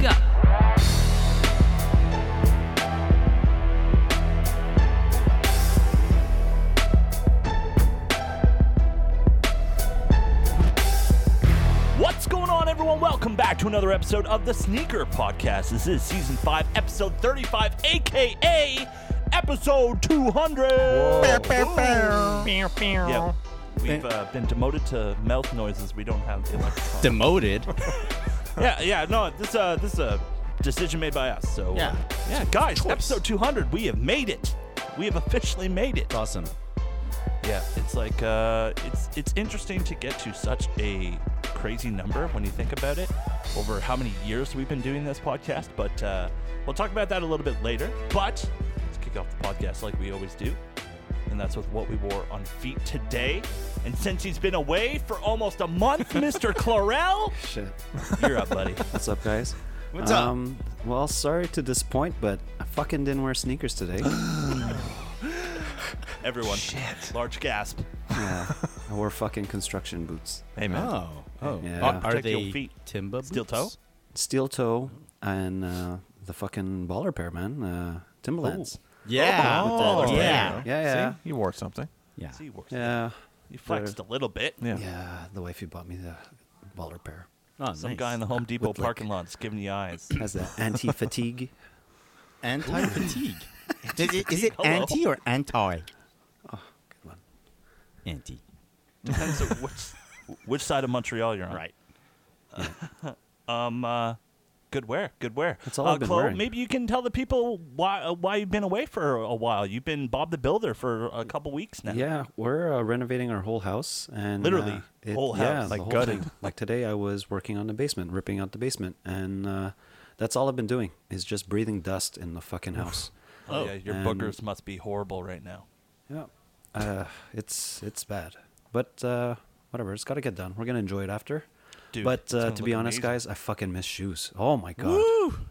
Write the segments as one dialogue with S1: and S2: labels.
S1: go.
S2: What's going on, everyone? Welcome back to another episode of the Sneaker Podcast. This is season five, episode 35, aka episode 200. Yep. We've uh, been demoted to mouth noises. We don't have the electronic.
S3: Demoted.
S2: yeah, yeah, no, this, uh, this is a decision made by us. So, uh,
S3: Yeah.
S2: yeah, guys, episode 200, we have made it. We have officially made it.
S3: awesome.
S2: Yeah, it's like uh, it's it's interesting to get to such a crazy number when you think about it over how many years we've been doing this podcast. But uh, we'll talk about that a little bit later. But let's kick off the podcast like we always do, and that's with what we wore on feet today. And since he's been away for almost a month, Mr. Clorel,
S4: Shit.
S2: you're up, buddy.
S4: What's up, guys?
S3: What's up?
S4: up? Well, sorry to disappoint, but I fucking didn't wear sneakers today.
S2: Everyone, large gasp.
S4: yeah. I wore fucking construction boots.
S2: Hey man,
S3: Oh. Oh.
S4: Yeah.
S3: Are- Are,
S2: Protect your
S3: they
S2: feet.
S3: timber boots?
S2: steel toe.
S4: Steel toe and uh, the fucking baller pair, man. Uh, Timberlands.
S3: Yeah.
S2: Oh,
S3: yeah. Yeah.
S4: Yeah, yeah.
S5: See, you wore something.
S3: Yeah.
S2: See, you
S4: Yeah.
S2: you flexed a little bit.
S5: Yeah.
S4: Yeah. The wife who bought me the baller pair
S3: Oh,
S2: Some
S3: nice.
S2: guy in the Home Depot parking lot's giving you eyes.
S4: has the anti fatigue.
S3: anti fatigue. is, it- is it
S2: Hello.
S3: anti or anti?
S4: Good one.
S3: Anti.
S2: Depends on which which side of Montreal you're on.
S3: Right.
S2: Um. Uh, good wear. Good wear.
S4: That's all
S2: uh,
S4: I've been
S2: Chloe,
S4: wearing.
S2: Maybe you can tell the people why uh, why you've been away for a while. You've been Bob the Builder for a couple weeks now.
S4: Yeah, we're uh, renovating our whole house and
S2: Literally,
S4: uh,
S2: whole
S4: yeah,
S2: house.
S4: the
S2: Like
S4: whole
S2: gutted.
S4: thing. Like today, I was working on the basement, ripping out the basement, and uh, that's all I've been doing is just breathing dust in the fucking house.
S2: Oh, yeah. Your
S4: And-
S2: boogers must be horrible right now.
S4: yeah, uh, it's it's bad, but uh, whatever. It's got to get done. We're gonna enjoy it after.
S2: Dude, it's
S4: but uh,
S2: gonna
S4: to be
S2: look
S4: honest,
S2: amazing.
S4: guys, I fucking miss shoes. Oh my god,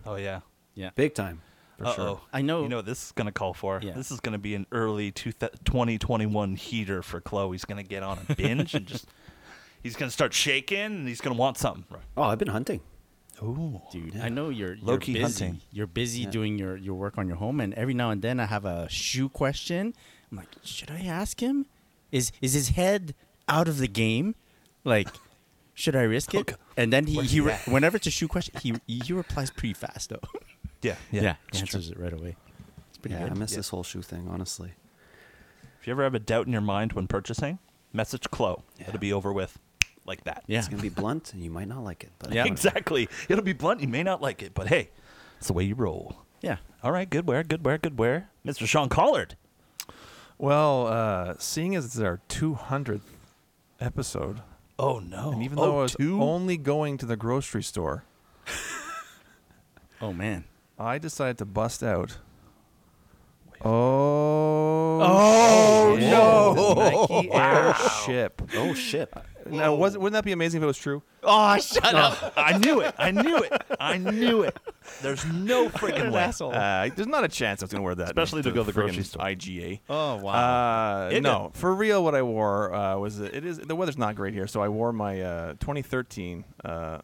S2: Oh yeah.
S3: Yeah.
S4: big time for
S2: Uh-oh.
S4: sure.
S3: I know-
S2: You know what this is gonna call for.
S3: Yeah.
S2: This is gonna be an early two th- 2021 heater for Chloe. He's gonna get on a binge and just he's gonna start shaking and he's gonna want something. Right.
S4: Oh, I've been hunting.
S2: Ooh.
S3: Dude, I know you're, you're
S2: Low-key
S3: busy.
S2: hunting.
S3: You're busy doing your, your work on your home, and every now and then I have a shoe question. I'm like, should I ask him? Is is his head out of the game? Like, should I risk it?
S2: Okay.
S3: And then he,
S2: Where's
S3: he
S2: he
S3: re-
S2: at?
S3: whenever it's a shoe question, he he replies pretty fast though.
S2: Yeah.
S3: Yeah,
S2: Yeah.
S3: he answers it right away. It's pretty
S4: Yeah, I
S3: good.
S4: miss
S2: Yeah.
S4: this whole shoe thing, honestly.
S2: If you ever have a doubt in your mind when purchasing, message Chloe. It'll be over with like that.
S3: yeah.
S4: It's gonna be blunt, and you might not like it. But
S3: Yeah.
S2: Exactly. It'll be blunt. You may not like it, but hey, it's the way you roll.
S3: Yeah.
S2: All right. Good wear. Good wear. Good wear. Mr. Sean Collard.
S5: Well, uh, seeing as it's our 200th episode,
S2: Oh, no.
S5: and even
S2: oh,
S5: though I was
S2: two?
S5: only going to the grocery store,
S3: Oh man.
S5: I decided to bust out. Oh, shit. Oh. Nike Air Ship.
S4: Oh shit.
S5: Now, was, wouldn't that be amazing if it was true?
S3: Oh shut up.
S2: I knew it. I knew it. I knew it. There's no freaking way.
S3: asshole.
S5: Uh, there's not a chance I was going to wear that.
S2: Especially to go to the grocery
S5: friggin'
S2: store.
S5: IGA.
S3: Oh wow.
S5: Uh,
S2: It
S5: no, for real, what I wore uh, was it is the weather's not great here, so I wore my uh, 2013 uh,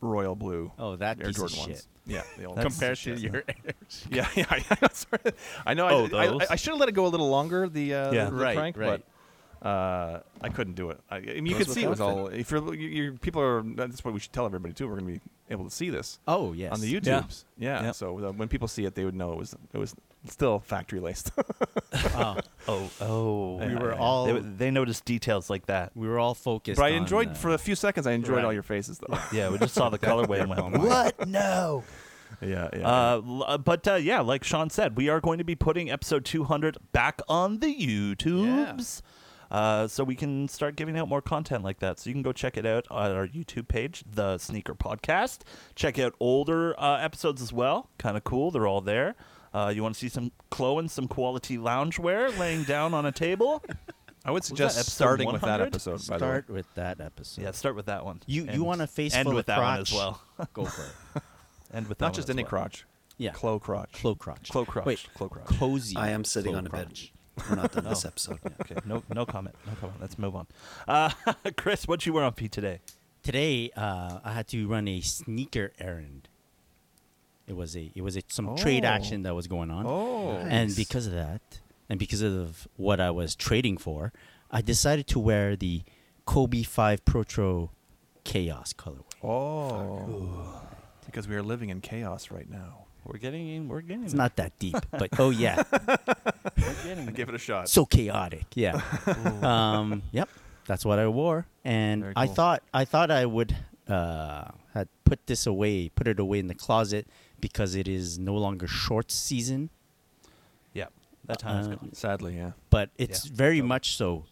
S5: royal blue.
S3: Oh, that
S5: Air
S3: piece of
S5: Jordan ones.
S3: shit.
S5: Yeah, the old
S3: Compared to your
S5: yeah, yeah, yeah. I'm sorry. I know.
S2: Oh,
S5: I, I,
S2: those?
S5: I, should have let it go a little longer. The uh,
S2: Yeah.
S5: the
S3: Right,
S5: crank,
S3: right.
S5: But, uh, I couldn't do it. I, I mean, you
S4: Goes
S5: could see it was
S4: without
S5: all. If you're, you you people are. That's what we should tell everybody too. We're going to be able to see this
S3: Oh yes.
S5: on the
S2: Yeah.
S5: YouTubes. Yeah.
S2: Yeah.
S5: So uh, when people see it, they would know it was it was still factory laced.
S3: Oh,
S2: Oh, oh.
S3: We were all-
S2: They, they noticed details like that.
S3: we were all focused.
S5: But I
S3: on,
S5: enjoyed
S3: uh,
S5: for a few seconds. I enjoyed
S3: right.
S5: all your faces though.
S2: Yeah, we just saw the colorway and went, what? No.
S5: yeah, yeah.
S2: Uh, l- uh, but uh, yeah, like Sean said, we are going to be putting episode 200 back on the YouTubes. Uh, so we can start giving out more content like that. So you can go check it out on our YouTube page, The Sneaker Podcast. Check out older uh, episodes as well. Kind of cool. They're all there. Uh, you want to see some Chloe and some quality loungewear laying down on a table?
S5: I would
S2: that
S5: suggest
S2: episode
S5: starting with that
S2: 100?
S5: episode. By the way,
S3: Start with that episode.
S2: yeah, start with that one.
S3: You you
S2: And
S3: want a face
S2: end
S3: full
S2: with
S3: of
S2: that one as
S3: crotch,
S2: well.
S3: Go for it.
S2: End with that one
S5: Not just
S2: as
S5: any
S2: well.
S5: crotch.
S3: Yeah.
S5: Clo crotch.
S3: Clo crotch.
S2: Clo crotch.
S3: Wait,
S2: Clo crotch.
S3: Cozy.
S4: I am sitting
S3: clo
S4: on a
S3: crotch.
S4: bed. We're not done this episode yet.
S2: Okay, no, no comment. No comment. Let's move on. Uh, Chris, what you wear on Pete today?
S3: Today, uh, I had to run a sneaker errand. It was a it was a, some trade
S5: Oh.
S3: action that was going on.
S5: Oh.
S3: And
S4: Nice.
S3: because of that, and because of what I was trading for, I decided to wear the Kobe 5 Protro Chaos colorway.
S5: Oh. Because we are living in chaos right now.
S2: We're getting, we're getting,
S3: It's not that deep, but oh yeah,
S2: we're getting.
S5: I give it a shot.
S3: so chaotic. Yeah. um, yep, that's what I wore, and
S5: Very
S3: I
S5: cool.
S3: thought I thought I would uh, had put this away, put it away in the closet because it is no longer shorts season,
S2: yeah, that time is
S3: Uh,
S2: gone.
S5: Sadly, yeah.
S3: but it's
S2: Yeah.
S3: very much so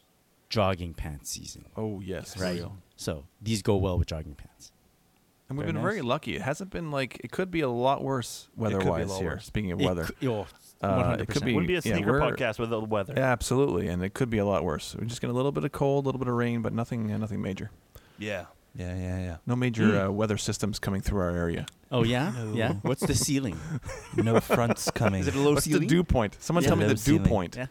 S3: jogging pants season.
S5: Oh yes.
S3: right.
S5: real.
S3: So these go well with jogging pants.
S5: And we've
S2: Very
S5: been
S2: nice.
S5: very lucky. It hasn't been like it could be a lot worse
S2: be a
S5: weather wise
S2: lot
S5: here.
S2: worse.
S5: Speaking of
S3: It
S5: weather.
S3: cou- yo,
S5: Uh, it
S3: 100%.
S5: could
S2: It wouldn't be a
S5: yeah,
S2: sneaker
S5: we're-
S2: podcast with the weather.
S5: Yeah, absolutely, and it could be a lot worse. We're just getting a little bit of cold, a little bit of rain, but nothing, uh, nothing major.
S2: yeah, yeah, yeah. yeah.
S5: No major uh, weather systems coming through our area.
S3: Oh yeah,
S2: No.
S3: yeah. What's the ceiling?
S2: No fronts coming.
S3: Is it a low
S5: What's
S3: ceiling?
S5: the dew point? Someone
S2: Yeah,
S5: tell me
S2: low
S5: the
S2: ceiling.
S5: dew point.
S3: Yeah.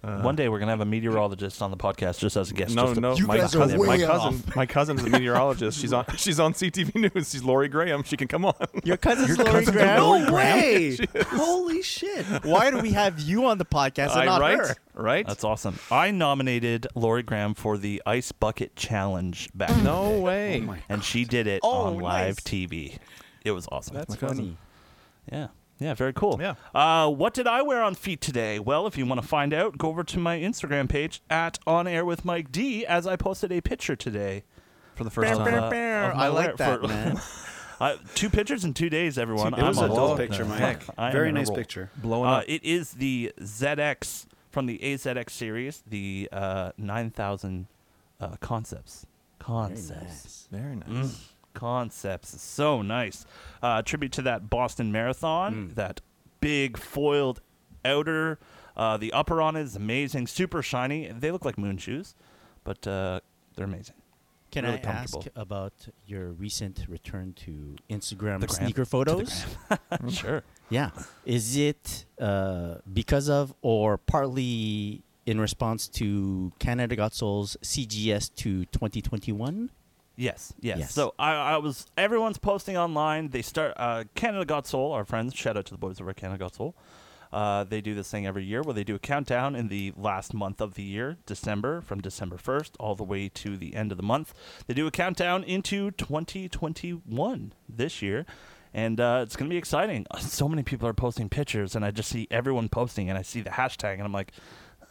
S5: Uh,
S2: One day we're gonna have a meteorologist on the podcast just as a guest.
S5: No,
S2: just to-
S5: no,
S2: just
S5: my,
S2: to
S3: guys are
S5: cousin, my
S3: way
S5: cousin, my cousin's a meteorologist. She's on, she's on CTV News. She's Lori Graham. She can come on.
S3: Your cousin's Lori Graham.
S4: No way! Holy shit!
S3: Why do we have you on the podcast and
S5: I-
S3: not
S5: right,
S3: her?
S5: right.
S2: That's awesome. I nominated Lori Graham for the Ice Bucket Challenge back in the
S5: no
S2: day,
S5: way.
S4: Oh my
S2: and she did it
S3: Oh,
S2: on live
S3: nice.
S2: TV. It was awesome.
S5: That's
S3: It's
S5: My cousin.
S3: funny.
S2: Yeah. Yeah, very cool.
S5: Yeah.
S2: Uh, what did I wear on feet today? Well, if you want to find out, go over to my Instagram page at On Air with Mike D, as I posted a picture today.
S5: For the first
S2: Of,
S5: time. Oh,
S2: uh, of my
S3: I like
S2: wear-
S3: that,
S2: for-
S3: man.
S2: uh, two pictures in two days, everyone.
S4: It was
S2: I'm
S4: a
S2: on
S4: dope
S2: roll.
S4: picture,
S2: No,
S4: Mike.
S2: fuck, I am
S4: Very
S2: on a
S4: nice
S2: roll.
S4: picture.
S5: blowing
S2: Uh,
S5: up.
S2: it is the ZX from the AZX series, the uh, 9000 uh, concepts. Concepts.
S5: Very nice.
S3: Mm.
S2: Concepts. So nice. Uh, tribute to that Boston Marathon, that big foiled outer. Uh, the upper on it is amazing, super shiny. They look like moon shoes, but uh, they're amazing.
S3: Can
S2: Really
S3: I ask
S2: comfortable.
S3: about your recent return to Instagram
S2: The gram.
S3: sneaker
S2: To the
S3: photos?
S2: sure.
S3: Yeah. Is it uh, because of or partly in response to Canada Got Souls CGS to 2021?
S2: Yes, yes.
S3: Yes.
S2: So I, I was. Everyone's posting online. They start. Uh, Canada Got Soul, our friends. Shout out to the boys over at Canada Got Soul. Uh, they do this thing every year where they do a countdown in the last month of the year, December, from December 1st all the way to the end of the month. They do a countdown into 2021 this year, and uh, it's going to be exciting. So many people are posting pictures, and I just see everyone posting, and I see the hashtag, and I'm like, "Uh,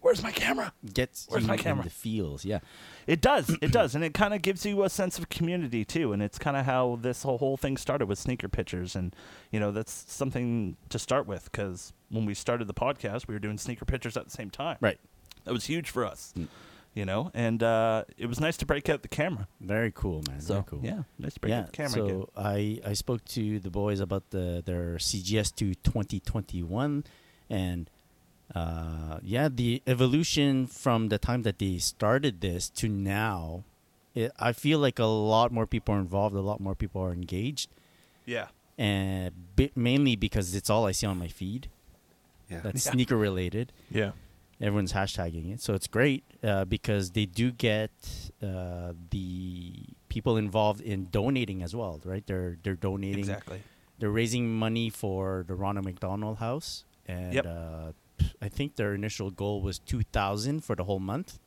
S2: where's my camera?
S3: Gets
S2: Where's
S3: you
S2: my
S3: in
S2: camera?
S3: the feels. Yeah.
S2: It does. It does. And it kind of gives you a sense of community too. And it's kind of how this whole, whole thing started with sneaker pictures. And, you know, that's something to start with because when we started the podcast, we were doing sneaker pictures at the same time.
S3: Right. Mm.
S2: That was huge for us, you know, and uh, it was nice to break out the camera.
S3: Very cool, man.
S2: So,
S3: Very cool.
S2: yeah, nice to break out the camera
S3: so
S2: again.
S3: I, I spoke to the boys about the their CGS to 2021, and uh, yeah, the evolution from the time that they started this to now, it, I feel like a lot more people are involved, a lot more people are engaged,
S2: Yeah.
S3: and bit mainly because it's all I see on my feed
S4: Yeah.
S3: that's sneaker related.
S5: Yeah.
S3: Everyone's hashtagging it, so it's great uh, because they do get uh, the people involved in donating as well, right? They're they're donating
S2: Exactly.
S3: they're raising money for the Ronald McDonald House, and
S2: Yep.
S3: uh, p- I think their initial goal was two thousand for the whole month,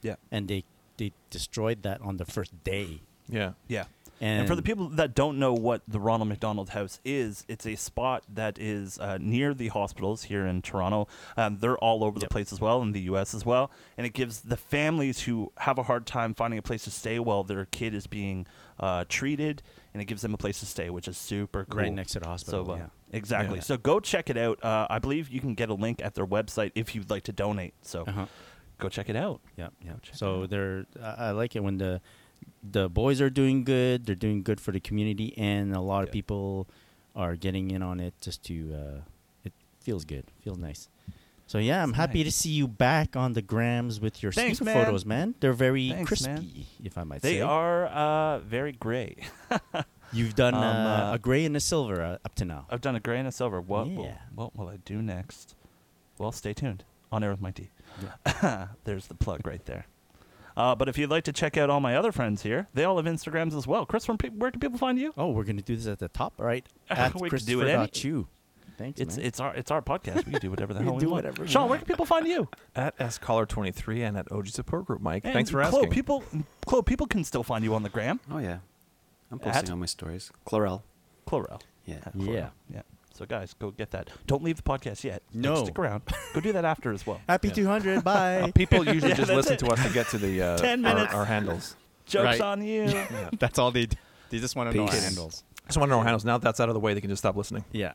S2: Yeah.
S3: and they they destroyed that on the first day.
S5: Yeah.
S2: Yeah.
S3: And,
S2: And, for the people that don't know what the Ronald McDonald House is, it's a spot that is uh, near the hospitals here in Toronto. Um, they're all over the place as well, in the U.S. as well. And it gives the families who have a hard time finding a place to stay while their kid is being uh, treated, and it gives them a place to stay, which is super cool.
S3: Right next to the hospital,
S2: So, uh,
S3: yeah.
S2: Exactly.
S5: Yeah.
S2: So go check it out. Uh, I believe you can get a link at their website if you'd like to donate. So
S3: Uh-huh.
S2: go check it out.
S3: yeah, yeah.
S2: Go check it
S3: So they're I I like it when the the boys are doing good. They're doing good for the community, and a lot of
S2: Yeah.
S3: people are getting in on it. Just to uh, it feels good, feels nice. So yeah, I'm
S2: It's
S3: happy to
S2: nice.
S3: see you back on the grams with your
S2: Thanks, man.
S3: sneaker photos, man. They're very
S2: Thanks,
S3: crispy,
S2: man.
S3: if I might
S2: They
S3: say.
S2: are uh, very gray.
S3: You've done
S2: Um,
S3: uh,
S2: uh,
S3: a gray and a silver uh, up to now.
S2: I've done a gray and a silver. What, will,
S3: Yeah.
S2: what will I do next? Well, stay tuned. On air with my D. There's the plug right there. Uh, but if you'd like to check out all my other friends here, they all have Instagrams as well. Chris, from pe- where do people find you?
S3: oh, we're gonna do this at the top, right? At
S2: We could do it any-
S3: Christopher.chu. Thanks,
S2: It's
S3: man.
S2: it's our it's our podcast. We can do whatever the
S3: We
S2: hell we
S3: do
S2: want.
S3: whatever we
S2: Sean, where
S3: want.
S2: can people find you?
S5: At scaller23 and at OG support group, Mike.
S2: And
S5: Thanks for
S2: Chloe,
S5: asking.
S2: People, Chloe, people can still find you on the gram.
S4: Oh yeah, I'm
S2: At-
S4: posting on my stories. Chlorel.
S2: Chlorel.
S4: Yeah.
S2: At
S3: Yeah.
S2: Chlorel. Yeah. So guys, go get that. Don't leave the podcast yet. Like,
S3: No.
S2: stick around. Go do that after as well.
S3: Happy
S5: Yeah.
S3: 200. Bye.
S5: Uh, People usually
S2: Yeah,
S5: just
S2: that's
S5: listen
S2: it.
S5: to us to get to the uh,
S2: 10
S5: our,
S2: minutes.
S5: our handles.
S2: Jokes
S3: Right.
S2: on you.
S3: That's all they. d- They just want to know our
S4: Peace.
S3: handles.
S5: Just want to know our handles. Now that that's out of the way, they can just stop listening.
S3: Yeah.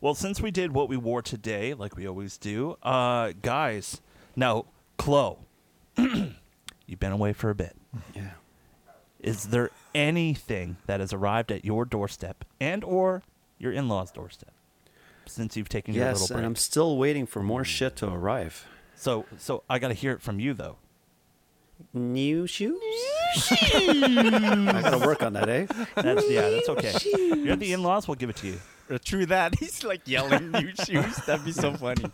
S2: Well, since we did what we wore today, like we always do, uh, guys. Now, Chloe, you've been away for a bit.
S4: Yeah.
S2: Is there anything that has arrived at your doorstep and or your in-laws' doorstep since you've taken your
S4: Yes,
S2: little break?
S4: and I'm still waiting for more shit to arrive.
S2: So, so I got to hear it from you though.
S4: New shoes. I gotta work on that, eh?
S2: That's yeah, that's okay. You're the in-laws. We'll give it to you.
S3: Uh, True that. He's like yelling new shoes. That'd be so funny.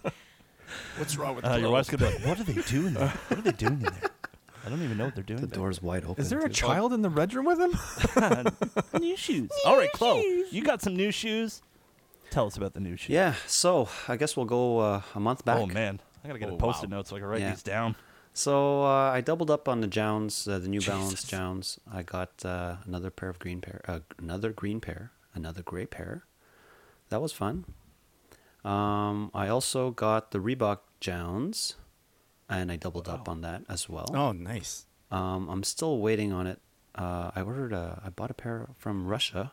S3: What's wrong with
S2: Uh, your wife's gonna be like, "What are they doing? There? What are they doing in there? I don't even know what they're doing."
S4: The door's wide open.
S5: Is there a
S4: dude.
S5: child in the bedroom with him?
S2: new shoes. All right, Chloe, you got some new shoes. Tell us about the new shoes.
S4: Yeah. So I guess we'll go uh, a month back.
S2: Oh man, I gotta get
S3: Oh,
S2: a post-it
S3: wow.
S2: note so I can write
S4: Yeah.
S2: these down.
S4: So uh, I doubled up on the Jounds, uh, the New Balance
S2: Jesus.
S4: Jounds. I got uh, another pair of green pair, uh, another green pair, another gray pair. That was fun. Um, I also got the Reebok Jounds, and I doubled up on that as well.
S3: Oh, nice.
S4: Um, I'm still waiting on it. Uh, I ordered a, I bought a pair from Russia.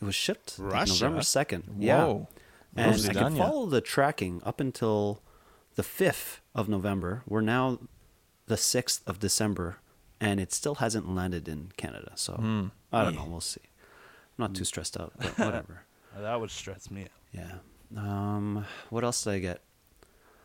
S4: It was shipped like,
S3: Russia?
S4: November second. Yeah,
S5: Whoa.
S4: and
S5: Mostly
S4: I
S5: done
S4: can
S5: yet.
S4: follow the tracking up until the fifth of November. We're now the sixth of December, and it still hasn't landed in Canada. So
S5: Hmm.
S4: I don't know. We'll see. I'm not too stressed out, but whatever.
S2: Now, that would stress me out.
S4: Yeah. Um. What else did I get?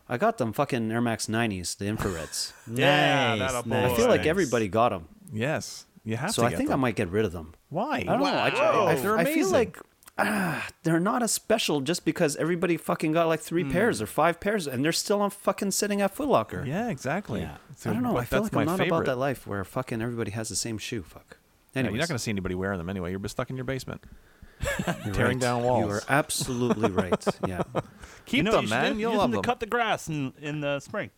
S4: I got them fucking Air Max 90s, the infrareds.
S2: Yeah,
S3: nice.
S2: that'll
S3: nice.
S4: I feel like
S2: Nice.
S4: everybody got them,
S5: Yes. You have
S4: so
S5: to.
S4: I
S5: get
S4: think I
S5: them.
S4: might get rid of them.
S5: Why?
S4: I don't know. I, I, I,
S5: They're
S4: I
S5: amazing.
S4: feel like ah, they're not as special just because everybody fucking got like
S5: Hmm.
S4: three pairs or five pairs, and they're still on fucking sitting at Foot Locker.
S5: Yeah, exactly.
S3: Yeah.
S5: So,
S4: I don't know.
S5: but
S4: I feel
S5: that's
S4: like I'm
S5: my
S4: not
S5: favorite.
S4: about that life where fucking everybody has the same shoe. Fuck.
S5: Yeah,
S4: Anyway,
S5: you're not going to see anybody wearing them anyway. You're just stuck in your basement, tearing down walls.
S4: You are absolutely right. Yeah,
S2: Keep
S5: You know,
S2: them,
S5: you should
S2: man.
S5: use
S2: You'll
S5: them
S2: love
S5: to
S2: them.
S5: cut
S2: cut the grass in in the spring.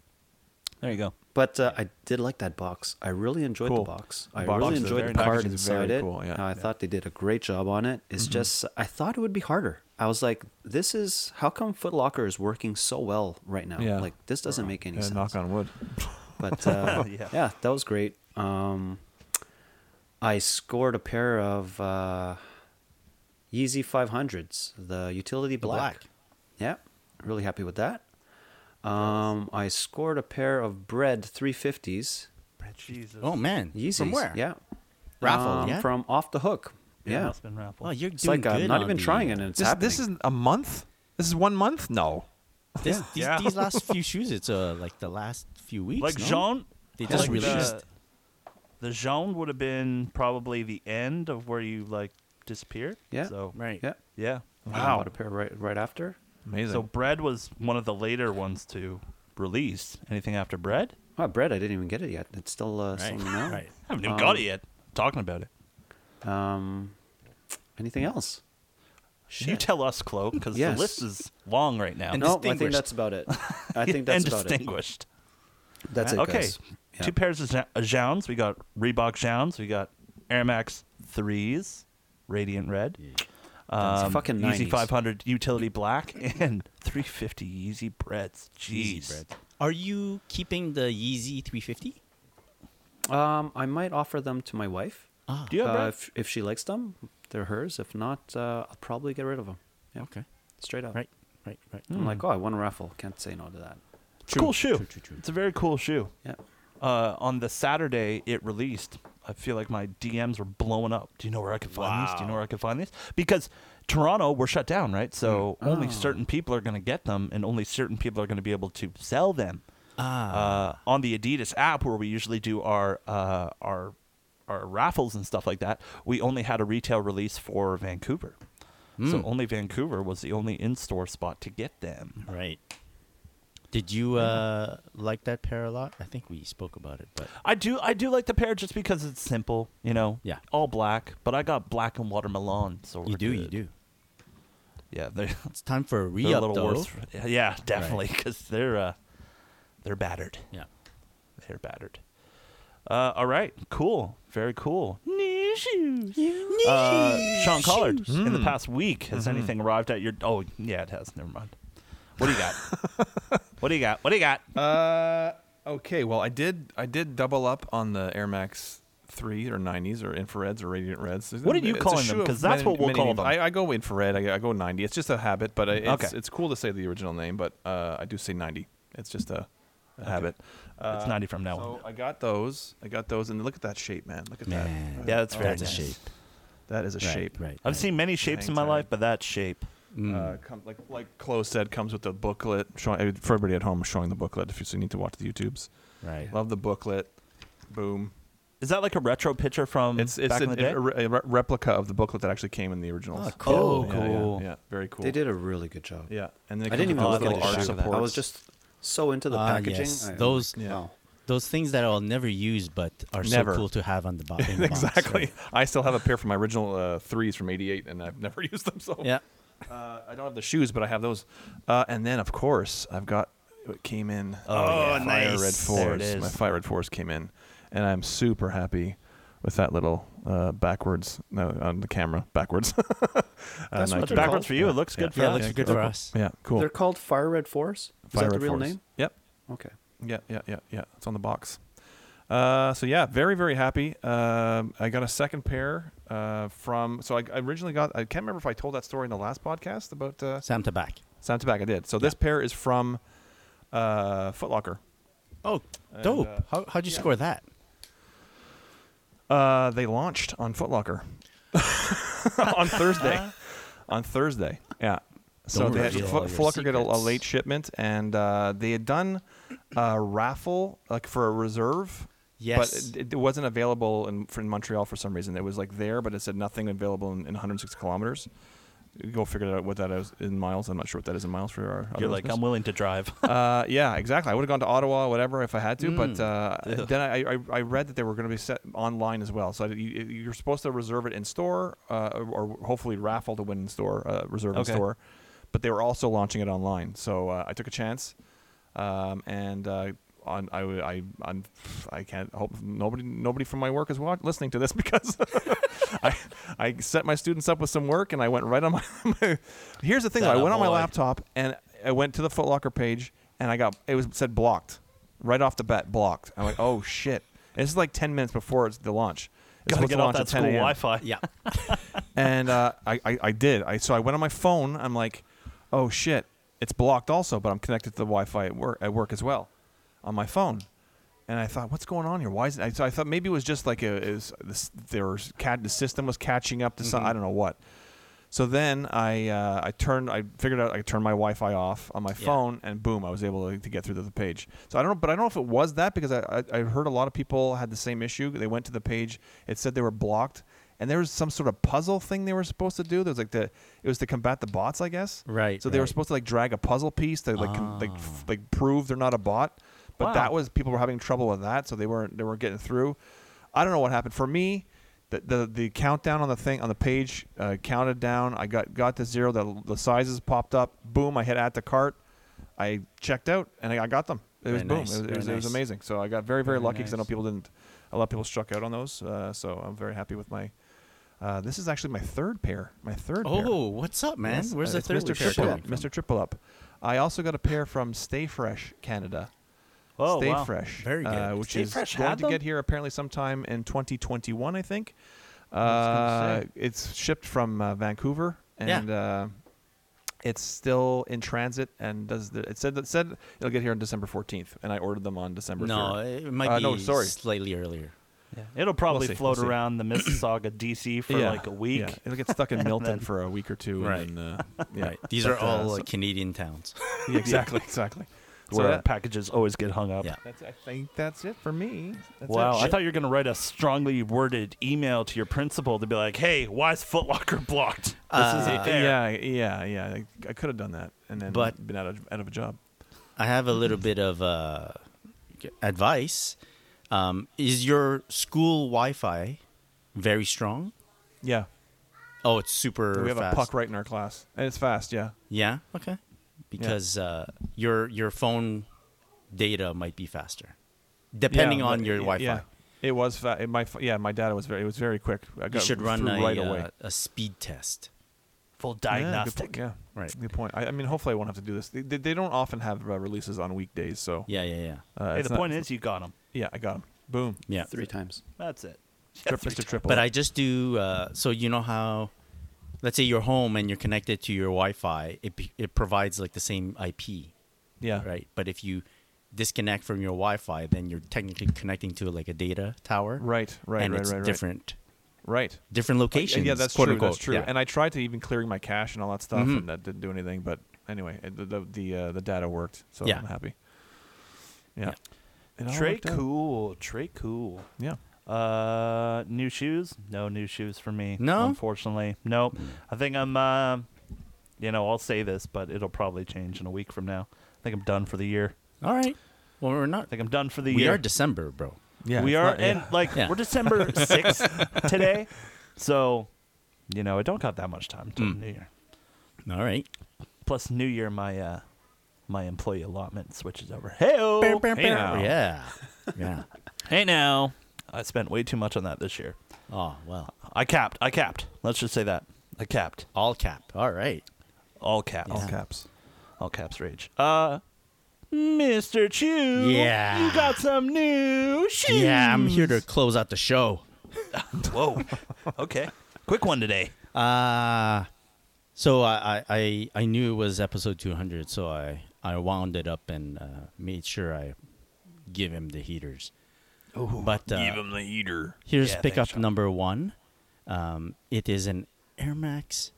S2: There you go.
S4: but uh, I did like that box. I really enjoyed
S5: Cool.
S4: the box.
S5: The
S4: I
S5: box
S4: really
S5: is
S4: enjoyed
S5: very
S4: the
S5: nice.
S4: card
S5: It's
S4: inside
S5: very
S4: it. Uh,
S5: cool, yeah.
S4: I
S5: Yeah. Mm-hmm.
S4: thought they did a great job on it. It's just I thought it would be harder. I was like, this is how come Foot Locker is working so well right now?
S5: Yeah.
S4: Like this doesn't make any
S5: Yeah,
S4: sense.
S5: Uh, knock on wood.
S4: But uh,
S2: Yeah.
S4: yeah. that was great. Um, I scored a pair of uh, Yeezy 500s, the utility black.
S3: black.
S4: Yeah, really happy with that. Um, I scored a pair of bread 350s.
S2: Jesus.
S3: Oh man.
S4: Yeezys.
S3: From where?
S4: Yeah.
S3: Raffle,
S4: Um,
S3: yeah?
S4: From Off the Hook. Yeah.
S2: it's been raffle.
S3: Oh, you're
S4: It's
S3: doing
S4: like I'm
S3: good
S4: not
S3: on
S4: even
S3: the- uh,
S4: trying it and it's
S5: This,
S4: happening.
S5: this is a month. This is one month. No.
S3: This, These,
S2: Yeah.
S3: these last few shoes, it's uh, like the last few weeks.
S2: like
S3: no?
S2: Jean.
S3: They just
S2: like
S3: released.
S2: The, the Jean would have been probably the end of where you like disappeared.
S4: Yeah.
S2: So
S3: Right.
S4: Yeah.
S2: Yeah.
S4: I
S2: Wow.
S4: bought a pair right, right after.
S5: Amazing.
S2: So bread was one of the later ones to release. Anything after bread?
S4: Oh, bread, I didn't even get it yet. It's still, uh,
S3: Right.
S4: still now.
S3: Right.
S2: I haven't even
S4: Um,
S2: got it yet. talking about it.
S4: Um, anything else?
S2: You
S4: Shit.
S2: tell us, Chloe, because
S4: Yes.
S2: the list is long right now.
S3: And
S4: no, I think
S3: distinguished.
S4: that's about it. I think that's
S2: and
S4: about
S2: distinguished.
S4: it. That's it.
S2: Okay,
S4: guys. Yeah.
S2: two pairs of Ja- uh, Jounds. We got Reebok Jounds. We got Air Max threes, radiant red. um,
S4: That's fucking
S2: Yeezy
S4: 90s.
S2: 500 utility black and 350 Yeezy breads. Jeez,
S3: Yeezy bread. Are you keeping the Yeezy 350?
S4: Um, I might offer them to my wife
S3: Ah,
S2: do you have
S4: uh,
S2: bread?
S4: if, if she likes them. They're hers. If not, uh, I'll probably get rid of them. Yeah,
S3: okay.
S4: straight up.
S3: Right, right, right.
S4: I'm like, oh, I won a raffle. Can't say no to that.
S2: It's a cool shoe.
S3: true, true, true.
S2: It's a very cool shoe.
S4: Yeah.
S2: Uh, on the Saturday it released, I feel like my DMs were blowing up. Do you know where I could find these? Do you know where I could find these? Because Toronto, we're shut down, right? So only certain people are going to get them, and only certain people are going to be able to sell them.
S3: Ah,
S2: uh, on the Adidas app where we usually do our uh, our our raffles and stuff like that, we only had a retail release for Vancouver. So only Vancouver was the only in-store spot to get them.
S3: Right. Did you uh, like that pair a lot? I think we spoke about it, but
S2: I do I do like the pair just because it's simple, you know.
S3: Yeah.
S2: All black, but I got black and watermelon, so
S3: you
S2: we're
S3: do, you
S2: good.
S3: do.
S2: Yeah, they're,
S3: It's time for
S2: they're
S3: a
S2: a
S3: re-up,
S2: little
S3: though.
S2: worse. Yeah, definitely, because they're uh, they're battered.
S3: Yeah.
S2: They're battered. Uh, all right, cool, very cool. New shoes. Uh, Sean Collard, in the past week, has
S3: Mm-hmm.
S2: anything arrived at your? Oh, yeah, it has. Never mind. What do you got? what do you got? What do you got?
S5: Uh, okay. Well, I did. I did double up on the Air Max three or nineties or infrareds or radiant reds.
S2: What are you
S5: It's a
S2: calling them?
S5: shoe of
S2: 'Cause that's
S5: many-
S2: what we'll
S5: many
S2: call
S5: names.
S2: them.
S5: I, I go infrared. I, I go ninety. It's just a habit, but I, it's,
S2: Okay.
S5: it's cool to say the original name. But uh, I do say ninety. It's just a, a habit.
S3: Uh,
S2: it's ninety from now
S5: So
S2: on.
S5: I got those. I got those, and look at that shape, man. Look at
S3: Man.
S5: that.
S2: Yeah, that's very
S3: That's a
S2: Oh, nice.
S3: shape.
S5: That is a
S3: Right,
S5: shape.
S3: Right. Mm,
S2: I've seen many shapes in my
S5: Hang
S2: life,
S5: tight.
S2: but that shape.
S4: Mm.
S5: Uh, come, like like Chloe said, comes with the booklet. Showing for everybody at home, showing the booklet if you so you need to watch the YouTubes.
S3: Right.
S5: Love the booklet. Boom.
S4: Mm-hmm.
S2: Is that like a retro picture from
S5: It's it's
S2: back in
S5: an,
S2: the day?
S5: a, re- a re- replica of the booklet that actually came in the original.
S3: Oh, cool.
S5: Yeah, yeah,
S2: cool.
S5: Yeah, very cool.
S4: They did a really good job.
S5: Yeah, and they
S4: I didn't even
S2: comes
S4: look
S2: with
S4: at
S2: little
S4: the
S2: art
S4: art
S2: supports.
S4: I was just so into the
S3: Ah,
S4: packaging.
S3: yes.
S5: oh
S4: I-
S3: Those-
S5: Yeah.
S4: wow.
S3: Those things that I'll never use, but are
S5: Never.
S3: so cool to have on the, bo- in the box.
S5: exactly.
S3: right?
S5: I still have a pair from my original uh, threes from '88, and I've never used them. So
S3: Yeah.
S5: uh, I don't have the shoes, but I have those. Uh, and then of course I've got what came in. Oh,
S2: yeah.
S5: Fire Red
S2: nice. There it
S5: Force. My
S2: is.
S5: Fire Red Force came in, and I'm super happy with that little uh, backwards no, on the camera backwards. uh,
S4: That's what
S5: Nike.
S2: backwards
S4: they're called.
S2: for you. It looks good for
S3: Yeah,
S2: us.
S3: looks good for us.
S5: Yeah, cool.
S4: They're called Fire Red Force. Is that
S5: Fire
S4: the
S5: Red
S4: real
S5: Force.
S4: name?
S5: Yep.
S4: Okay.
S5: Yeah, yeah, yeah, yeah. It's on the box. Uh, so yeah, very very happy. Um, I got a second pair uh, from. So I, I originally got. I can't remember if I told that story in the last podcast about uh,
S3: Sam Tabac.
S5: Sound Tobacco. I did. So this pair is from uh, Foot Locker.
S3: Oh,
S5: And,
S3: dope.
S5: uh,
S3: How, how'd you
S5: yeah.
S3: score that?
S5: Uh, they launched on Foot Locker on Thursday. on Thursday, yeah. So
S3: Uh-huh. Don't
S5: they had,
S3: reveal all
S5: Foot,
S3: your
S5: Foot Locker did a, a
S3: secrets.
S5: late shipment, and uh, they had done a raffle like for a reserve.
S3: Yes.
S5: But it, it wasn't available in, for, in Montreal for some reason. It was like there, but it said nothing available in, in 106 kilometers. Go figure out what that is in miles. I'm not sure what that is in miles for our. other
S2: You're like,
S5: listeners.
S2: I'm willing to drive.
S5: Uh, yeah, exactly. I would have gone to Ottawa, whatever, if I had to. But uh,
S2: Ugh.
S5: then I, I, I read that they were going to be set online as well. So you, you're supposed to reserve it in store, uh, or hopefully raffle to win in store, uh, reserve
S2: Okay.
S5: in store. But they were also launching it online, so uh, I took a chance, um, and uh, on I w- I on, I can't hope nobody nobody from my work is watch, listening to this because I I set my students up with some work and I went right on my. my here's the thing though, I
S2: That a
S5: went on my
S2: boy.
S5: laptop laptop and I went to the Foot Locker page and I got it was said blocked right off the bat blocked. I'm like, oh shit! And this is like ten minutes before it's the launch. It's
S2: Gotta
S5: supposed to
S2: get off
S5: launch at
S2: that school
S5: 10 a.m.
S2: Wi-Fi.
S3: Yeah.
S5: And uh, I, I I did. I so I went on my phone. I'm like, oh shit! It's blocked also, but I'm connected to the Wi-Fi at work at work as well, on my phone. And I thought, what's going on here? Why is it? I, so I thought maybe it was just like a is this, there was cat the system was catching up to some
S2: Mm-hmm.
S5: I don't know what. So then I uh, I turned I figured out I turned my Wi-Fi off on my phone and boom I was able to, to get through to the page. So I don't know, but I don't know if it was that because I, I I heard a lot of people had the same issue. They went to the page, it said they were blocked, and there was some sort of puzzle thing they were supposed to do. There was like the it was to combat the bots, I guess.
S3: Right,
S5: So they were
S3: right.
S5: supposed to like drag a puzzle piece to like con- like
S3: Ah.
S5: f- like prove they're not a bot, but
S2: Wow.
S5: that was people were having trouble with that, so they weren't they weren't getting through. I don't know what happened. For me, the the, the countdown on the thing on the page uh, counted down. I got got to zero. The the sizes popped up. Boom! I hit add to cart. I checked out and I, I got them. It was
S3: Very
S5: boom.
S3: nice,
S5: It was, it,
S3: very
S5: was, it was
S3: nice.
S5: amazing. So I got very very,
S3: Very
S5: lucky 'cause lucky because I know
S3: nice.
S5: people didn't. A lot of people struck out on those. Uh, so I'm very happy with my. Uh, this is actually my third pair. My third pair.
S3: Oh, what's up, man?
S5: Yes,
S3: Where's
S5: uh,
S3: the
S5: it's
S3: third
S5: Mr.
S3: pair
S5: Triple
S3: coming
S5: Up?
S3: from?
S5: Mr. Triple Up. I also got a pair from Stay Fresh Canada.
S2: Oh,
S5: Stay
S2: wow.
S5: Fresh.
S3: Very good.
S5: Uh, which
S2: Stay
S5: is
S2: Fresh
S5: going
S2: had
S5: to get
S2: them?
S5: here apparently sometime in 2021, I think.
S2: was
S5: Uh,
S2: gonna say.
S5: it's shipped from uh, Vancouver,
S3: Yeah.
S5: and uh, it's still in transit. And does the, it said it said it'll get here on December 14th, and I ordered them on December.
S3: No,
S2: eh,
S5: 3rd.
S3: it might
S5: Uh,
S3: be
S5: no, sorry.
S3: slightly earlier.
S2: It'll probably
S5: see,
S2: float
S5: we'll see.
S2: around the Mississauga DC for
S5: Yeah,
S2: like a week.
S5: Yeah. It'll get stuck in Milton for a week or two.
S3: Right.
S5: And then, uh, yeah.
S3: These
S5: But,
S3: are
S5: uh,
S3: all
S5: so-
S3: uh, Canadian towns.
S5: Yeah, exactly, exactly. So uh,
S2: where
S5: that-
S2: packages always get hung up.
S3: Yeah.
S5: That's, I think that's it for me. That's
S2: Wow,
S5: it.
S2: I thought you were going to write a strongly worded email to your principal to be like, "Hey, why is Footlocker blocked? This is
S5: Uh,
S2: it there."
S5: yeah, yeah, yeah. I, I could have done that and then
S3: But-
S5: been out of, out of a job.
S3: I have a little bit of uh, advice. Um, is your school Wi-Fi very strong?
S5: Yeah,
S3: Oh, it's super.
S5: we have
S3: fast.
S5: a puck right in our class, and it's fast. Yeah,
S3: Yeah. Okay. Because uh, your your phone data might be faster, depending
S5: Yeah,
S3: on
S5: but-
S3: your
S5: yeah,
S3: Wi-Fi.
S5: Yeah. It was fa- it, my f- yeah. My data was very it was very quick. I
S3: You
S5: got
S3: should run
S5: through
S3: a,
S5: right
S3: uh,
S5: away.
S3: a speed test.
S2: Full
S5: Yeah, good
S2: diagnostic.
S5: point, Yeah,
S3: Right.
S5: Good point. I, I mean, hopefully, I won't have to do this. They, they, they don't often have uh, releases on weekdays, so
S3: Yeah, yeah, yeah.
S5: Uh,
S2: Hey,
S5: it's
S2: the
S5: not-
S2: point is, you got them.
S5: yeah, I got them. Boom.
S3: Yeah.
S4: Three times.
S2: That's it.
S5: Triple to triple.
S3: But I just do. Uh, so you know how, let's say you're home and you're connected to your Wi-Fi, it p- it provides like the same IP,
S5: yeah
S3: right? But if you disconnect from your Wi-Fi, then you're technically connecting to like a data tower,
S5: right right
S3: and
S5: right
S3: it's
S5: right right.
S3: different
S5: right.
S3: different locations.
S5: Yeah, that's
S3: quote
S5: true.
S3: Unquote.
S5: That's true.
S3: Yeah.
S5: And I tried to even clearing my cache and all that stuff,
S3: Mhm.
S5: and that didn't do anything. But anyway, it, the the the, uh, the data worked, so
S3: Yeah.
S5: I'm happy. Yeah. It all
S2: Trey
S5: worked out.
S2: cool. Trey cool.
S5: Yeah.
S2: Uh, new shoes? No new shoes for me.
S3: No?
S2: unfortunately, nope. I think I'm. Uh, you know, I'll say this, but it'll probably change in a week from now. I think I'm done for the year.
S3: All right. Well, we're not.
S2: I think I'm done for the
S3: we
S2: year.
S3: are December, bro.
S5: Yeah.
S2: we
S5: it's
S2: are,
S5: not- yeah.
S2: and like
S3: Yeah.
S2: we're December sixth today, so you know I don't got that much time till
S3: Mm.
S2: New Year.
S3: All right.
S2: Plus, New Year, my uh, my employee allotment switches over. Hey,
S5: hey now.
S3: Yeah. Yeah.
S2: hey now. I spent way too much on that this year.
S3: Oh well.
S2: I capped. I capped. Let's just say that I capped.
S3: All cap. All right.
S2: All caps.
S5: all
S3: Yeah.
S5: caps.
S2: All caps rage. Uh, Mr. Chew.
S3: Yeah.
S2: You got some new shoes.
S3: Yeah, I'm here to close out the show.
S2: Whoa. Okay. Quick one today.
S3: Uh so I, I- I I knew it was episode 200, so I I wound it up and uh, made sure I give him the heaters. but uh,
S5: the heater.
S3: here's
S2: Yeah,
S3: pickup
S2: thanks, Sean.
S3: number one. Um, it is an Air Max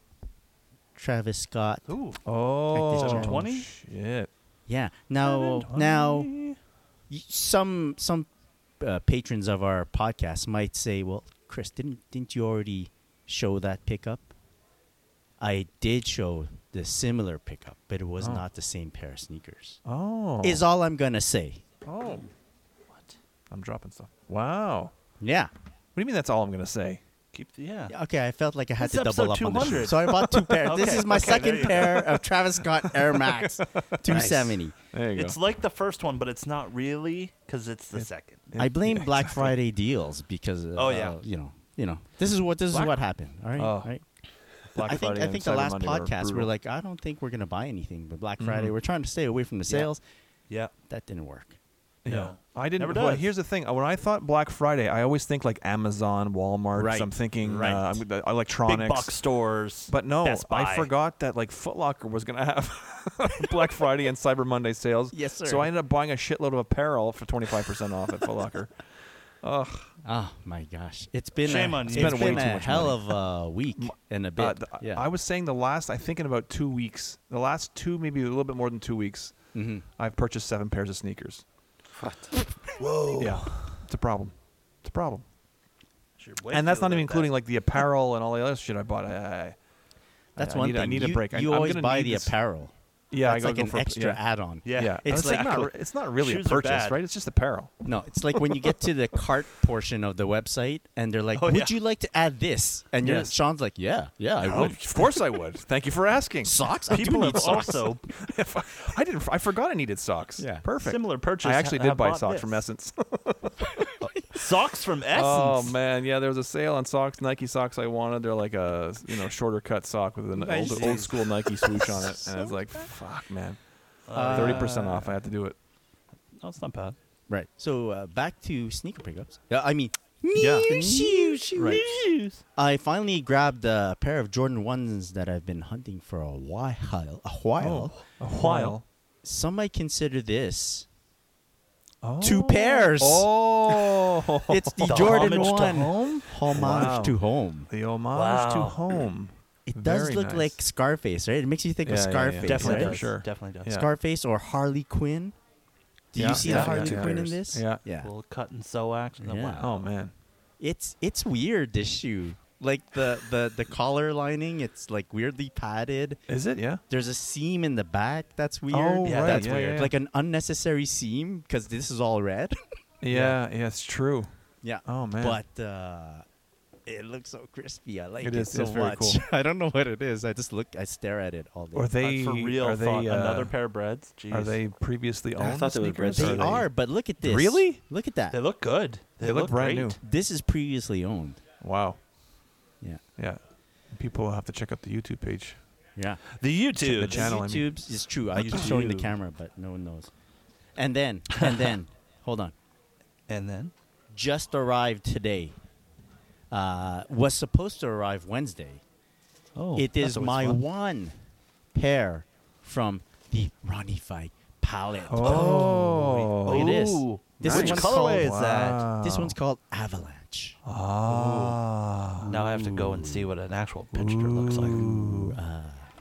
S3: Travis Scott.
S2: Ooh.
S5: Oh,
S2: 720?
S5: shit.
S3: Yeah. Now now y- some some uh, patrons of our podcast might say, "Well, Chris, didn't didn't you already show that pickup?" I did show the similar pickup, but it was
S5: Oh.
S3: not the same pair of sneakers.
S5: Oh.
S3: Is all I'm gonna say.
S5: oh. What? I'm dropping stuff. Wow.
S3: Yeah.
S5: What do you mean? That's all I'm gonna say.
S2: Keep the, yeah.
S3: Okay, I felt like I had
S2: This is
S3: to double up
S2: episode
S3: on the shoe.
S2: 200.
S3: So I bought two pairs. this
S2: Okay,
S3: is my
S2: okay, there you
S3: second
S2: go.
S3: pair of Travis Scott Air Max 270.
S5: There you
S2: It's
S5: go.
S2: like the first one, but it's not really because it's the second.
S3: I blame Black Friday deals because uh,
S2: Oh, yeah.
S3: you know, you know. This is what this
S5: Black-
S3: is what happened, all right?
S5: Oh.
S3: All right?
S5: Black
S3: I think
S5: Friday
S3: I
S5: and
S3: think the
S5: Cyber
S3: last
S5: Monday were
S3: podcast we're
S5: brutal. Mm-hmm.
S3: like, I don't think we're gonna buy anything, but Black Friday, we're trying to stay away from the sales.
S2: Yeah.
S3: That didn't work.
S5: Yeah.
S2: No.
S5: I didn't.
S2: Never
S5: well,
S2: does.
S5: here's the thing. When I thought Black Friday, I always think like Amazon, Walmart.
S3: Right.
S5: So I'm thinking
S3: Right.
S5: uh, I'm- the
S2: Big
S5: electronics.
S2: box stores.
S5: But no,
S2: Best
S5: I
S2: Buy.
S5: forgot that like Foot Locker was gonna have Black Friday and Cyber Monday sales.
S3: Yes, sir.
S5: So I ended up buying a shitload of apparel for 25% off at Foot Locker.
S3: Oh my gosh, it's been
S2: Shame
S3: a,
S2: on
S3: it's
S2: you.
S3: been,
S5: Spent way too
S3: a
S5: much
S3: hell of a week and a bit.
S5: Uh, th-
S3: yeah,
S5: I was saying the last, I think in about two weeks, the last two, maybe a little bit more than two weeks,
S3: Mm-hmm.
S5: I've purchased seven pairs of sneakers.
S4: What?
S5: Yeah, it's a problem. It's a problem.
S2: Should wait
S5: and that's
S2: till
S5: not even
S2: they're
S5: including like the apparel and all the other shit I bought. I, I,
S3: that's
S5: I
S3: one
S5: need,
S3: thing.
S5: I need
S3: you,
S5: a break. I-
S3: You
S5: I'm
S3: always
S5: gonna
S3: buy
S5: need
S3: the
S5: this-
S3: apparel.
S5: Yeah, I
S3: that's
S5: gotta
S3: like
S5: go
S3: an
S5: for-
S3: extra
S5: yeah.
S3: add-on.
S2: Yeah.
S5: Yeah,
S3: It's
S5: it's, like
S3: like-
S5: not, re- it's not really
S2: Shoes
S5: a
S2: are
S5: purchase,
S2: bad.
S5: right? It's just apparel.
S3: No, it's like when you get to the cart portion of the website and they're like,
S2: Oh,
S3: "Would
S2: yeah.
S3: you like to add this?" And you're,
S5: Yes.
S3: Sean's like, "Yeah, yeah, I
S5: Oh,
S3: would."
S5: of course I would. Thank you for asking.
S3: Socks? I do
S2: People
S3: need
S2: have
S3: socks.
S2: also
S5: If I, I didn't. I forgot I needed socks.
S3: Yeah.
S5: perfect.
S2: Similar purchase
S5: I
S2: ha-
S5: actually
S2: have
S5: did buy
S2: bought
S5: socks
S2: this.
S5: from Essence.
S2: socks from Essence.
S5: oh man, yeah, there was a sale on socks, Nike socks I wanted. They're like a you know shorter cut sock with an
S3: Nice.
S5: old, old school Nike swoosh on it, and I was like, fuck, man, thirty percent off. I have to do it.
S2: No, it's not bad.
S3: Right. So uh, back to sneaker pickups. Yeah, I mean,
S2: Yeah.
S3: new shoes.
S2: Right.
S3: I finally grabbed a pair of Jordan ones that I've been hunting for a while. A while.
S5: a while.
S3: Some might consider this
S5: Oh.
S3: two pairs.
S5: Oh,
S3: It's the,
S2: The
S3: Jordan
S2: homage to
S3: one.
S2: home?
S3: Homage
S5: Wow.
S3: to home.
S5: the homage to
S2: Wow.
S5: home.
S3: It does
S5: Very
S3: look
S5: nice.
S3: like Scarface, right? It makes you think of
S5: Yeah, yeah, yeah.
S3: Scarface,
S2: Definitely
S3: right?
S2: does.
S5: sure.
S2: Definitely does.
S5: Yeah.
S3: Scarface or Harley Quinn. Do
S5: Yeah,
S3: you see
S5: yeah,
S3: the Harley
S5: yeah, yeah.
S3: Quinn in this?
S5: Yeah.
S3: yeah.
S2: little cut and sew action.
S3: Yeah.
S2: Wow.
S5: Oh man.
S3: It's it's weird this shoe. Like the the the collar lining, it's like weirdly padded.
S5: Is it? Yeah.
S3: There's a seam in the back that's weird.
S5: Oh,
S2: right,
S3: that's
S5: yeah,
S3: weird.
S5: yeah.
S3: Like an unnecessary seam because this is all red.
S5: Yeah. Yeah. It's true.
S3: yeah.
S5: Oh man.
S3: But uh, it looks so crispy. I like
S5: It
S3: it,
S5: is-
S3: so
S5: it's very
S3: much.
S5: cool.
S3: I don't know what it is. I just look. I stare at it all day.
S5: Or they
S2: I for real
S5: are they
S2: thought another
S5: uh,
S2: pair of breads. Jeez.
S5: Are they previously
S4: I
S5: owned?
S4: thought they were
S5: sneakers?
S4: brand
S3: They
S4: new.
S3: are, but look at this.
S5: Really?
S3: Look at that.
S2: They look good. They,
S5: They look brand
S2: great.
S5: new.
S3: this is previously owned.
S5: Wow.
S3: Yeah.
S5: Yeah. People will have to check out the YouTube page.
S3: Yeah.
S2: The YouTube
S5: the channel. I mean.
S3: YouTube's is true. I keep showing the
S2: YouTube.
S3: camera, but no one knows. And then, and then, hold on.
S2: And then
S3: Just arrived today. Uh, was supposed to arrive Wednesday.
S2: oh,
S3: it
S2: that's
S3: is
S2: always
S3: my
S2: fun.
S3: one pair from the Ronify palette.
S5: Oh.
S3: It is.
S2: Ooh.
S3: This
S2: Which
S3: one's
S2: colorway
S3: called-
S2: is that?
S3: This one's called Avalanche.
S5: Ah.
S2: Now I have to go and see what an actual picture looks like.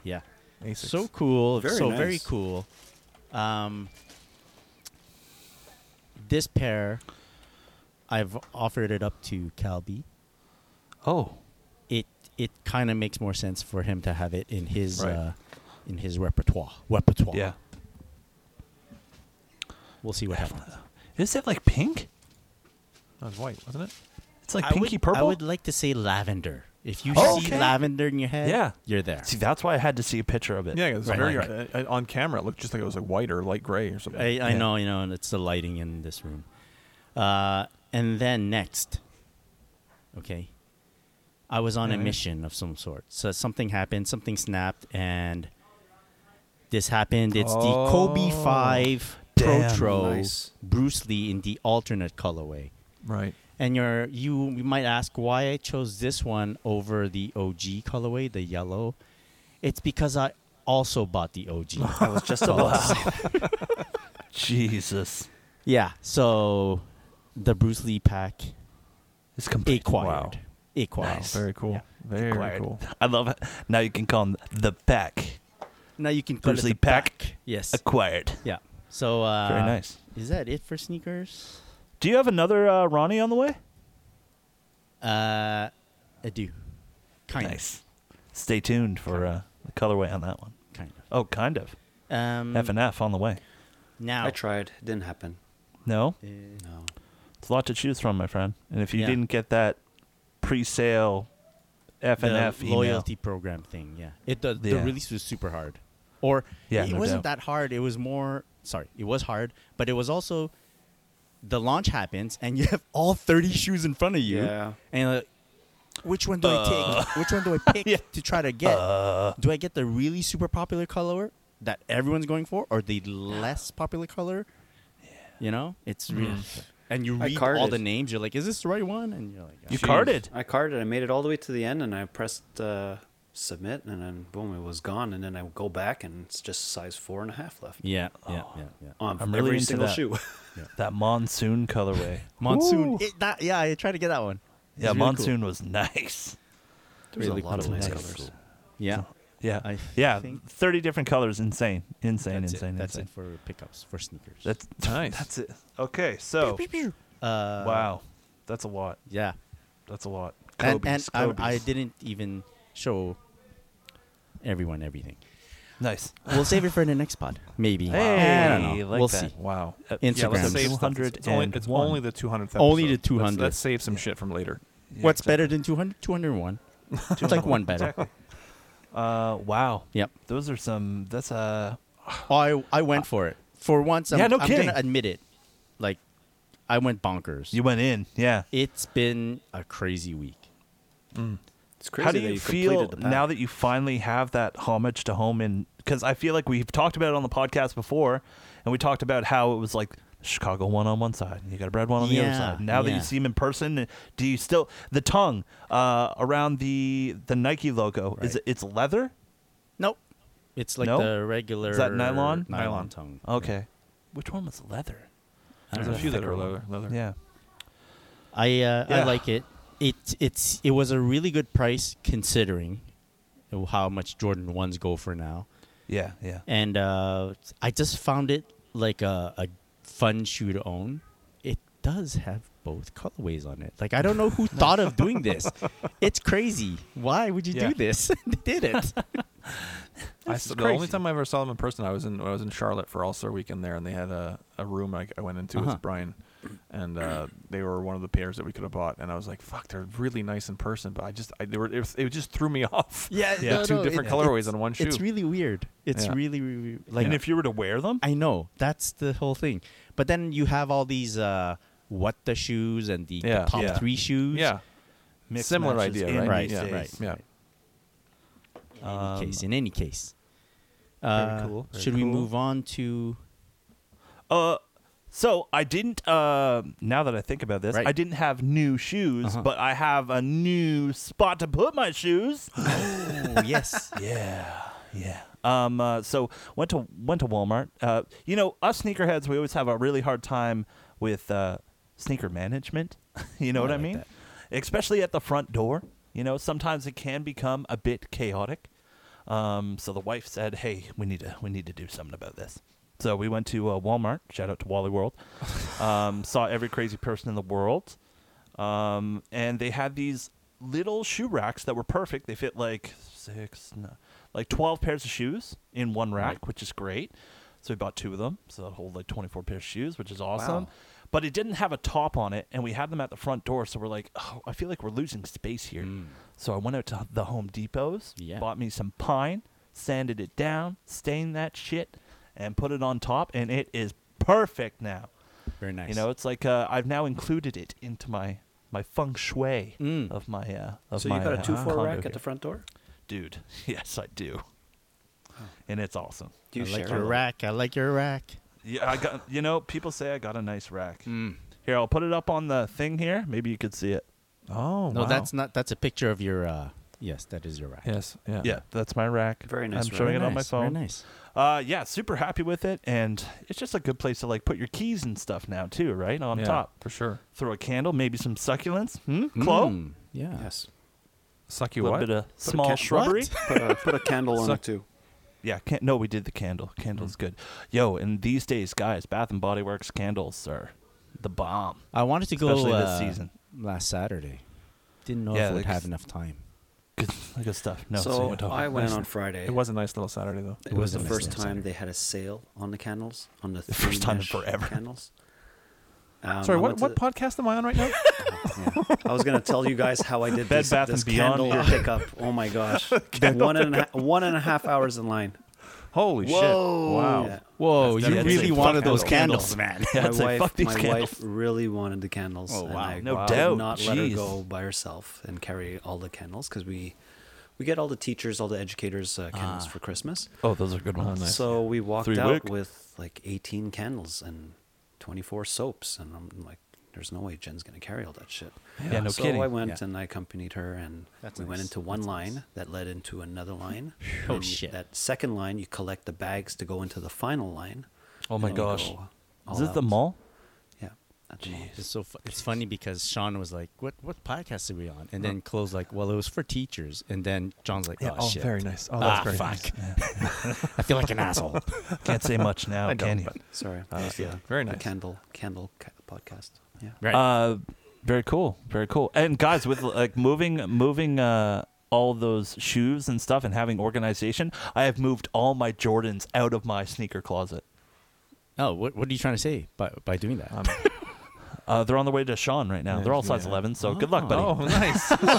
S3: Yeah.
S5: Asics.
S3: So cool.
S4: Very
S3: so
S4: nice.
S3: very cool. Um, this pair, I've offered it up to Calby.
S2: Oh,
S3: It it kind of makes more sense for him to have it in his
S5: Right.
S3: uh, in his repertoire. Repertoire.
S2: yeah.
S3: We'll see what happens.
S2: Is it like pink?
S5: That was white, wasn't it?
S2: It's like
S3: I
S2: pinky
S3: would,
S2: purple.
S3: I would like to say lavender. If you
S2: Oh,
S3: see
S2: okay.
S3: lavender in your head,
S2: Yeah.
S3: you're there.
S2: See, that's why I had to see a picture of it.
S5: Yeah, it was
S3: Right.
S5: very
S3: Like-
S5: uh, uh, on camera. It looked just like it was like white or light gray or something.
S3: I, I
S2: Yeah.
S3: know, you know, and it's the lighting in this room. Uh, and then next, okay, I was on a
S5: Yeah.
S3: mission of some sort. So something happened, something snapped, and this happened. It's the Kobe
S5: Oh.
S3: 5
S2: Damn,
S3: Protro
S4: nice.
S3: Bruce Lee in the alternate colorway.
S5: Right.
S3: And you're, you, you might ask why I chose this one over the OG colorway, the yellow. It's because I also bought the OG.
S4: I was just about to say.
S2: Jesus,
S3: Yeah. So the Bruce Lee pack
S2: it's complete.
S3: acquired.
S5: Wow.
S3: Acquired.
S2: Nice.
S5: Very cool.
S3: Yeah.
S5: Very
S2: Acquired.
S5: cool.
S2: I love it. Now you can call them the pack.
S3: Now you can call
S2: Bruce
S3: it
S2: Lee
S3: the
S2: pack.
S3: Yes.
S2: acquired.
S3: yeah. So uh,
S2: Very nice.
S3: Is that it for sneakers?
S2: Do you have another uh, Ronnie on the way?
S3: Uh, I do. Kind
S2: Nice. Stay tuned for uh, the colorway on that one.
S3: of. Kind of.
S2: Oh, kind of.
S3: Um,
S2: F and F on the way.
S3: Now.
S4: I tried. It didn't happen.
S2: No,
S3: Uh,
S4: No.
S2: it's a lot to choose from, my friend. And if you
S3: Yeah.
S2: didn't get that pre-sale F and
S3: the
S2: F email,
S3: loyalty program thing. Yeah. It the, the
S2: Yeah.
S3: release was super hard. Or
S2: Yeah,
S3: it
S2: no
S3: wasn't
S2: doubt.
S3: that hard. It was more sorry, it was hard, but it was also the launch happens and you have all 30 shoes in front of you.
S4: Yeah.
S3: And you're like, which one do I
S2: Uh.
S3: take? Which one do I pick to try to get? do I get the really super popular color that everyone's going for or the less popular color? You know? It's really and you
S4: Mm. I
S3: read all
S4: carded.
S3: the names, you're like, is this the right one? And you're like,
S2: you
S3: "Yeah."
S2: carded.
S4: I carded. I made it all the way to the end, and I pressed uh, submit, and then boom, it was gone. And then I go back, and it's just size four and a half left
S3: yeah, yeah,
S2: Oh.
S3: yeah, yeah.
S4: on
S2: I'm
S4: every
S2: really into
S4: single
S2: that.
S4: shoe.
S2: That monsoon colorway.
S3: Monsoon. It, that, yeah, I tried to get that one.
S2: yeah,
S3: It's really
S2: monsoon was nice.
S4: There's
S3: Really
S4: a lot
S3: cool.
S4: of nice
S3: Nice.
S4: colors.
S3: Cool. Yeah.
S2: Yeah,
S3: I
S2: yeah,
S3: think-
S2: thirty different colors. Insane, insane,
S3: That's,
S2: insane,
S3: it. that's
S2: insane.
S3: it for pickups, for sneakers.
S2: That's
S5: Nice.
S2: That's it. Okay, so
S3: uh,
S2: wow, that's a lot.
S3: Yeah.
S2: That's a lot.
S3: And,
S2: Kobe's,
S3: and I,
S2: Kobe's.
S3: I didn't even show everyone everything.
S2: nice.
S3: We'll save it for the next pod. Maybe.
S2: Hey,
S3: I don't know.
S2: like
S3: we'll
S2: that.
S3: see.
S5: Wow.
S2: Uh, Yeah,
S3: Instagram.
S2: let's
S3: Grams.
S5: save
S2: save
S5: stuff.
S2: hundred
S5: It's only, it's only the 200th.
S3: Only the
S5: episode. Let's-
S3: 200th.
S5: Let's, save some shit from later.
S3: What's better than 200? 201. it's like one better.
S2: Uh, wow.
S3: Yep.
S2: Those are some. That's uh
S3: I, I went for it. For once, I'm,
S2: Yeah, no
S3: I'm
S2: kidding.
S3: going to admit it. Like, I went bonkers.
S2: You went in. Yeah.
S3: it's been a crazy week.
S4: It's crazy
S2: How do
S4: that
S2: you,
S4: you
S2: feel
S4: completed the
S2: now
S4: pack.
S2: that you finally have that homage to home? And because I feel like we've talked about it on the podcast before, and we talked about how it was like Chicago one on one side, and you got a bread one on the other
S3: Yeah,
S2: side. Now that
S3: yeah.
S2: you see him in person, uh, do you still the tongue uh, around the the Nike logo? Is
S3: Right.
S2: it? It's leather.
S3: Nope. It's like
S2: No?
S3: the regular.
S2: Is that nylon?
S3: Nylon,
S5: Nylon.
S3: tongue.
S2: Okay. Which one was leather?
S3: I don't
S5: There's a
S3: know.
S5: few that
S2: Thicker
S5: are
S2: one.
S5: leather. leather.
S2: Yeah.
S3: I uh, I
S2: Yeah.
S3: like it. It it's it was a really good price considering how much Jordan ones go for now,
S2: Yeah. Yeah.
S3: and uh, I just found it like a, a fun shoe to own, it does have both colorways on it. Like I don't know who thought of doing this. It's crazy. Why would you
S5: Yeah.
S3: do this? they did it.
S5: I
S3: This
S5: saw,
S3: is
S5: the only
S3: crazy.
S5: time I ever saw them in person, I was in I was in Charlotte for All Star Weekend there, and they had a, a room I, I went into
S3: Uh-huh.
S5: with Brian, and uh, they were one of the pairs that we could have bought, and I was like, "Fuck, they're really nice in person," but I just I, they were it, was- it just threw me off.
S3: Yeah,
S5: The two different colorways on one shoe.
S3: It's really weird. It's
S5: Yeah.
S3: really, really, really- like
S2: and if you were to wear them,
S3: I know that's the whole thing. But then you have all these uh, what the shoes and the, the
S5: Yeah.
S3: top
S2: Yeah.
S3: three shoes.
S5: yeah,
S2: mix
S5: similar
S2: matches
S5: idea,
S2: in
S5: right?
S3: Right,
S2: these
S5: yeah,
S2: days.
S3: right.
S5: yeah.
S3: In any
S2: Um,
S3: case, in any case.
S5: Very
S3: Uh,
S5: cool, very
S3: should we
S5: cool.
S3: move on to?
S2: Uh, so I didn't. Uh, now that I think about this,
S3: Right.
S2: I didn't have new shoes,
S3: Uh-huh.
S2: but I have a new spot to put my shoes.
S3: Oh yes,
S2: yeah, yeah. Um, uh, so went to went to Walmart. Uh, you know, us sneakerheads, we always have a really hard time with uh, sneaker management. you know
S3: Oh, I
S2: what I
S3: like
S2: mean?
S3: that.
S2: Especially at the front door. You know, sometimes it can become a bit chaotic. Um, so the wife said, "Hey, we need to we need to do something about this." So we went to uh, Walmart. Shout out to Wally World. um, saw every crazy person in the world, um, and they had these little shoe racks that were perfect. They fit like six, no, like twelve pairs of shoes in one rack, which is great. So we bought two of them, so that hold like twenty-four pairs of shoes, which is awesome.
S4: Wow.
S2: But it didn't have a top on it, and we had them at the front door, so we're like, oh, I feel like we're losing space here.
S4: Mm.
S2: So I went out to the Home Depots,
S3: Yeah.
S2: bought me some pine, sanded it down, stained that shit, and put it on top, and it is perfect now.
S3: very nice.
S2: You know, it's like uh, I've now included it into my my feng shui
S3: Mm.
S2: of my uh, of
S4: So
S2: my
S4: you got
S2: uh,
S4: a two four
S2: condo
S4: rack
S2: here.
S4: at the front door?
S2: dude. Yes, I do, and it's awesome.
S4: Do you
S3: I
S4: share
S3: like your
S4: it?
S3: rack. I like your rack.
S2: Yeah, I got. You know, people say I got a nice rack.
S4: Mm.
S2: Here, I'll put it up on the thing here. Maybe you could see it.
S5: Oh
S3: No,
S5: wow.
S3: that's not. That's a picture of your. Uh, yes, that is your rack.
S5: yes, yeah,
S2: Yeah, that's my rack.
S4: Very nice
S2: I'm
S4: rack.
S2: showing
S3: Very
S2: it on my
S3: nice, Very
S2: phone.
S3: nice.
S2: Uh, yeah, super happy with it, and it's just a good place to like put your keys and stuff now too, right? On
S5: Yeah,
S2: top,
S5: for sure.
S2: throw a candle, maybe some succulents. Hmm, Chloe,
S3: Mm, yeah.
S4: Yes.
S5: Suck
S2: a
S5: you
S2: little
S5: what?
S2: bit of small
S4: cat-
S2: shrubbery.
S4: Put a, put a candle on it too.
S2: Yeah, can no, we did the candle. Candle's good. Yo, and these days, guys, Bath and Body Works candles are the bomb.
S3: I wanted to go
S2: Especially this
S3: uh,
S2: season.
S3: last Saturday. Didn't know
S2: Yeah,
S3: if we'd
S2: like-
S3: have enough time.
S2: Good, good stuff. No, so,
S4: so
S2: we're talking-
S4: I went
S2: nice.
S4: on Friday.
S5: it was a nice little Saturday though.
S4: It was
S3: a
S4: the
S3: nice
S4: first
S3: little
S4: time
S3: Saturday.
S4: they had a sale on the candles on the,
S2: first time in
S4: three-mesh
S2: forever.
S4: candles. Um,
S5: Sorry,
S4: I
S5: what
S4: went to
S5: what
S4: the-
S5: podcast am I on right now?
S4: Yeah. I was gonna tell you guys how I did
S2: Bed,
S4: this,
S2: Bath
S4: this
S2: and Beyond
S4: candle
S2: here.
S4: pickup. Oh my gosh, one and a ha- one and a half hours in line.
S5: Holy shit! Wow.
S4: Yeah.
S3: Whoa,
S2: That's
S3: you
S2: definitely
S3: really
S2: fuck
S3: wanted those
S2: candles.
S3: candles, man.
S2: Yeah,
S4: my
S2: it's like,
S4: wife,
S2: fuck these
S4: my
S2: candles.
S4: wife really wanted the candles.
S3: Oh,
S4: and
S3: wow.
S4: I
S2: No
S4: would
S2: doubt.
S4: Not let her
S2: Jeez.
S4: go by herself and carry all the candles because we we get all the teachers, all the educators uh, candles for Christmas.
S2: Oh, those are good ones.
S4: So we walked
S2: Three
S4: out
S2: wick.
S4: with like 18 candles and 24 soaps, and I'm like, there's no way Jen's gonna carry all that shit.
S2: Yeah, no
S4: so
S2: kidding.
S4: I went
S3: Yeah.
S4: and I accompanied her, and
S3: That's
S4: we went
S3: nice.
S4: into one line that led into another line.
S3: Oh,
S4: and you-
S3: shit.
S4: That second line, you collect the bags to go into the final line.
S2: Oh my
S4: and you
S2: gosh.
S4: go all
S2: Is this the
S4: out.
S2: mall?
S4: Yeah. At the mall.
S3: It's so fu- it's funny because Sean was like, "What what podcast are we on?" And then Chloe's like, "Well, it was for teachers." And then John's like,
S5: Yeah,
S3: "Oh,
S5: oh,
S3: shit,
S5: very nice. Oh, that's
S3: ah,
S5: very
S3: fuck, I feel like an asshole."
S2: Can't say much now, can you?
S4: Sorry.
S2: Oh,
S4: There's the-
S5: very
S4: the
S5: nice.
S4: Candle, candle ca- podcast. Yeah.
S3: Right?
S2: Uh, very cool, very cool. And guys, with like moving, moving uh, all those shoes and stuff, and having organization, I have moved all my Jordans out of my sneaker closet.
S3: oh, what what are you trying to say by by doing that?
S5: Um,
S2: Uh, they're on the way to Sean right now.
S5: Yeah,
S2: they're all size
S5: yeah.
S2: 11, so good luck, buddy.
S5: oh, nice.
S3: Uh.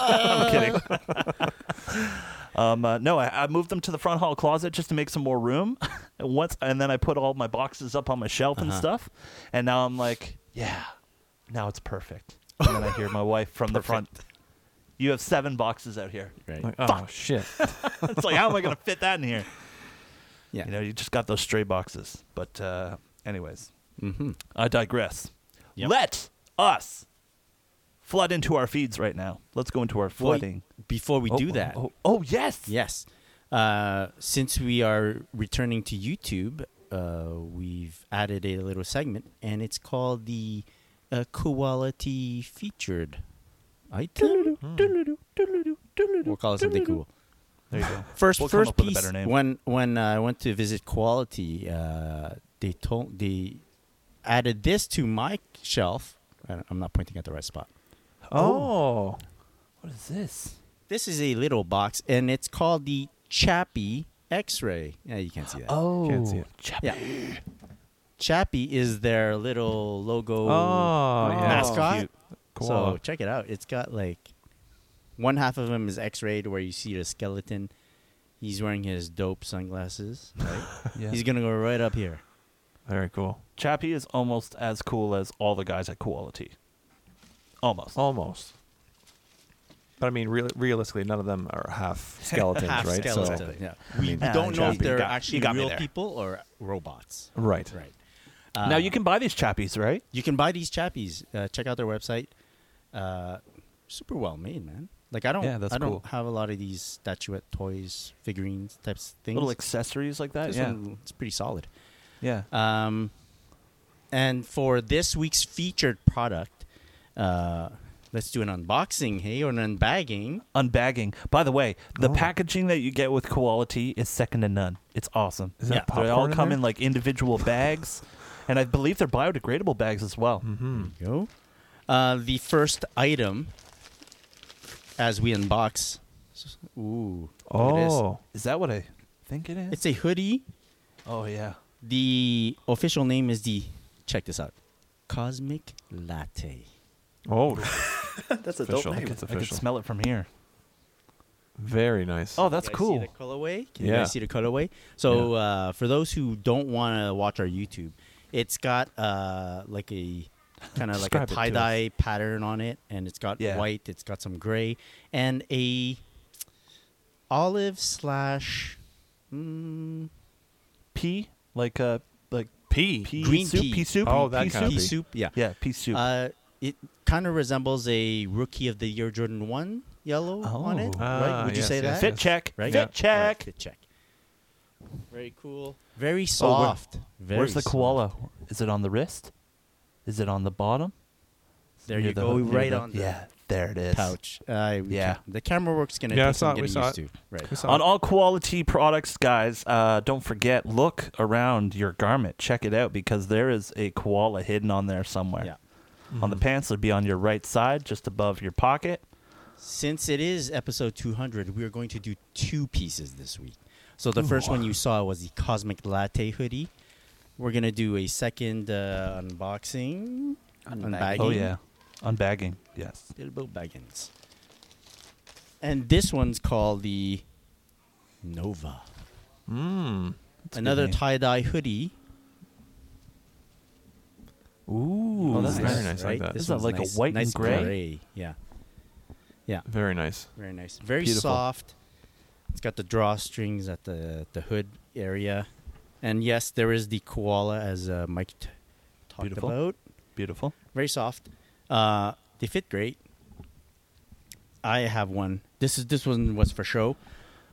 S2: I'm kidding. um, uh, no, I, I moved them to the front hall closet just to make some more room. and once, and then I put all my boxes up on my shelf
S3: Uh-huh.
S2: and stuff. And now I'm like, yeah, now it's perfect. And then I hear my wife from the front. You have seven boxes out here.
S3: right?
S5: Like, oh shit!
S2: It's like, how am I going to fit that in here?
S3: yeah.
S2: You know, you just got those stray boxes. But, uh, anyways,
S3: mm-hmm.
S2: I digress.
S3: Yep.
S2: Let us flood into our feeds right now. Let's go into our flooding.
S3: Before we
S2: Oh,
S3: do that,
S2: Oh, oh, yes.
S3: Yes. Uh, since we are returning to YouTube, uh, we've added a little segment, and it's called the uh, quality featured
S2: Hmm.
S3: item. We'll call it something cool.
S2: There you go.
S3: First,
S2: We'll come
S3: first
S2: up with a
S3: piece.
S2: better name.
S3: When when I went to visit Quality, uh, they told they added this to my shelf. I- I'm not pointing at the right spot.
S5: Oh.
S2: What is this?
S3: This is a little box, and it's called the Chappie X-ray. Yeah, you can't see that.
S2: Oh,
S5: Can't see it.
S2: Chap-
S3: yeah. Chappie is their little logo
S5: Oh, yeah.
S3: mascot.
S2: Cute.
S5: Cool.
S3: So check it out. It's got like one half of him is X-rayed, where you see the skeleton. He's wearing his dope sunglasses. Right?
S5: Yeah.
S3: He's gonna go right up here.
S5: Very cool.
S2: Chappie is almost as cool as all the guys at Quality. Almost.
S5: Oh, Almost. But I mean, real realistically, none of them are half skeletons,
S3: half
S5: right? So-
S3: skeleton. yeah.
S5: I mean,
S3: We don't know if
S5: Chappie.
S3: they're
S2: got- you
S3: actually
S2: got me
S3: real
S2: there.
S3: people or robots.
S5: right.
S3: Right. Uh,
S2: now you can buy these Chappies, right?
S3: You can buy these chappies. Uh, check out their website. Uh, super well made, man. Like I don't,
S2: Yeah, that's
S3: I don't
S2: cool.
S3: have a lot of these statuette toys, figurines types things.
S2: Little accessories like that.
S3: This
S2: yeah.
S3: one, it's pretty solid.
S5: Yeah.
S3: Um, and for this week's featured product, uh, let's do an unboxing, hey, or an unbagging.
S2: Unbagging. By the way, the
S5: Oh.
S2: packaging that you get with Quality is second to none. It's awesome.
S5: Is there
S3: Yeah.
S5: popcorn
S2: They all
S5: in
S2: come
S5: there?
S2: in like individual bags, and I believe they're biodegradable bags as well.
S3: Go. Uh, the first item as we unbox. Ooh. look at this.
S5: Oh.
S2: Is that what I think it is?
S3: It's a hoodie.
S2: oh yeah.
S3: The official name is the, check this out, Cosmic Latte.
S5: Oh.
S4: That's a dope
S5: Official.
S4: name.
S5: It's
S2: I can
S5: official.
S2: smell it from here.
S5: Very nice.
S2: Oh, that's
S3: You guys
S2: cool.
S3: See the colorway. Can you
S5: Yeah.
S3: guys see the colorway? So uh, for those who don't want to watch our YouTube, it's got uh, like a kind of like a
S2: Describe it to us.
S3: tie dye pattern on it, and it's got
S2: Yeah.
S3: white, it's got some gray, and a olive slash mm,
S2: pea, like uh, like
S5: P.
S2: pea
S3: Green
S2: soup,
S3: pea.
S2: pea soup.
S5: Oh, that
S2: pea
S5: kind of
S2: soup?
S3: pea
S5: be.
S3: soup. Yeah,
S2: Yeah, pea soup.
S3: Uh, it kind of resembles a rookie of the year Jordan one yellow on it.
S2: Oh.
S5: Ah,
S3: right? Would you
S5: yes,
S3: say
S5: yes,
S3: that?
S5: yes.
S2: fit check.
S3: right?
S2: Fit
S3: Yeah.
S2: check. Oh,
S3: Right, fit check. Very cool. Very
S2: where-
S3: soft. Very
S2: Where's the
S3: soft.
S2: koala? Is it on the wrist? Is it on the bottom?
S3: There
S2: Near
S3: you
S2: the-
S3: go.
S2: near
S3: right on the
S2: yeah, there it is.
S3: pouch. Uh, we
S2: Yeah.
S3: can- the camera work's gonna
S5: Yeah, I
S3: take
S5: saw
S3: some
S5: it, we
S3: getting
S5: saw
S3: used
S5: it.
S3: to. Right.
S5: We saw
S2: On
S5: it.
S2: all quality products, guys, uh, don't forget look around your garment. Check it out because there is a koala hidden on there somewhere.
S3: Yeah.
S2: On the pants, it'd be on your right side, just above your pocket.
S3: Since it is episode 200, we are going to do two pieces this week. So the first one you saw was the Cosmic Latte hoodie. We're gonna do a second uh, unboxing.
S4: Unbagging.
S2: Oh
S3: Bagging.
S2: yeah, unbagging. Yes.
S3: Bilbo Baggins. And this one's called the Nova.
S5: Mm.
S3: Another
S2: name.
S3: tie dye hoodie.
S5: Ooh.
S2: Oh, that's
S5: very
S2: nice,
S5: nice.
S3: right?
S5: Like that.
S2: This- Isn't that
S3: one's
S2: like a
S3: nice.
S2: white and
S3: Nice
S2: gray?
S3: Yeah, yeah,
S5: Very nice.
S3: very nice. Very
S2: Beautiful.
S3: soft. It's got the drawstrings at the the hood area, and yes, there is the koala as uh, Mike t- talked
S2: Beautiful.
S3: about.
S2: Beautiful.
S3: Very soft. Uh, they fit great. I have one. This is this one was for show.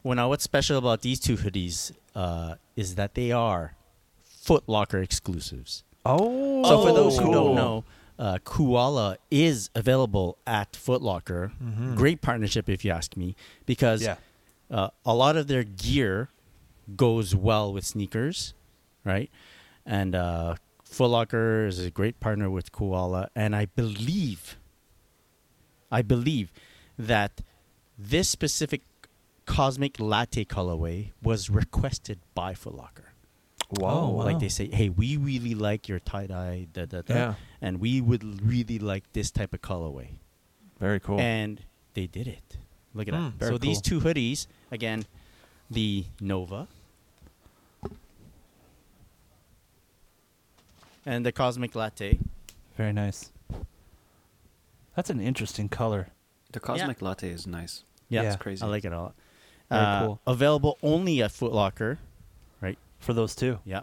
S3: Well, now what's special about these two hoodies uh, is that they are Foot Locker exclusives.
S5: Oh.
S3: So for those who
S5: cool.
S3: don't know, uh, Koala is available at Foot Locker.
S5: Mm-hmm.
S3: Great partnership, if you ask me, because
S2: Yeah.
S3: uh, a lot of their gear goes well with sneakers, right? And uh, Foot Locker is a great partner with Koala, and I believe, I believe that this specific cosmic latte colorway was requested by Foot Locker
S5: Oh, Wow.
S3: Oh, like they say, hey, we really like your tie dye, da da da,
S5: Yeah.
S3: and we would l- really like this type of colorway,
S5: Very cool.
S3: and they did it. Look at
S5: Mm,
S3: that. So
S5: very
S3: these two
S5: cool.
S3: hoodies, again, the Nova and the Cosmic Latte.
S2: Very nice. That's an interesting color.
S4: The Cosmic Latte is nice.
S3: Yeah,
S2: Yeah.
S4: It's crazy.
S3: I like it a lot.
S2: Very
S3: Uh,
S2: cool.
S3: Available only at Foot Locker, right?
S2: for those two.
S3: Yeah.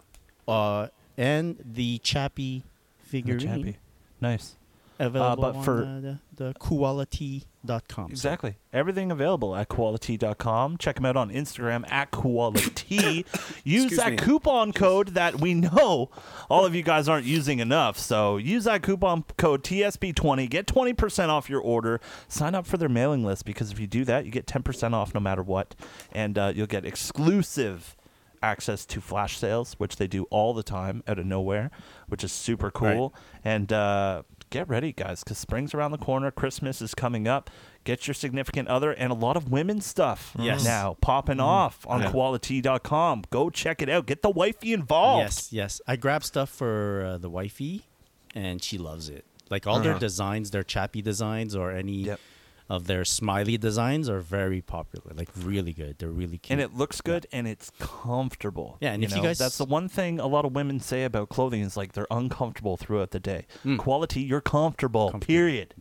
S3: Uh, and the Chappie figurine.
S2: Chappy. Nice.
S3: available
S2: but
S3: on
S2: for-
S3: uh, the, the quality.com.
S2: Exactly. Everything available at quality.com. Check them out on Instagram at quality. use
S4: Excuse
S2: that
S4: me.
S2: coupon code that we know all of you guys aren't using enough. So use that coupon code TSP20. Get 20% off your order. Sign up for their mailing list because if you do that, you get 10% off no matter what. And uh, you'll get exclusive access to flash sales, which they do all the time out of nowhere, which is super cool. And uh, get ready, guys, because spring's around the corner. Christmas is coming up. Get your significant other and a lot of women's stuff
S3: Yes.
S2: now popping
S3: Mm-hmm.
S2: off on
S5: Yeah.
S2: quality.com. Go check it out. Get the wifey involved.
S3: Yes, yes. I grab stuff for uh, the wifey, and she loves it. Like all their
S5: Uh-huh.
S3: designs, their chappy designs, or any
S2: Yep.
S3: of their smiley designs are very popular. Like really good. They're really cute.
S2: and it looks good and it's comfortable.
S3: Yeah, and if you
S2: know,
S3: guys-
S2: that's the one thing a lot of women say about clothing is like they're uncomfortable throughout the day. Quality, you're comfortable,
S3: Mm. Comfortable.
S2: Period.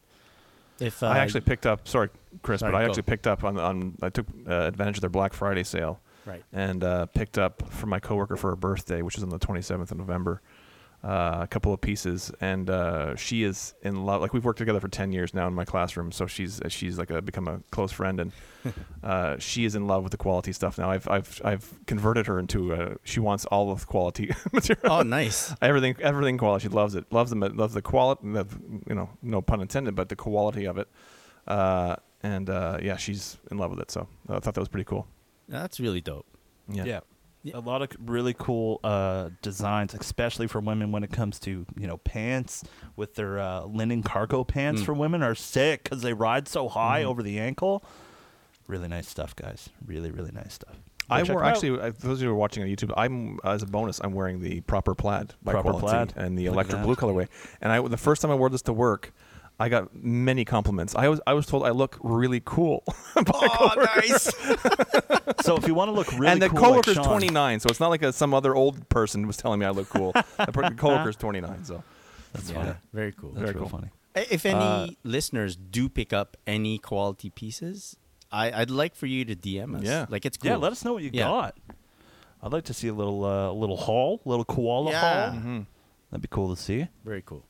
S3: if uh,
S5: I actually picked up. Sorry, Chris,
S3: Sorry,
S5: but I
S3: go.
S5: actually picked up on on. I took uh, advantage of their Black Friday sale.
S3: Right.
S5: And uh, picked up for my coworker for her birthday, which is on the 27th of November, uh, a couple of pieces, and uh, she is in love. Like we've worked together for 10 years now in my classroom, so she's uh, she's like a, become a close friend, and uh, she is in love with the quality stuff now. I've I've I've converted her into a, she wants all of the quality material.
S3: Oh, nice.
S5: Everything, everything quality. She loves it. Loves them. Loves the quality. You know, no pun intended, but the quality of it. Uh, and uh, yeah, she's in love with it. So I thought that was pretty cool.
S3: That's really dope.
S5: Yeah.
S3: Yeah.
S2: A lot of really cool uh, designs, especially for women when it comes to, you know, pants with their uh, linen cargo
S3: Mm.
S2: pants for women are sick because they ride so high
S3: Mm-hmm.
S2: over the ankle. Really nice stuff, guys. Really, really nice stuff. Go
S5: I
S2: check
S5: wore
S2: them out.
S5: actually. uh, Those of you who are watching on YouTube, I'm as a bonus. I'm wearing the proper plaid by
S2: Proper plaid.
S5: quality and the
S2: Look at
S5: electric
S2: that.
S5: blue colorway. And I, the first time I wore this to work, I got many compliments. I was, I was told I look really cool. by coworkers.
S2: So if you want to look really
S5: and the
S2: cool, like
S5: coworker's
S2: Sean-
S5: 29, so it's not like a, some other old person was telling me I look cool. the per- coworker's 29, so
S2: That's
S3: yeah,
S2: funny.
S3: very cool.
S2: That's
S5: Very
S2: real Uh,
S5: cool.
S2: funny.
S3: I- If any listeners do pick up any quality pieces, I, I'd like for you to DM us.
S5: Yeah.
S3: like it's cool.
S2: Yeah, let us know what you
S3: Yeah.
S2: got. I'd like to see a little uh, little haul, little koala
S3: Yeah.
S2: haul. That'd be cool to see.
S3: Very cool.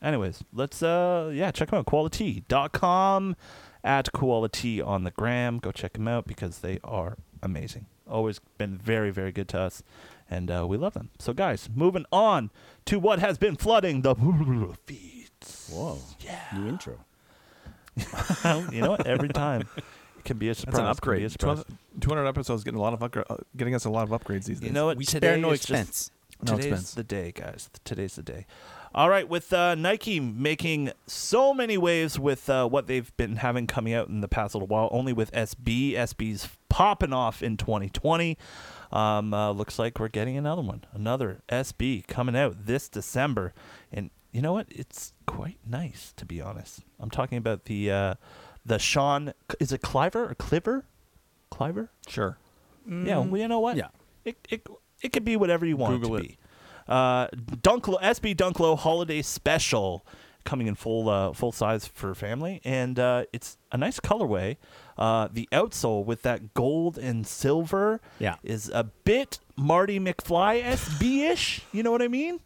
S2: Anyways, let's uh yeah, check them out quality.com at quality on the gram. Go check them out because they are amazing. Always been very very good to us and uh, we love them. So guys, moving on to what has been flooding the feeds.
S3: Whoa. Yeah. New intro.
S2: you know what? Every time it can be a surprise.
S5: that's an
S2: can be a
S5: upgrade.
S2: surprise.
S5: 200, 200 episodes getting a lot of upgra- uh, getting us a lot of upgrades these days.
S2: You know what?
S3: We
S2: Today
S3: spare no
S2: is just-
S3: expense.
S5: No
S2: Today's
S5: expense.
S2: the day, guys. Today's the day. All right, with uh, Nike making so many waves with uh, what they've been having coming out in the past little while, only with SB. SB's popping off in 2020. Um, uh, looks like we're getting another one, another SB coming out this December. And you know what? It's quite nice, to be honest. I'm talking about the uh, the Sean. Is it Cliver or Cliver? Cliver?
S5: sure.
S2: Yeah, well, you know what?
S3: yeah.
S2: It, it, it could be whatever you want
S5: Google
S2: it to
S5: it.
S2: be. Uh, Dunklo, SB Dunklo Holiday Special coming in full uh, full size for family. And uh, it's a nice colorway. Uh, the outsole with that gold and silver
S3: Yeah.
S2: is a bit Marty McFly SB ish. you know what I mean?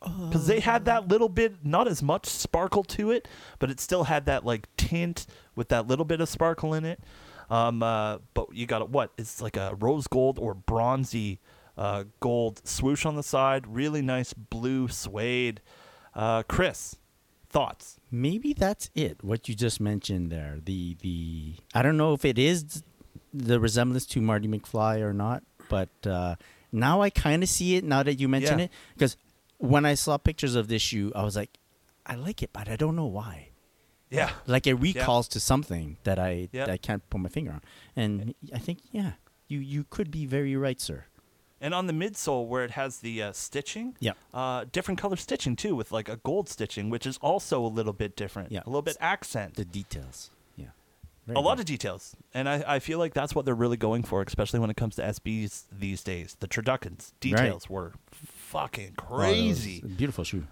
S2: Because they had that little bit, not as much sparkle to it, but it still had that like tint with that little bit of sparkle in it. Um, uh, but you got what? It's like a rose gold or bronzy uh, gold swoosh on the side. Really nice blue suede. Uh, Chris, thoughts?
S3: Maybe that's it. What you just mentioned there. The the I don't know if it is the resemblance to Marty McFly or not, but uh, now I kind of see it now that you mention
S2: Yeah.
S3: it because when I saw pictures of this shoe, I was like, I like it, but I don't know why.
S2: Yeah.
S3: Like it recalls to something that I
S2: Yeah.
S3: that I can't put my finger on, and I think yeah, you you could be very right, sir.
S2: And on the midsole where it has the uh, stitching,
S3: Yep.
S2: uh, different color stitching too, with like a gold stitching, which is also a little bit different.
S3: Yeah.
S2: A little bit accent.
S3: The details, yeah,
S2: a lot of details. And I, I feel like that's what they're really going for, especially when it comes to SBs these days. The Traductants details were fucking crazy.
S3: beautiful shoe.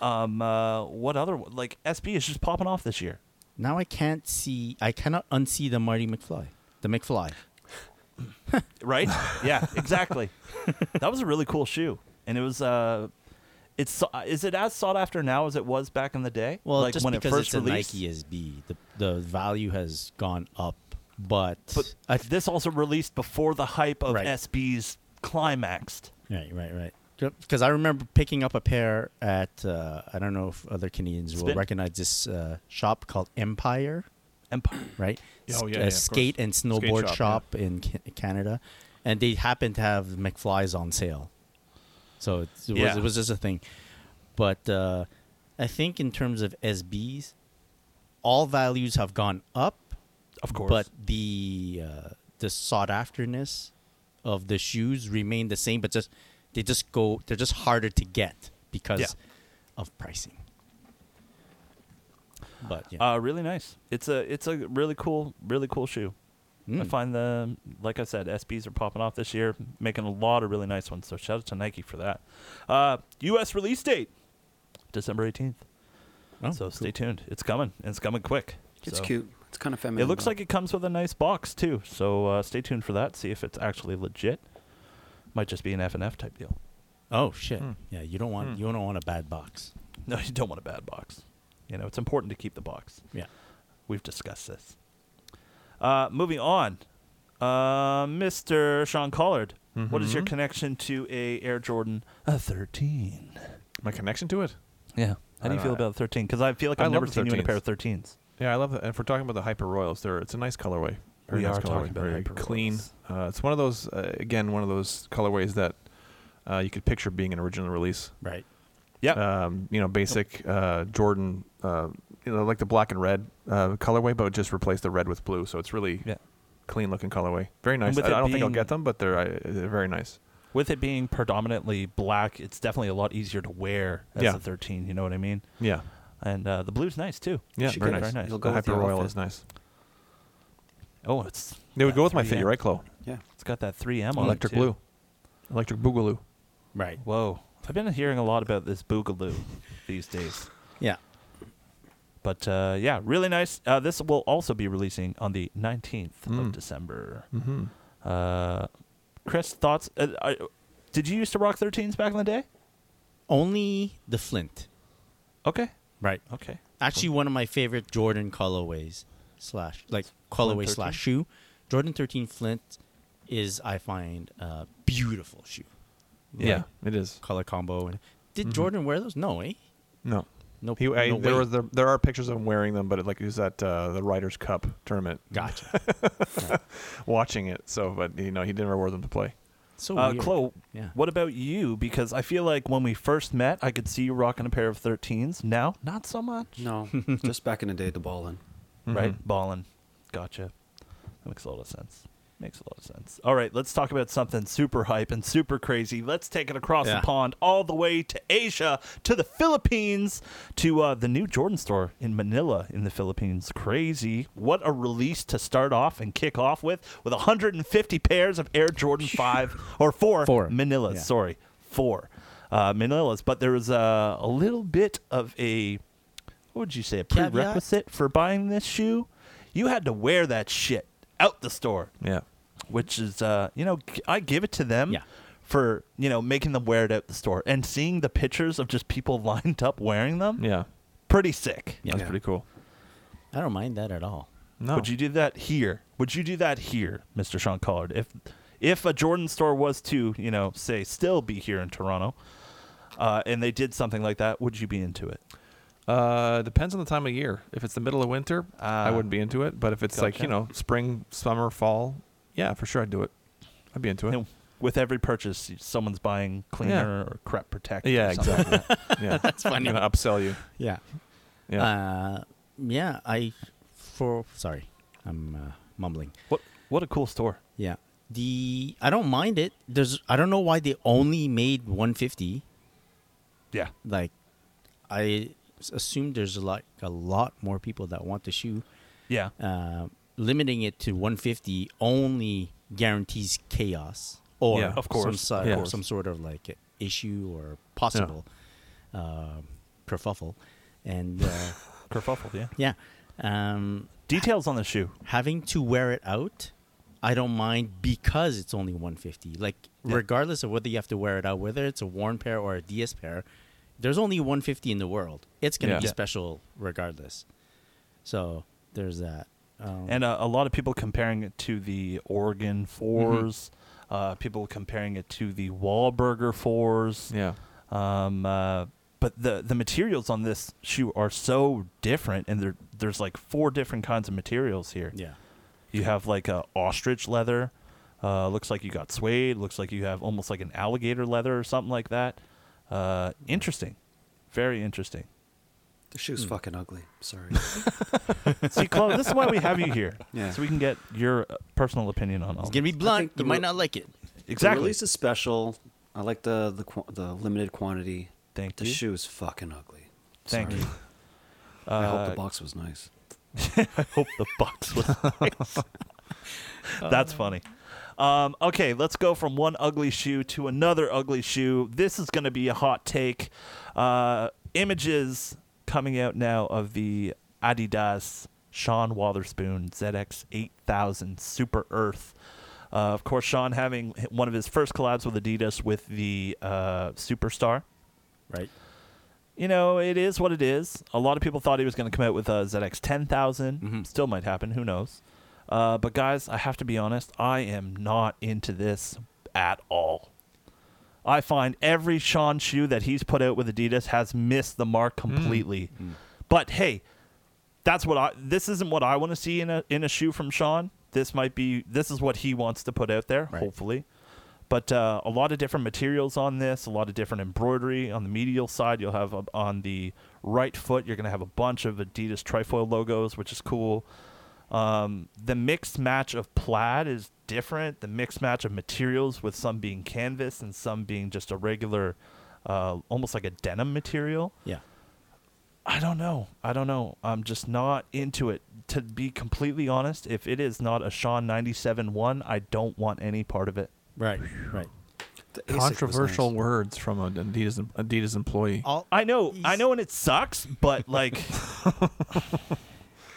S2: um, uh, what other one? Like, SB is just popping off this year.
S3: Now I can't see. I cannot unsee the Marty McFly. The McFly.
S2: Right? yeah, exactly. that was a really cool shoe. And it was, uh, it's, so- is it as sought after now as it was back in the day?
S3: Well,
S2: like
S3: just
S2: when
S3: because
S2: it first
S3: it's
S2: released?
S3: a Nike SB, the the value has gone up, but,
S2: But
S3: I,
S2: this also released before the hype of
S3: Right.
S2: SB's climaxed.
S3: right, right, right. Because I remember picking up a pair at uh, I don't know if other Canadians will
S2: Spin?
S3: recognize this uh, shop called Empire,
S2: Empire.
S3: right?
S5: Oh,
S3: S-
S5: yeah, yeah,
S3: a
S5: of course.
S3: skate and
S5: Skate
S3: snowboard
S5: shop,
S3: shop in Ca- Canada, and they happened to have McFly's on sale, so it's- it,
S2: Yeah.
S3: was it was just a thing. But uh, I think in terms of SBs, all values have gone up,
S2: Of course.
S3: but the uh, the sought afterness of the shoes remain the same, but just they just go they're just harder to get because
S2: Yeah.
S3: of pricing. But yeah.
S2: Uh, really nice. It's a it's a really cool really cool shoe. I
S3: Mm.
S2: find the like I said SBs are popping off this year, making a lot of really nice ones. So shout out to Nike for that. Uh, U.S. release date December eighteenth.
S3: Oh,
S2: so stay tuned. It's coming. and It's coming quick.
S4: It's
S2: So-
S4: cute. It's kind of feminine.
S2: It looks
S4: though.
S2: like it comes with a nice box too. So uh, stay tuned for that. See if it's actually legit. Might just be an F and F type deal.
S3: Oh shit!
S5: Hmm.
S3: Yeah, you don't want
S5: Hmm.
S3: you don't want a bad box.
S2: No, you don't want a bad box. You know, it's important to keep the box.
S3: Yeah.
S2: We've discussed this. Uh, moving on, uh, Mr. Sean Collard. what is your
S5: Mhm.
S2: connection to a Air Jordan uh, 13?
S5: My connection to it.
S2: Yeah.
S5: I
S2: How do you
S5: don't
S2: feel
S5: know.
S2: about 13? Because I feel like
S5: I
S2: I've
S5: love
S2: never
S5: the
S2: seen you in a
S5: 13s.
S2: pair of 13s.
S5: Yeah, I love that. If we're talking about the Hyper Royals, there it's a nice colorway. Very
S2: We
S5: nice
S2: are talking
S5: colorway.
S2: about
S5: Very
S2: Hyper
S5: clean.
S2: Royals.
S5: Uh, it's one of those uh, again, one of those colorways that uh, you could picture being an original release.
S3: Right.
S2: Yep.
S5: Um, you know, basic uh, Jordan, uh, you know, like the black and red uh, colorway, but just replace the red with blue. So it's really
S2: Yeah.
S5: clean looking colorway. Very nice.
S2: with
S5: I,
S2: it
S5: I don't think I'll
S2: being-
S5: get them, but they're, uh, they're very nice.
S2: With it being predominantly black, it's definitely a lot easier to wear as
S5: Yeah.
S2: a 13. You know what I mean?
S5: Yeah.
S2: And uh, the blue's nice too.
S5: Yeah,
S4: should
S5: very
S4: get
S5: nice.
S4: it. You'll
S5: the
S4: go with
S5: Hyper
S4: your
S5: Royal
S4: outfit.
S5: is nice.
S2: Oh, it's
S5: They would
S2: that
S5: go with my
S2: 3M.
S5: fit. You're right, Chloe.
S4: Yeah.
S2: It's got that 3M on
S5: Electric
S2: it too.
S5: blue. Electric boogaloo.
S3: Right.
S2: Whoa. I've been hearing a lot about this Boogaloo these days.
S3: Yeah.
S2: But uh, yeah, really nice. Uh, this will also be releasing on the 19th of
S5: Mm.
S2: December.
S5: Mm-hmm.
S2: Uh, Chris, thoughts? Uh, I, did you used to rock 13s back in the day?
S3: Only the Flint.
S2: Okay.
S3: Right.
S2: Okay.
S3: Actually, one of my favorite Jordan colorways slash like colorway
S2: 13?
S3: slash shoe, Jordan thirteen Flint, is I find a beautiful shoe.
S5: Yeah. it is.
S3: Color combo and did
S5: Mhm.
S3: Jordan wear those? No, eh?
S5: No.
S3: No.
S5: He, I,
S3: no
S5: there,
S3: way.
S5: was, there, there are pictures of him wearing them, but it, like it was at uh, the Ryder's Cup tournament,
S3: gotcha.
S5: watching it. So, but you know, he never wore them to play.
S3: So
S2: Uh,
S3: weird.
S2: Chloe,
S3: Yeah.
S2: what about you? Because I feel like when we first met, I could see you rocking a pair of 13s. Now, not so much.
S4: No, just back in the day, the ballin.
S3: Mm-hmm.
S2: right? Ballin. Gotcha. That makes a lot of sense. Makes a lot of sense. All right, let's talk about something super hype and super crazy. Let's take it across
S3: Yeah.
S2: the pond all the way to Asia, to the Philippines, to uh, the new Jordan store in Manila in the Philippines. Crazy. What a release to start off and kick off with, with 150 pairs of Air Jordan 5 or 4
S3: Four.
S2: Manilas,
S3: Yeah.
S2: sorry, 4 uh, Manilas. But there was uh, a little bit of a, what would you say, a
S3: Caveat?
S2: prerequisite for buying this shoe, you had to wear that shit out the store,
S5: Yeah.
S2: which is, uh, you know, g- I give it to them
S3: Yeah.
S2: for, you know, making them wear it out the store and seeing the pictures of just people lined up wearing them.
S5: Yeah.
S2: Pretty sick.
S3: Yeah.
S5: That's pretty cool.
S3: I don't mind that at all.
S5: No.
S2: Would you do that here? Would you do that here, Mr. Sean Collard? If if a Jordan store was to, you know, say still be here in Toronto, uh, and they did something like that, would you be into it?
S5: Uh, depends on the time of year. If it's the middle of winter, I
S2: Ah.
S5: wouldn't be into it. But if it's like
S2: Gotcha.
S5: you know spring, summer, fall, yeah, for sure I'd do it. I'd be into it.
S2: You know, with every purchase, someone's buying cleaner or crep protect. or
S5: Yeah,
S2: something.
S5: exactly. yeah, that's
S3: funny.
S5: I'm gonna upsell you.
S3: Yeah.
S5: Yeah.
S3: Uh, yeah. I for sorry, I'm uh, mumbling.
S2: What what a cool store.
S3: Yeah. The I don't mind it. There's I don't know why they only made 150.
S2: Yeah.
S3: Like I s- assume there's like a lot more people that want the shoe.
S2: Yeah.
S3: Uh, limiting it to 150 only guarantees chaos or
S5: Yeah,
S2: of course,
S3: some,
S2: of
S3: si-
S2: course.
S3: some sort of like issue or possible um kerfuffle. And uh,
S2: Kerfuffle, yeah.
S3: yeah, um,
S2: Details on the shoe.
S3: having to wear it out, I don't mind because it's only 150. Like
S2: Yeah.
S3: regardless of whether you have to wear it out, whether it's a worn pair or a DS pair, there's only 150 in the world. It's gonna
S5: Yeah.
S3: be
S5: Yeah.
S3: special regardless. So there's that. Um,
S2: And uh, a lot of people comparing it to the Oregon 4s. Uh, people comparing it to the Wahlburger 4s.
S5: Yeah.
S2: Um, uh, but the the materials on this shoe are so different, and there there's like four different kinds of materials here.
S3: yeah,
S2: You have like a ostrich leather, Uh, looks like you got suede. Looks like you have almost like an alligator leather or something like that. Uh, interesting, very interesting.
S4: The shoe's
S2: Hmm.
S4: fucking ugly. Sorry.
S2: See, Chloe, this is why we have you here,
S4: Yeah.
S2: so we can get your uh, personal opinion on all.
S3: It's gonna be
S2: this.
S3: blunt.
S4: think
S3: You
S4: the
S3: might
S4: re-
S3: not like it.
S4: The
S2: exactly.
S4: release is special. I like the the qu- the limited quantity.
S2: Thank
S4: the
S2: you.
S4: The shoe is fucking ugly.
S2: Thank
S4: Sorry.
S2: you.
S4: I hope
S2: Uh,
S4: the box was nice.
S2: I hope the box was nice. That's funny. Um, okay, let's go from one ugly shoe to another ugly shoe. This is going to be a hot take. Uh, images coming out now of the Adidas Sean Watherspoon ZX8000 Super Earth. Uh, of course, Sean having one of his first collabs with Adidas with the uh, Superstar
S3: Right.
S2: you know, it is what it is. A lot of people thought he was going to come out with a ZX 10,000.
S3: Mhm.
S2: Still might happen. Who knows? Uh, but guys, I have to be honest. I am not into this at all. I find every Sean shoe that he's put out with Adidas has missed the mark completely. But hey, that's what I. This isn't what I want to see in a in a shoe from Sean. This might be. This is what he wants to put out there.
S3: Right.
S2: Hopefully, but uh, a lot of different materials on this. A lot of different embroidery on the medial side. You'll have uh, on the right foot. You're gonna have a bunch of Adidas trifoil logos, which is cool. Um, the mixed match of plaid is different. The mixed match of materials, with some being canvas and some being just a regular, uh, almost like a denim material.
S3: Yeah.
S2: I don't know. I don't know. I'm just not into it. To be completely honest, if it is not a Sean 97 1, I don't want any part of it.
S3: Right. Right.
S4: The ASIC was
S5: Controversial
S4: nice.
S5: words from an Adidas em- Adidas employee.
S3: All
S2: I know. I
S3: He's-
S2: know, and it sucks, but like,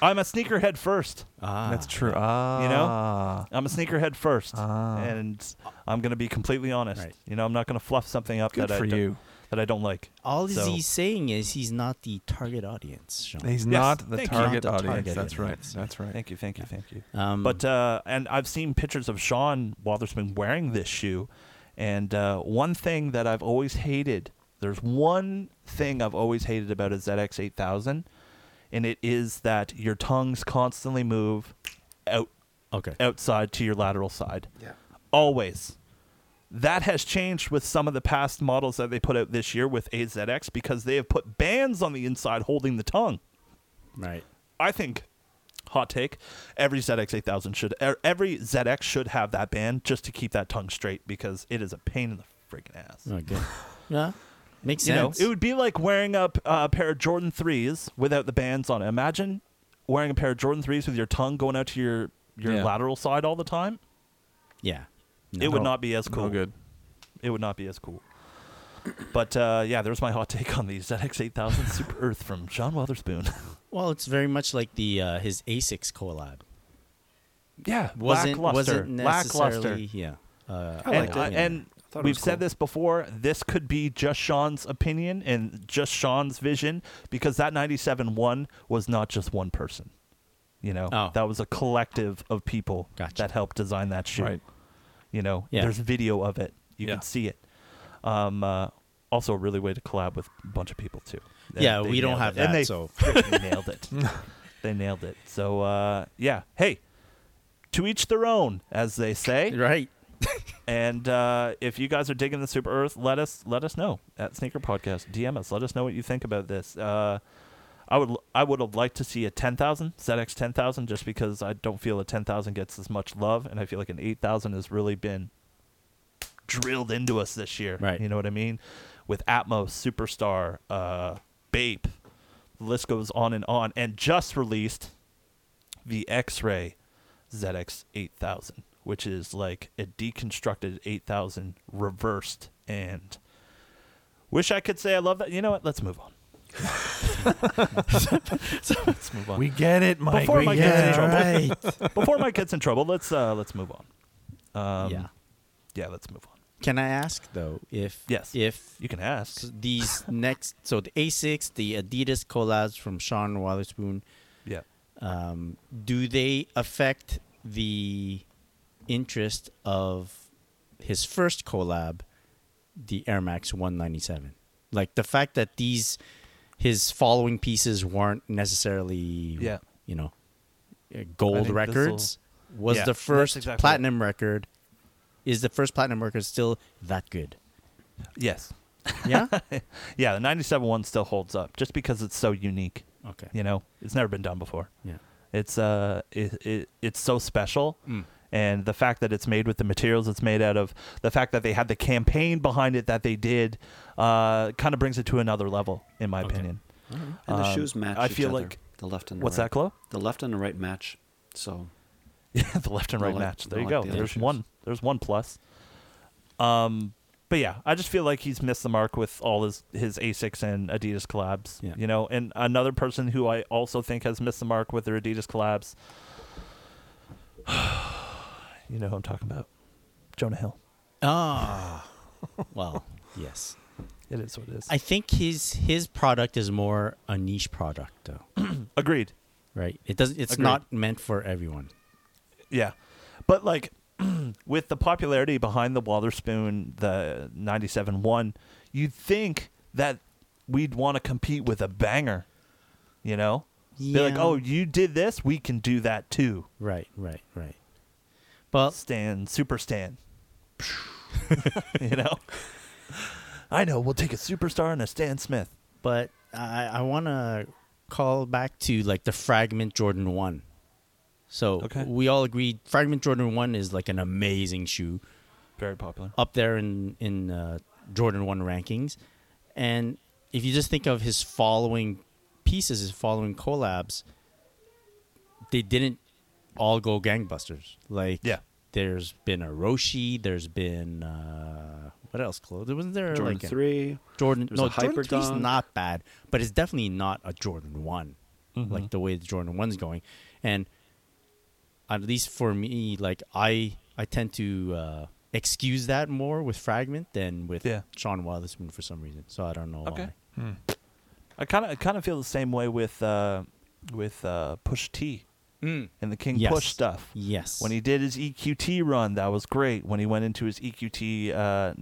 S2: I'm a sneakerhead first.
S3: ah,
S5: That's true. Ah,
S2: I'm a sneakerhead first,
S5: Ah.
S2: and I'm gonna be completely honest.
S3: Right.
S2: You know, I'm not gonna fluff something up
S5: Good
S2: that
S5: for
S2: I don't-
S5: you.
S2: that I don't like.
S3: All is
S2: So-
S3: he's saying is he's not the target audience. Sean.
S5: He's
S2: Yes,
S5: not the
S2: thank you.
S5: target
S3: Not the
S5: audience.
S3: target
S5: That's right.
S3: audience.
S5: That's right.
S2: Thank you, thank you, thank you.
S3: Um,
S2: But uh, and I've seen pictures of Sean Watherspoon wearing this shoe, and uh, one thing that I've always hated. There's one thing I've always hated about a ZX eight thousand, and it is that your tongues constantly move out
S3: okay.
S2: outside to your lateral side.
S4: Yeah.
S2: Always. That has changed with some of the past models that they put out this year with AZX because they have put bands on the inside holding the tongue.
S3: Right.
S2: I think hot take every ZX 8000 should er, every ZX should have that band just to keep that tongue straight because it is a pain in the freaking ass.
S3: Okay. Oh, yeah. Makes
S2: You know,
S3: sense.
S2: it would be like wearing up a pair of Jordan 3s without the bands on. it. Imagine wearing a pair of Jordan 3s with your tongue going out to your your
S5: Yeah.
S2: lateral side all the time.
S3: yeah.
S2: It would
S5: No.
S2: not be as cool.
S5: No good.
S2: It would not be as cool. But uh, yeah, there's my hot take on the ZX8000 Super Earth from Sean Witherspoon.
S3: Well, it's very much like the uh, his Asics collab.
S2: yeah,
S3: Wasn't
S2: lackluster,
S3: wasn't necessarily
S2: lackluster.
S3: yeah. Uh,
S4: I
S2: and
S4: liked it.
S2: I- and
S4: thought it
S2: we've
S4: was
S2: said
S4: cool.
S2: this before. This could be just Sean's opinion and just Sean's vision because that 97-1 was not just one person. You know,
S3: Oh.
S2: that was a collective of people
S3: Gotcha.
S2: that helped design that shoe.
S5: Right.
S2: You know,
S3: Yeah.
S2: there's video of it. You
S5: Yeah.
S2: can see it. Um, uh, also, a really way to collab with a bunch of people too. They-
S3: Yeah,
S2: they
S3: we don't
S2: nailed
S3: have
S2: it. And
S3: that,
S2: they
S3: so-
S2: freaking nailed it. They nailed it. So uh, yeah, hey, to each their own, as they say.
S3: right.
S2: And uh, if you guys are digging the Super Earth, let us let us know at Sneaker Podcast. DM us. Let us know what you think about this. Uh, I would I would have liked to see a ten thousand ZX ten thousand just because I don't feel a ten thousand gets as much love, and I feel like an eight thousand has really been drilled into us this year.
S3: Right.
S2: You know what I mean? With Atmos, Superstar, uh, Bape, the list goes on and on. And just released the X-Ray ZX 8000, which is like a deconstructed 8000 reversed and wish I could say I love that. You know what? Let's move on. let's move on.
S5: We get it, Mike.
S2: Before
S5: we
S2: Mike
S5: get
S2: gets in
S5: it.
S2: trouble.
S3: Right.
S2: Before Mike gets in trouble, let's uh let's move on. Um,
S3: yeah.
S2: Yeah, let's move on.
S3: Can I ask though if
S2: Yes.
S3: if
S2: You can ask.
S3: these next so the Asics, the Adidas collabs from Sean Witherspoon,
S2: Yeah.
S3: um, do they affect the interest of his first collab, the Air Max 197? Like the fact that these his following pieces weren't necessarily
S2: Yeah.
S3: you know uh,
S2: think
S3: gold
S2: this'll-
S3: records was
S2: Yeah,
S3: the
S2: that's
S3: first
S2: exactly it.
S3: platinum record is the first platinum record still that good?
S2: Yes.
S3: Yeah.
S2: Yeah, the 97 one still holds up just because it's so unique.
S3: okay.
S2: You know, it's never been done before.
S3: Yeah.
S2: It's uh, it, it, it's so special,
S3: Mm.
S2: and the fact that it's made with the materials it's made out of, the fact that they had the campaign behind it that they did, uh, kind of brings it to another level, in my
S3: Okay.
S2: opinion.
S4: And the
S2: Um,
S4: shoes match.
S2: I
S4: each
S2: feel
S4: other,
S2: like-
S4: the left and the
S2: What's
S4: right.
S2: that, Chloe?
S4: The left and the right match. So
S2: Yeah, the left and
S4: Not
S2: right
S4: like-
S2: match. There
S4: not
S2: you
S4: like
S2: go.
S4: the other
S2: There's
S4: shoes.
S2: one. There's one plus. Um, but yeah, I just feel like he's missed the mark with all his his Asics and Adidas collabs.
S3: Yeah.
S2: You know, and another person who I also think has missed the mark with their Adidas collabs. you know who I'm talking about? Jonah Hill.
S3: Ah. well, yes.
S2: It is what it is.
S3: I think his his product is more a niche product though,
S2: Agreed.
S3: right? It doesn't. It's
S2: Agreed.
S3: not meant for everyone.
S2: Yeah, but like with the popularity behind the Watherspoon, the ninety-seven one, you'd think that we'd want to compete with a banger, you know? Be like,
S3: Yeah.
S2: oh, you did this, we can do that too.
S3: Right. Right. Right. But
S2: Stan, super Stan, you know? I know. We'll take a superstar and a Stan Smith.
S3: but I, I want to call back to like the fragment Jordan one. So
S2: Okay.
S3: we all agreed fragment Jordan one is like an amazing shoe
S2: Very popular.
S3: up there in in uh, Jordan one rankings, and if you just think of his following pieces, his following collabs, they didn't all go gangbusters. Like
S2: Yeah.
S3: There's been a Roshi. There's been uh, what else? Close. Wasn't there
S4: Jordan
S3: like a-
S4: three.
S3: Jordan.
S4: There's
S3: No,
S4: a
S3: Jordan three's
S4: Hyperdunk.
S3: not bad, but it's definitely not a Jordan one,
S2: Mm-hmm.
S3: like the way the Jordan one's going. And at least for me, like I, I tend to uh, excuse that more with Fragment than with
S2: Yeah.
S3: Sean Witherspoon for some reason. So I don't know
S2: Okay.
S3: why.
S2: I kind of kind of feel the same way with uh, with uh, Push T and the King
S3: Mm. Yes.
S2: Push stuff.
S3: Yes.
S2: When he did his EQT run, that was great. When he went into his EQT uh,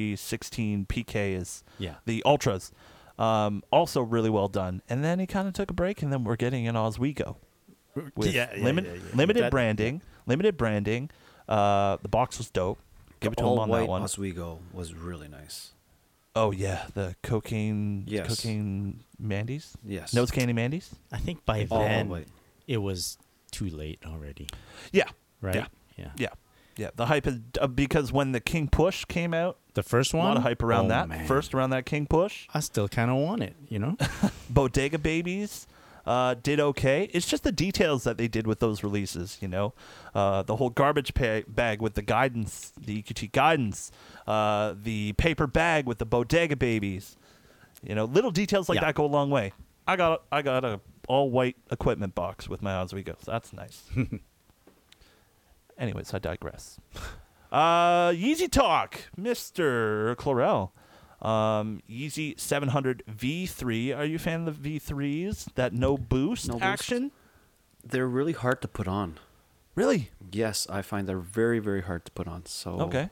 S2: 9316 PK is
S3: Yeah.
S2: the ultras, um, also really well done. And then he kind of took a break, and then we're getting an Oswego with
S3: Yeah, yeah,
S2: limit,
S3: yeah, yeah.
S2: limited
S3: That-
S2: branding, limited branding. Uh, the box was dope. Give it to
S4: all
S2: him on
S4: white
S2: that one.
S4: Oswego was really nice.
S2: oh yeah, the cocaine,
S4: Yes.
S2: cocaine Mandy's,
S4: Yes.
S2: nose candy Mandy's.
S3: I think by
S4: All
S3: then
S4: white.
S3: it was too late already,
S2: Yeah,
S3: right?
S2: Yeah,
S3: Yeah.
S2: yeah, yeah. The hype is uh, because when the King Push came out,
S3: The first
S2: a
S3: one.
S2: lot of hype around
S3: Oh,
S2: that.
S3: man.
S2: First around that King Push.
S3: I still kind of want it, you know.
S2: Bodega Babies uh, did okay. It's just the details that they did with those releases, you know. Uh, the whole garbage pa- bag with the guidance, the EQT guidance, uh, the paper bag with the Bodega Babies. You know, little details like
S3: Yeah.
S2: that go a long way. I got I got a all white equipment box with my Oswego. So that's nice. Anyways, I digress. Uh, Yeezy Talk, Mr. Chlorell. Um, Yeezy 700 V3. Are you a fan of the V3s? That no boost
S4: No boost.
S2: action?
S4: They're really hard to put on.
S2: Really?
S4: Yes, I find they're very very hard to put on. So
S2: Okay.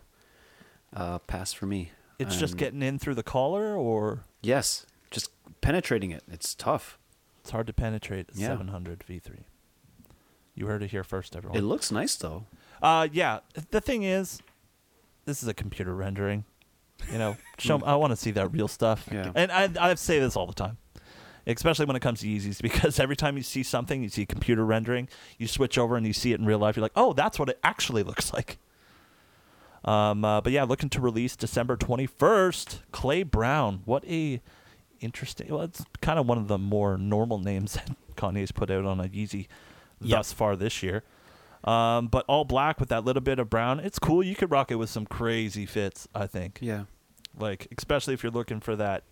S4: uh, pass for me.
S2: It's just
S4: And-
S2: getting in through the collar or
S4: yes, just penetrating it. It's tough.
S2: it's hard to penetrate at
S4: Yeah.
S2: 700 V3. You heard it here first, everyone.
S4: It looks nice though.
S2: Uh, yeah. The thing is, this is a computer rendering. You know, show. I want to see that real stuff.
S4: Yeah.
S2: And I, I say this all the time, especially when it comes to Yeezys, because every time you see something, you see computer rendering, you switch over and you see it in real life. You're like, oh, that's what it actually looks like. Um, uh, but yeah, looking to release December 21st. Clay Brown. What a interesting. Well, it's kind of one of the more normal names that Kanye's put out on a Yeezy
S3: Yeah.
S2: thus far this year. Um, but all black with that little bit of brown. It's cool. You could rock it with some crazy fits, I think.
S4: Yeah.
S2: Like, especially if you're looking for that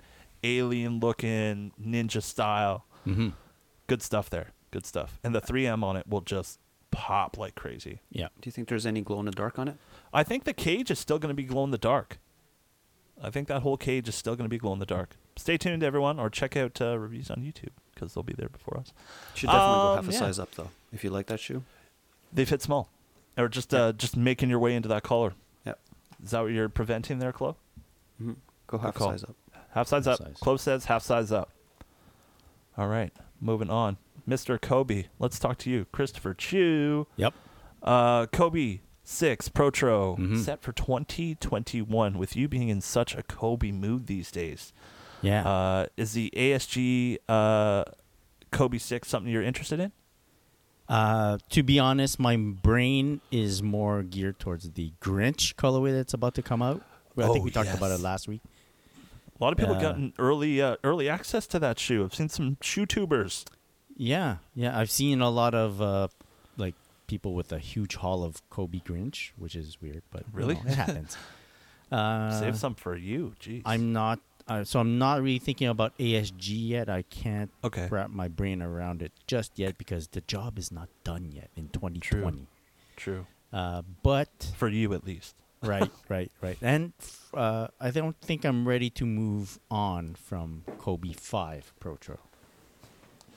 S2: alien looking ninja style.
S3: mm-hmm.
S2: Good stuff there. Good stuff. And the 3M on it will just pop like crazy.
S3: Yeah.
S4: Do you think there's any glow in the dark on it?
S2: I think the cage is still going to be glow in the dark. I think that whole cage is still going to be glow in the dark. Stay tuned, everyone, or check out uh, reviews on YouTube because they'll be there before us.
S4: Should definitely go half
S2: Um,
S4: a
S2: yeah.
S4: size up though. If you like that shoe.
S2: They fit small, or just uh, just making your way into that collar.
S4: Yep.
S2: Is that what you're preventing there, Chloe?
S4: hmm Go half a
S2: call.
S4: size up.
S2: Half size
S3: Half
S2: up.
S3: size.
S2: Close says half size up. All right, moving on. Mr. Kobe, let's talk to you. Christopher Chu.
S3: Yep.
S2: Uh, Kobe, Six Protro
S3: Mhm.
S2: set for 2021. With you being in such a Kobe mood these days,
S3: Yeah.
S2: uh, is the ASG uh, Kobe Six something you're interested in?
S3: Uh, to be honest, my brain is more geared towards the Grinch colorway that's about to come out. I
S2: Oh,
S3: think we talked about
S2: yes.
S3: it last week.
S2: A lot of people
S3: Yeah.
S2: gotten early uh, early access to that shoe. I've seen some shoe tubers.
S3: Yeah, yeah. I've seen a lot of uh, like people with a huge haul of Kobe Grinch, which is weird, but you
S2: Really?
S3: know, it happens. uh,
S2: Save some for you. Jeez.
S3: I'm not. Uh, so I'm not really thinking about ASG yet. I can't
S5: Okay.
S3: wrap my brain around it just yet because the job is not done yet in 2020.
S2: true
S3: Uh, but
S2: for you at least.
S3: right, right, right. And f- uh, I don't think I'm ready to move on from Kobe Five Pro Tro.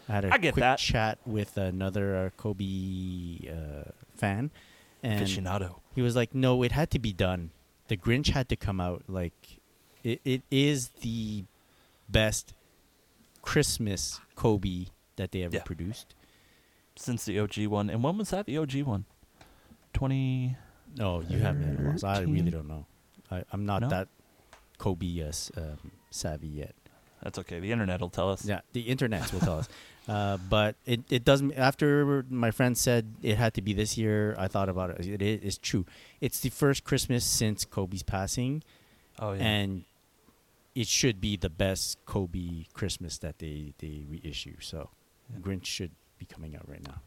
S3: I had a
S2: I get
S3: quick
S2: that.
S3: chat with another uh, Kobe uh, fan, and
S2: Aficionado.
S3: he was like, "No, it had to be done. The Grinch had to come out. Like, it, it is the best Christmas Kobe that they ever
S2: Yeah.
S3: produced."
S2: since the OG one. And when was that? The OG one? 20.
S3: No, Oh, you have me at a loss. I really
S2: Thirteen?
S3: don't know. I, I'm not
S2: No?
S3: that Kobe uh, s- um, savvy yet.
S2: That's okay. The internet will tell us.
S3: Yeah, the internet will tell us. Uh, but it, it doesn't. After my friend said it had to be this year, I thought about it. It is it's true. It's the first Christmas since Kobe's passing,
S2: Oh, yeah.
S3: and it should be the best Kobe Christmas that they they reissue. So
S2: Yeah.
S3: Grinch should be coming out right now.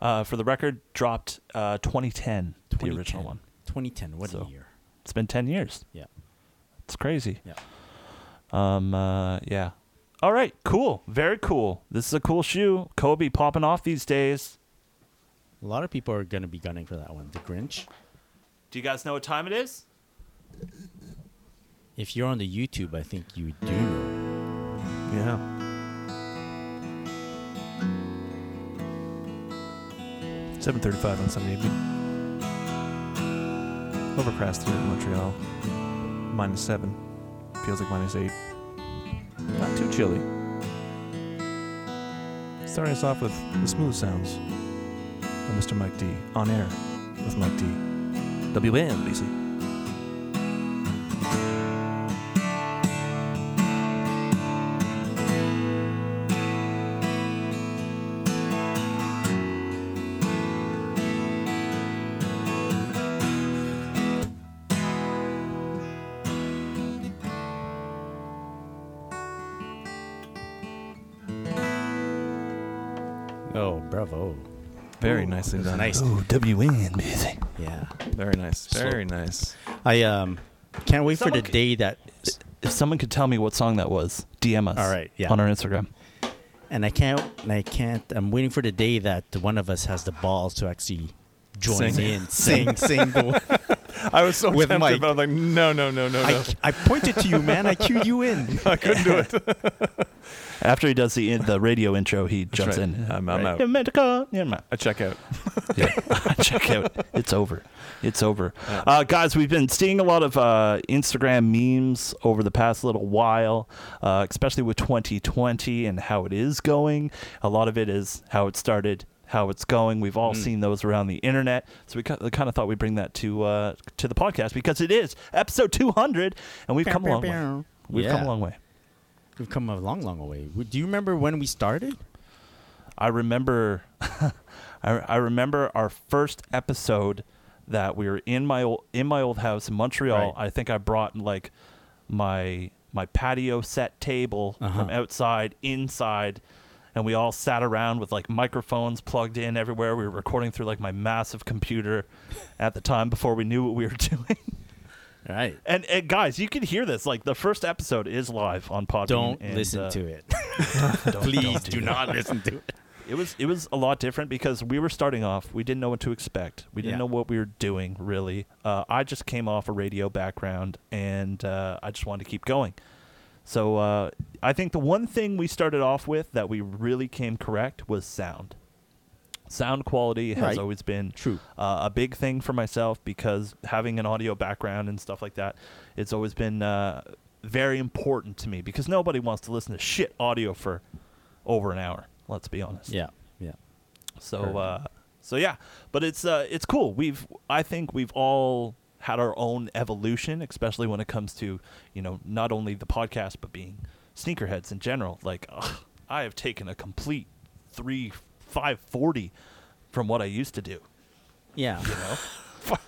S2: uh, for the record, dropped uh, 2010, the original
S3: 2010.
S2: one.
S3: 2010. What
S2: So.
S3: a year.
S2: It's been 10 years.
S3: Yeah.
S2: It's crazy.
S3: Yeah.
S2: Um, uh, yeah. All right. Cool. Very cool. This is a cool shoe. Kobe popping off these days.
S3: A lot of people are gonna be gunning for that one. The Grinch.
S2: Do you guys know what time it is?
S3: If you're on the YouTube, I think you do know.
S5: Yeah. Seven thirty-five on Sunday evening. Overcast here in Montreal. Minus seven. Feels like minus eight. Not too chilly. Starting us off with the smooth sounds of Mr. Mike D. On air with Mike D. WNBC.
S3: Oh, bravo.
S5: Very nicely done.
S3: Nice.
S2: WNBC.
S3: Yeah.
S5: Very nice. Very nice.
S3: I um can't wait
S2: Someone
S3: for the
S2: c-
S3: day that
S2: If someone could tell me what song that was, DM us.
S3: All right, yeah.
S2: On our Instagram.
S3: and I can't and I can't I'm waiting for the day that one of us has the balls to actually join
S5: Sing.
S3: in sing sing the
S5: I was so
S3: With
S5: tempted,
S3: Mike.
S5: but I was like, no, no, no, no, no.
S3: I, I pointed to you man I cued you in
S5: I couldn't do it.
S2: After he does the the radio intro, he jumps
S5: right.
S2: in.
S5: I'm- I'm out.
S2: You're meant to call- you're my-
S5: I check out.
S2: yeah. check out. It's over. It's over. Uh, guys, we've been seeing a lot of uh, Instagram memes over the past little while, uh, especially with 2020 and how it is going. A lot of it is how it started, how it's going. We've all seen those around the internet. So we kind of thought we'd bring that to uh, to the podcast because it is episode 200, and we've come a long way. We've come
S3: Yeah.
S2: a long way.
S3: We've come a long long way. W- Do you remember when we started?
S2: I remember, I, I remember our first episode that we were in my old, in my old house in Montreal.
S3: Right.
S2: I think I brought like my my patio set table from
S3: Uh-huh.
S2: outside inside, and we all sat around with like microphones plugged in everywhere. We were recording through like my massive computer at the time before we knew what we were doing.
S3: Right.
S2: And, and guys, you can hear this. Like the first episode is live on Podbean.
S3: Don't
S2: and,
S3: listen
S2: uh,
S3: to it.
S2: don't-
S3: Please
S2: don't
S3: do,
S2: that.
S3: not listen to it.
S2: It was it was a lot different because we were starting off. We didn't know what to expect. We didn't
S3: Yeah.
S2: know what we were doing really. Uh, I just came off a radio background, and uh, I just wanted to keep going. So uh, I think the one thing we started off with that we really came correct was sound. Sound quality has
S3: Right.
S2: always been
S3: True.
S2: uh, a big thing for myself because having an audio background and stuff like that, it's always been uh, very important to me because nobody wants to listen to shit audio for over an hour. Let's be honest.
S3: Yeah. Yeah.
S2: So uh, So yeah, but it's uh, it's cool. We've I think we've all had our own evolution, especially when it comes to you know not only the podcast but being sneakerheads in general. Like ugh, I have taken a complete three five forty from what I used to do.
S3: Yeah.
S2: You know,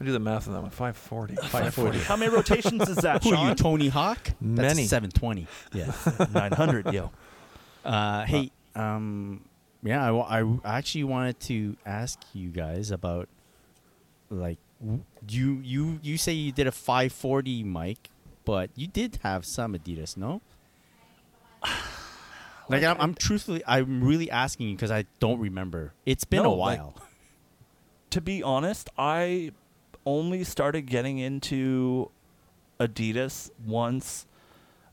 S5: I do the math on that one. Five forty.
S3: 540.
S2: how many rotations is that?
S3: Who are you,
S2: Sean?
S3: Tony Hawk?
S5: Many.
S3: That's 720. Yeah.
S2: Nine hundred, yo.
S3: Uh, hey, um, yeah, I, wa- I w- I actually wanted to ask you guys about like w- you you you say you did a 540 mic, but you did have some Adidas, no? Like I'm, I'm truthfully, I'm really asking you because I don't remember. It's been
S2: No,
S3: a
S2: like-
S3: while.
S2: to be honest, I only started getting into Adidas once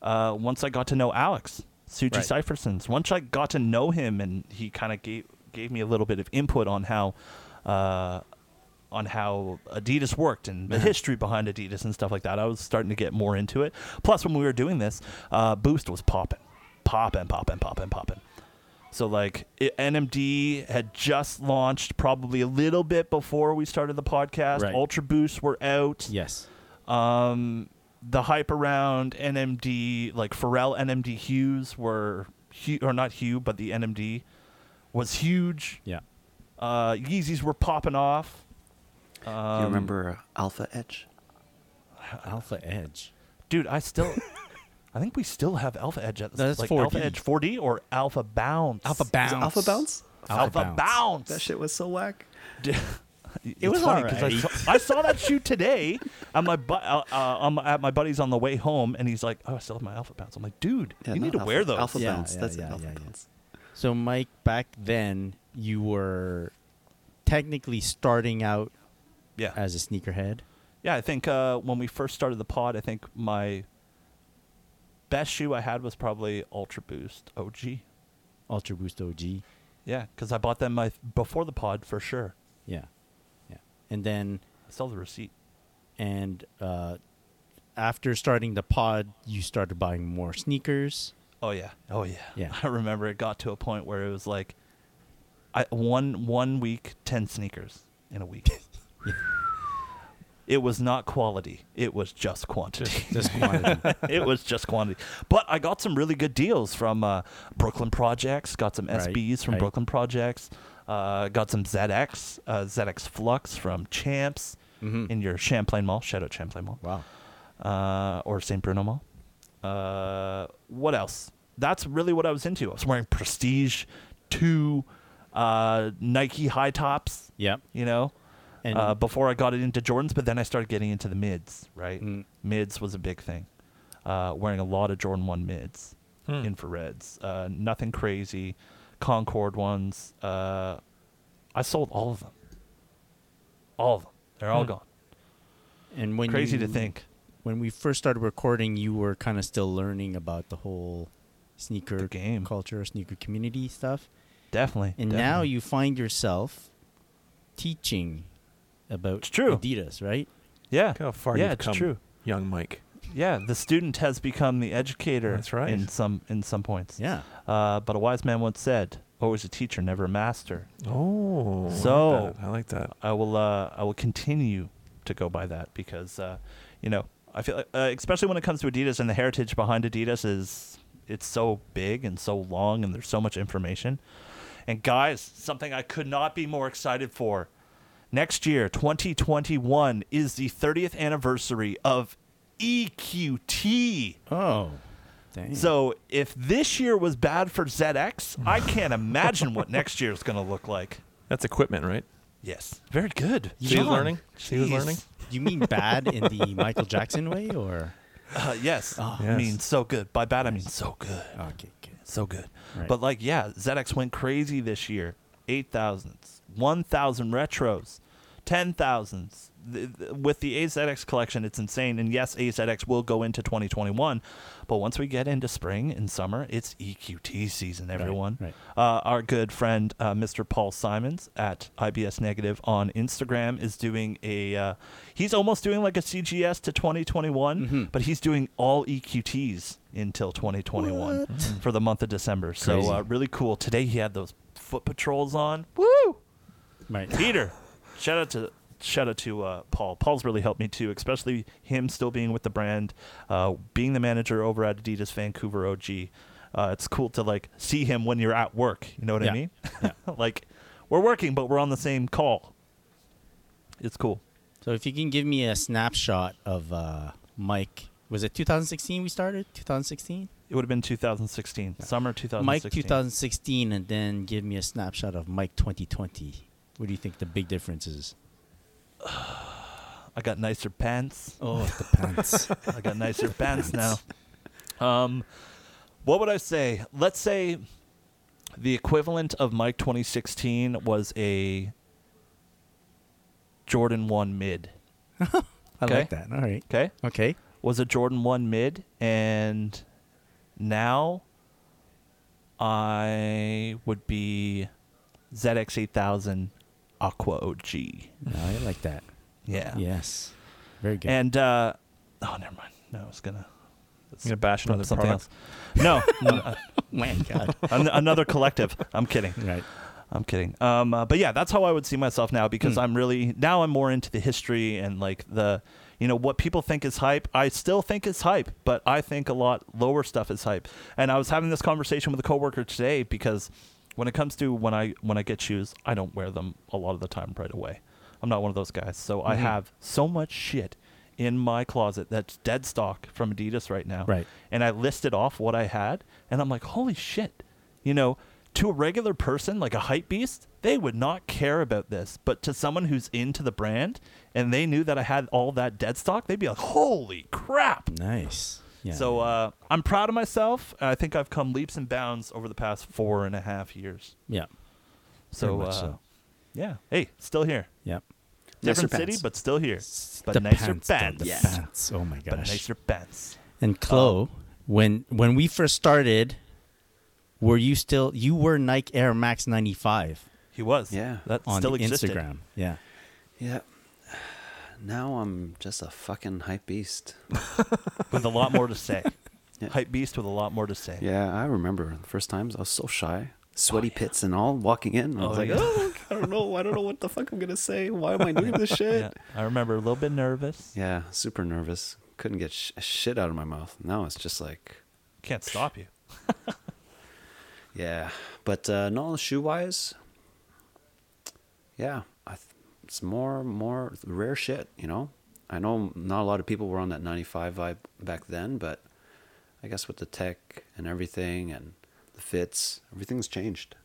S2: uh, once I got to know Alex Suji
S3: Right.
S2: Cyphersons. Once I got to know him, and he kind of gave gave me a little bit of input on how uh, on how Adidas worked and
S3: Uh-huh.
S2: the history behind Adidas and stuff like that. I was starting to get more into it. Plus, when we were doing this, uh, Boost was popping, popping, popping, popping, popping. So like it, NMD had just launched probably a little bit before we started the podcast.
S3: Right.
S2: Ultra Boosts were out.
S3: yes.
S2: Um, the hype around NMD, like Pharrell NMD Hughes were hu- or not Hugh, but the NMD was huge.
S3: Yeah.
S2: Uh, Yeezys were popping off.
S4: Do you remember uh, Alpha Edge?
S3: Alpha Edge.
S2: Dude, I still I think we still have Alpha Edge at this
S3: No, that's
S2: like
S3: 4D.
S2: Alpha Edge 4D or Alpha Bounce.
S3: Alpha
S4: Is
S3: Bounce.
S4: it Alpha Bounce?
S2: Alpha, Bounce.
S4: That shit was so whack.
S2: D- it
S3: was
S2: was funny because
S3: alright.
S2: I, saw- I saw that shoe today at my bu- uh, uh, um, at my buddy's on the way home, and he's like, "Oh, I still have my Alpha Bounce." I'm like, "Dude,
S4: Yeah,
S2: you
S4: no,
S2: need to
S4: Alpha-
S2: wear those."
S4: Alpha
S3: Yeah,
S4: Bounce.
S3: yeah,
S4: That's
S3: yeah,
S4: it. Alpha
S3: yeah, yeah.
S4: Bounce.
S3: So, Mike, back then you were technically starting out
S2: yeah,
S3: as a sneakerhead.
S2: yeah. I think uh, when we first started the pod, I think my best shoe I had was probably Ultra Boost OG.
S3: Ultra Boost OG.
S2: Yeah, because I bought them my before the pod for sure.
S3: Yeah. Yeah. And then
S2: I still have the receipt.
S3: and uh after starting the pod, you started buying more sneakers.
S2: Oh yeah. Oh yeah.
S3: Yeah.
S2: I remember it got to a point where it was like I one one week, ten sneakers in a week. it was not quality. It was just quantity.
S3: Just quantity.
S2: it was just quantity. But I got some really good deals from uh, Brooklyn Projects, got some
S3: Right,
S2: SBs from
S3: right.
S2: Brooklyn Projects, uh, got some ZX, uh, ZX Flux from Champs
S3: Mhm.
S2: in your Champlain Mall. Shout out Champlain Mall
S3: wow.
S2: uh, or St. Bruno Mall. Uh, what else? That's really what I was into. I was wearing Prestige, two uh, Nike high tops,
S3: Yep.
S2: you know,
S3: And
S2: uh, before I got it into Jordans, but then I started getting into the mids, right?
S3: Mm.
S2: Mids was a big thing. Uh, wearing a lot of Jordan 1 mids,
S5: Hmm.
S2: infrareds, uh, nothing crazy, Concord ones. Uh, I sold all of them. All of them. They're all
S5: Hmm.
S2: gone.
S3: and when
S2: Crazy to
S3: you-
S2: think.
S3: When we first started recording, you were kind of still learning about the whole sneaker
S2: The game.
S3: culture, sneaker community stuff.
S2: Definitely.
S3: And now
S2: definitely.
S3: you find yourself teaching about
S2: It's true.
S3: Adidas, right?
S2: Yeah.
S5: Look how far
S2: yeah,
S5: you've
S2: it's
S5: come,
S2: true.
S5: young Mike.
S2: Yeah, the student has become the educator.
S5: That's right.
S2: In some in some points.
S3: Yeah.
S2: Uh, but a wise man once said, "Always a teacher, never a master."
S5: Oh,
S2: So-
S5: I like that.
S2: I will uh, I will continue to go by that because uh, you know I feel like, uh, especially when it comes to Adidas and the heritage behind Adidas is it's so big and so long and there's so much information. And guys, something I could not be more excited for. Next year, 2021 is the 30th anniversary of E EQT.
S3: Oh. Dang.
S2: So if this year was bad for ZX, I can't imagine what next year is going to look like.
S5: That's equipment, right?
S2: Yes, very good.
S5: She was
S2: John.
S5: learning. She was
S2: Jeez.
S5: learning.
S3: you mean bad in the Michael Jackson way or
S2: Uh, yes, I
S5: Yes.
S2: mean so good. By bad, I mean so good,
S3: Oh, okay, good.
S2: so good.
S3: Right.
S2: But like, yeah, ZX went crazy this year. Eight thousands, one thousand retros, ten thousands. Th- th- With the AZX collection, it's insane. And yes, AZX will go into 2021, but once we get into spring and summer, it's EQT season, everyone.
S3: right.
S2: Uh, our good friend, uh, Mr. Paul Simons at IBS Negative on Instagram, is doing a. Uh, he's almost doing like a CGS to 2021, but he's doing all EQTs until 2021 for the month of December. So
S3: Crazy.
S2: uh, really cool. Today he had those foot patrols on. Woo!
S3: Right.
S2: Peter, shout out to shout out to uh, Paul. Paul's really helped me too, especially him still being with the brand, uh, being the manager over at Adidas Vancouver OG. Uh, it's cool to like see him when you're at work. You know what
S3: Yeah.
S2: I mean? like we're working, but we're on the same call. It's cool.
S3: So if you can give me a snapshot of uh, Mike, was it 2016 we started? 2016?
S2: It would have been 2016, summer 2016.
S3: Mike 2016, and then give me a snapshot of Mike 2020. What do you think the big difference is?
S2: I got nicer pants.
S3: Oh, the pants.
S2: I got nicer pants now. Um, what would I say? Let's say the equivalent of Mike 2016 was a Jordan 1 mid.
S3: I
S2: Okay.
S3: like that. All right.
S2: Okay?
S3: Okay.
S2: Was a Jordan 1 mid, and now I would be ZX8000 Aqua OG.
S3: I like that.
S2: Yeah.
S3: Yes. Very good.
S2: And, uh, oh, never mind. No, I was going to.
S5: You gonna bash another
S2: something
S5: product?
S2: else. No, no,
S3: my God.
S2: an- another collective. I'm kidding.
S3: right.
S2: I'm kidding. Um, uh, but yeah, that's how I would see myself now because
S3: Hmm.
S2: I'm really now I'm more into the history and like the you know what people think is hype. I still think is hype, but I think a lot lower stuff is hype. And I was having this conversation with a coworker today because when it comes to when I when I get shoes, I don't wear them a lot of the time right away. I'm not one of those guys. So I
S3: Mhm.
S2: have so much shit in my closet that's dead stock from Adidas right now
S3: Right.
S2: and I listed off what I had, and I'm like, holy shit. You know, to a regular person, like a hype beast, they would not care about this. But to someone who's into the brand and they knew that I had all that dead stock, they'd be like, holy crap.
S3: Nice. Yeah.
S2: So uh, I'm proud of myself. I think I've come leaps and bounds over the past four and a half years.
S3: yeah.
S2: So,
S3: much
S2: uh,
S3: so.
S2: yeah. Hey, still here.
S3: Yep.
S4: Nicer
S2: Different city,
S4: pants.
S2: but still here. But
S3: the
S2: nicer
S3: pants. though,
S2: pants.
S3: The
S4: Yes.
S3: pants. Oh my gosh.
S2: But nicer pants.
S3: And Chloe, when when we first started, were you still you were Nike Air Max 95
S2: He was.
S4: Yeah.
S2: That
S3: on
S2: still existed.
S3: Instagram? Yeah.
S4: Yeah. Now I'm just a fucking hype beast.
S2: with a lot more to say.
S4: Yeah.
S2: Hype beast with a lot more to say.
S4: Yeah, I remember the first times I was so shy, sweaty pits and all, walking in. I was
S2: Oh,
S4: like,
S2: yeah.
S4: oh, I don't know, I don't know what the fuck I'm gonna say. Why am I doing this shit?
S2: Yeah, I remember a little bit nervous.
S4: Yeah, super nervous. Couldn't get sh- shit out of my mouth. Now it's just like,
S2: Can't stop you.
S4: yeah. But uh, no, shoe wise, yeah, I th- it's more more rare shit. You know, I know not a lot of people were on that '95 vibe back then, but I guess with the tech and everything and the fits, everything's changed.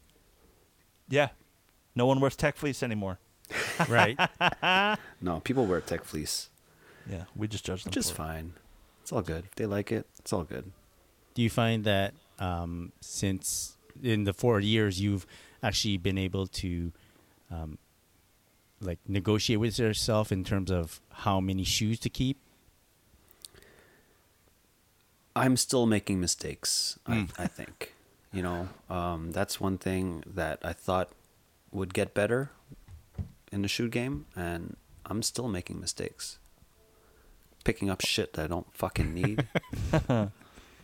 S2: Yeah. No one wears tech fleece anymore.
S3: Right.
S4: No, people wear tech fleece,
S2: Yeah, we just judge them.
S4: which is
S2: for it.
S4: fine. It's all good. If they like it, it's all good.
S3: Do you find that um, since in the four years you've actually been able to um, like negotiate with yourself in terms of how many shoes to keep?
S4: I'm still making mistakes.
S2: Hmm.
S4: I, I think, you know, um, that's one thing that I thought would get better in the shoot game, and I'm still making mistakes. Picking up shit that I don't fucking need,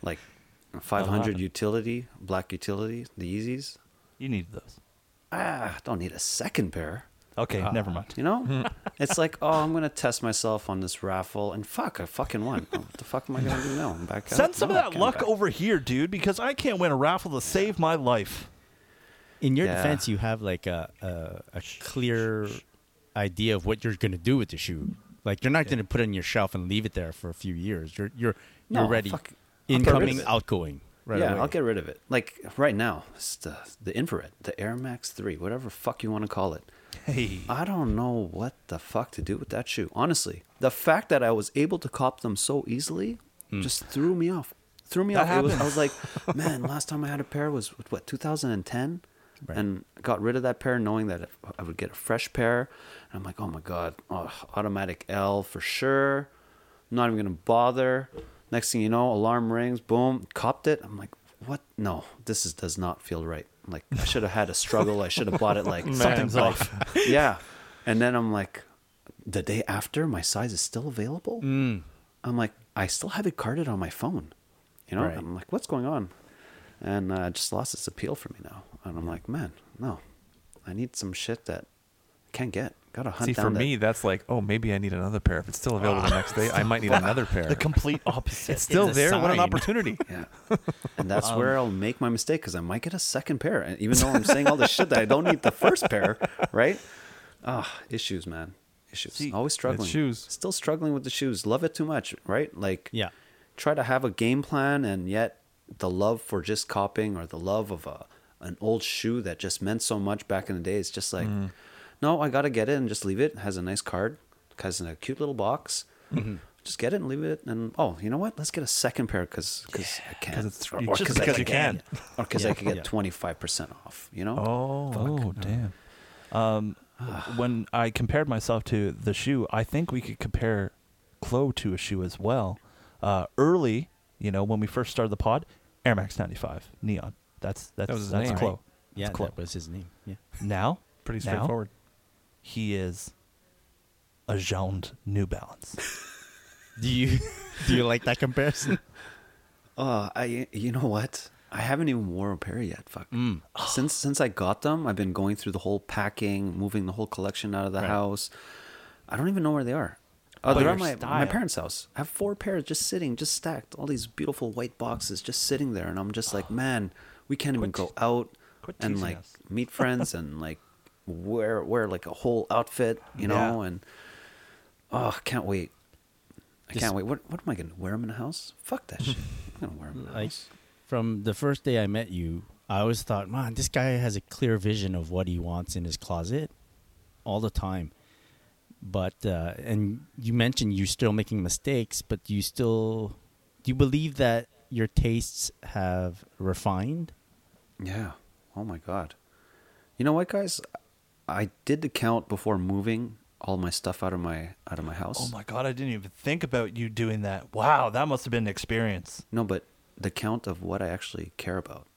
S4: like 500
S2: happen.
S4: utility, black utility, the Yeezys.
S2: You need those.
S4: Ah, don't need a second pair.
S2: Okay, never mind.
S4: You know, it's like, oh, I'm gonna test myself on this raffle, and fuck, I fucking won. Oh, what the fuck am I gonna do now? I'm back. out.
S2: Send some
S4: No,
S2: of
S4: I
S2: that
S4: can't
S2: luck
S4: back-
S2: over here, dude, because I can't win a raffle to save my life.
S3: In your
S4: Yeah.
S3: defense, you have like a, a, a clear idea of what you're going to do with the shoe. Like you're not going to put it on your shelf and leave it there for a few years. You're you're
S4: No,
S3: you're ready.
S4: fuck it. I'll get rid of
S3: Incoming,
S4: it.
S3: outgoing. Right
S4: yeah,
S3: away.
S4: I'll get rid of it. Like right now, it's the the infrared, the Air Max Three, whatever fuck you want to call it.
S2: Hey.
S4: I don't know what the fuck to do with that shoe. Honestly, the fact that I was able to cop them so easily just threw me off. Threw me
S2: Mm. That
S4: off. It was, I was like, man, last time I had a pair was what 2010,
S3: Right.
S4: and got rid of that pair knowing that I would get a fresh pair. And I'm like, oh my god, oh, automatic L for sure. not even gonna bother. Next thing you know, alarm rings. Boom, copped it. I'm like, what? No, this is, does not feel right. Like I should have had a struggle. I should have bought it like
S2: Something's off.
S4: yeah. And then I'm like, the day after, my size is still available.
S5: Mm.
S4: I'm like, I still have it carded on my phone. You know,
S3: Right.
S4: I'm like, what's going on? And uh, it just lost its appeal for me now. And I'm like, man, no, I need some shit that can't get. Gotta hunt
S5: See,
S4: down
S5: for
S4: that-
S5: me, that's like, oh, maybe I need another pair. If it's still available the next day, I might need another pair.
S2: The complete opposite.
S5: it's still
S3: a
S5: there. What an
S3: sign.
S5: opportunity.
S4: Yeah. And that's
S5: Um,
S4: where I'll make my mistake because I might get a second pair. And even though I'm saying all this shit that I don't need the first pair, right? Ah, issues, man. Issues.
S2: See,
S4: Always struggling.
S5: shoes.
S4: Still struggling with the shoes. Love it too much, right? Like,
S3: Yeah.
S4: try to have a game plan and yet the love for just copying or the love of a an old shoe that just meant so much back in the day is just like,
S5: Mm.
S4: no, I gotta get it and just leave it. Has a nice card, has a cute little box.
S5: Mm-hmm.
S4: Just get it and leave it. And oh, you know what? Let's get a second pair because because I can.
S5: 'Cause it's-
S4: or,
S5: you-
S4: or
S5: just
S4: 'cause I
S5: because you can.
S4: or because I
S3: Yeah.
S4: can get
S3: Yeah.
S4: twenty five percent off. You know?
S2: Oh, oh, damn. Um, when I compared myself to the shoe, I think we could compare Chloe to a shoe as well. Uh, early, you know, when we first started the pod, Air Max 95 neon. That's that's
S5: was his
S2: that's
S5: name,
S2: Chloe.
S5: right?
S3: Yeah,
S2: That's Chloe.
S3: that was his name. Yeah.
S2: Now,
S5: Pretty
S2: now,
S5: straightforward.
S2: he is a jauned New Balance.
S3: Do you do you like that comparison?
S4: Uh, I you know what? I haven't even wore a pair yet. Fuck.
S2: Mm.
S4: Since since I got them, I've been going through the whole packing, moving the whole collection out of the house. I don't even know where they are.
S2: But
S4: Oh, they're
S2: your
S4: at my, my
S2: style.
S4: parents' house. I have four pairs just sitting, just stacked. All these beautiful white boxes just sitting there, and I'm just like, man, we can't even go out
S2: quit
S4: and
S2: teasing
S4: like
S2: us.
S4: meet friends and like wear wear like a whole outfit, you know?
S2: Yeah.
S4: And oh, can't wait. I
S3: Just-
S4: can't wait. What what am I gonna wear them in the house? Fuck that shit. I'm gonna wear them in the
S3: Like
S4: house.
S3: from the first day I met you, I always thought, man, this guy has a clear vision of what he wants in his closet all the time. But uh, and you mentioned you're still making mistakes, but you still do you believe that your tastes have refined?
S4: Yeah. Oh my god. You know what, guys? I did the count before moving all my stuff out of my out of my house.
S2: Oh my god, I didn't even think about you doing that. Wow, that must have been an experience.
S4: No, but the count of what I actually care about.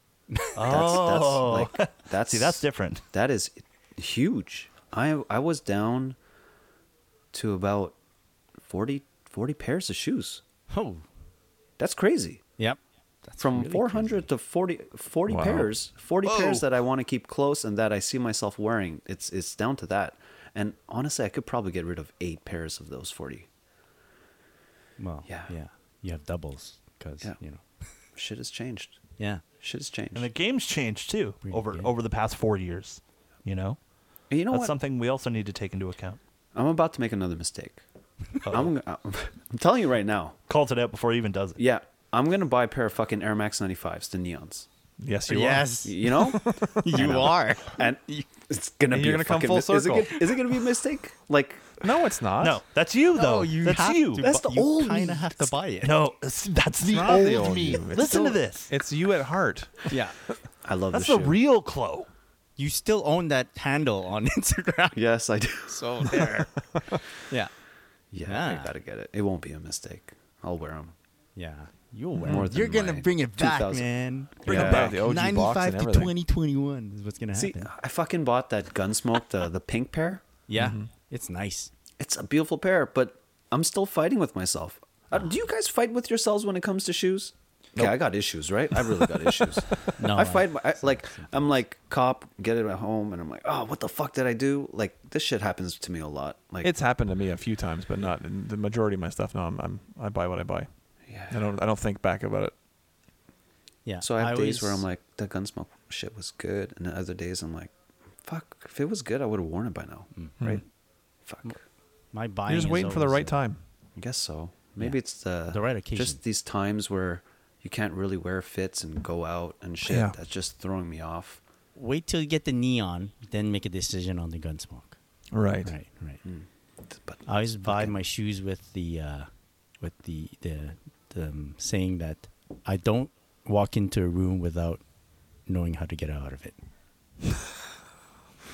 S2: Oh.
S4: That's, that's like that's
S2: See, that's different.
S4: That is huge. I I was down to about 40, 40 pairs of shoes.
S3: Oh,
S4: That's crazy.
S3: yep.
S4: From 400 to 40, 40
S5: Wow.
S4: pairs, 40
S2: Whoa.
S4: pairs that I want to keep close and that I see myself wearing. It's it's down to that. And honestly, I could probably get rid of 8 pairs of those 40.
S3: Well, yeah,
S4: Yeah.
S3: yeah. You have doubles because
S4: Yeah.
S3: you know,
S4: Shit has changed.
S3: yeah.
S4: Shit has changed.
S2: And the game's changed too
S3: Pretty
S2: over
S3: good.
S2: over the past four years. You know,
S4: And you know
S2: that's
S4: what?
S2: something we also need to take into account.
S4: I'm about to make another mistake. I'm, I'm telling you right now.
S2: Calls it out before he even does it.
S4: Yeah, I'm gonna buy a pair of fucking Air Max 95s, the neons.
S5: Yes, you
S4: Y- You know,
S3: you are.
S4: and it's gonna
S5: And
S4: be
S5: you're
S4: a
S5: gonna come
S4: fucking
S5: full
S4: mis- is it
S5: circle.
S4: gonna- Is it, gonna be a mistake? Like,
S5: are. No, it's not.
S2: No, that's Oh, you though. that's you.
S4: That's the old
S3: You kind
S4: me.
S3: of have to buy it.
S2: no, that's that's the
S5: not
S2: old,
S5: the old
S2: me.
S5: you. It's
S2: Listen to
S5: still-
S2: this.
S5: It's you at heart.
S3: Yeah.
S4: I love
S2: That's
S4: this
S2: the
S4: shoe.
S2: real Chloe.
S3: You still own that handle on Instagram.
S4: Yes, I do.
S3: So there. yeah.
S4: Yeah,
S3: Yeah.
S4: I gotta get it. It won't be a mistake. I'll wear them.
S3: Yeah. You'll wear
S4: More
S3: it.
S4: than
S3: Mm-hmm. You're going to
S4: my
S3: bring it back,
S4: 2000.
S3: man.
S5: Bring
S4: it
S3: it
S4: back.
S5: The OG box and
S3: 95 to
S5: everything.
S3: 2021 is what's going to
S4: See,
S3: happen.
S5: uh,
S4: I fucking bought that Gunsmoke, the the pink pair.
S3: yeah.
S5: mm-hmm.
S3: It's nice.
S4: It's a beautiful pair, but I'm still fighting with myself. Uh, do you guys fight with yourselves when it comes to shoes? Okay, I got issues, right? I really got issues.
S3: No,
S4: I
S3: I-
S4: fight I, like I'm like cop, get it at home, and I'm like, oh, what the fuck did I do? Like this shit happens to me a lot. Like
S5: It's happened to me a few times, but not the majority of my stuff. No, I'm, I'm I buy what I buy.
S4: Yeah.
S5: I don't I don't think back about it.
S3: Yeah.
S4: so I have days where I'm
S3: always-
S4: like, the gunsmoke shit was good, and the other days I'm like, fuck, if it was good, I would have worn it by now,
S3: Mm-hmm.
S4: right? Fuck,
S3: my buying.
S5: You're just
S3: is
S5: waiting for the
S3: always,
S5: right
S3: uh,
S5: time.
S4: I guess so. Maybe
S3: Yeah.
S4: it's the
S3: The right occasion.
S4: Just these times where you can't really wear fits and go out and shit.
S5: Yeah.
S4: That's just throwing me off.
S3: Wait till you get the neon, then make a decision on the gun smoke.
S5: Right.
S3: Right, right.
S4: But
S3: I always buy my shoes with the uh, with the the, the um, saying that I don't walk into a room without knowing how to get out of it.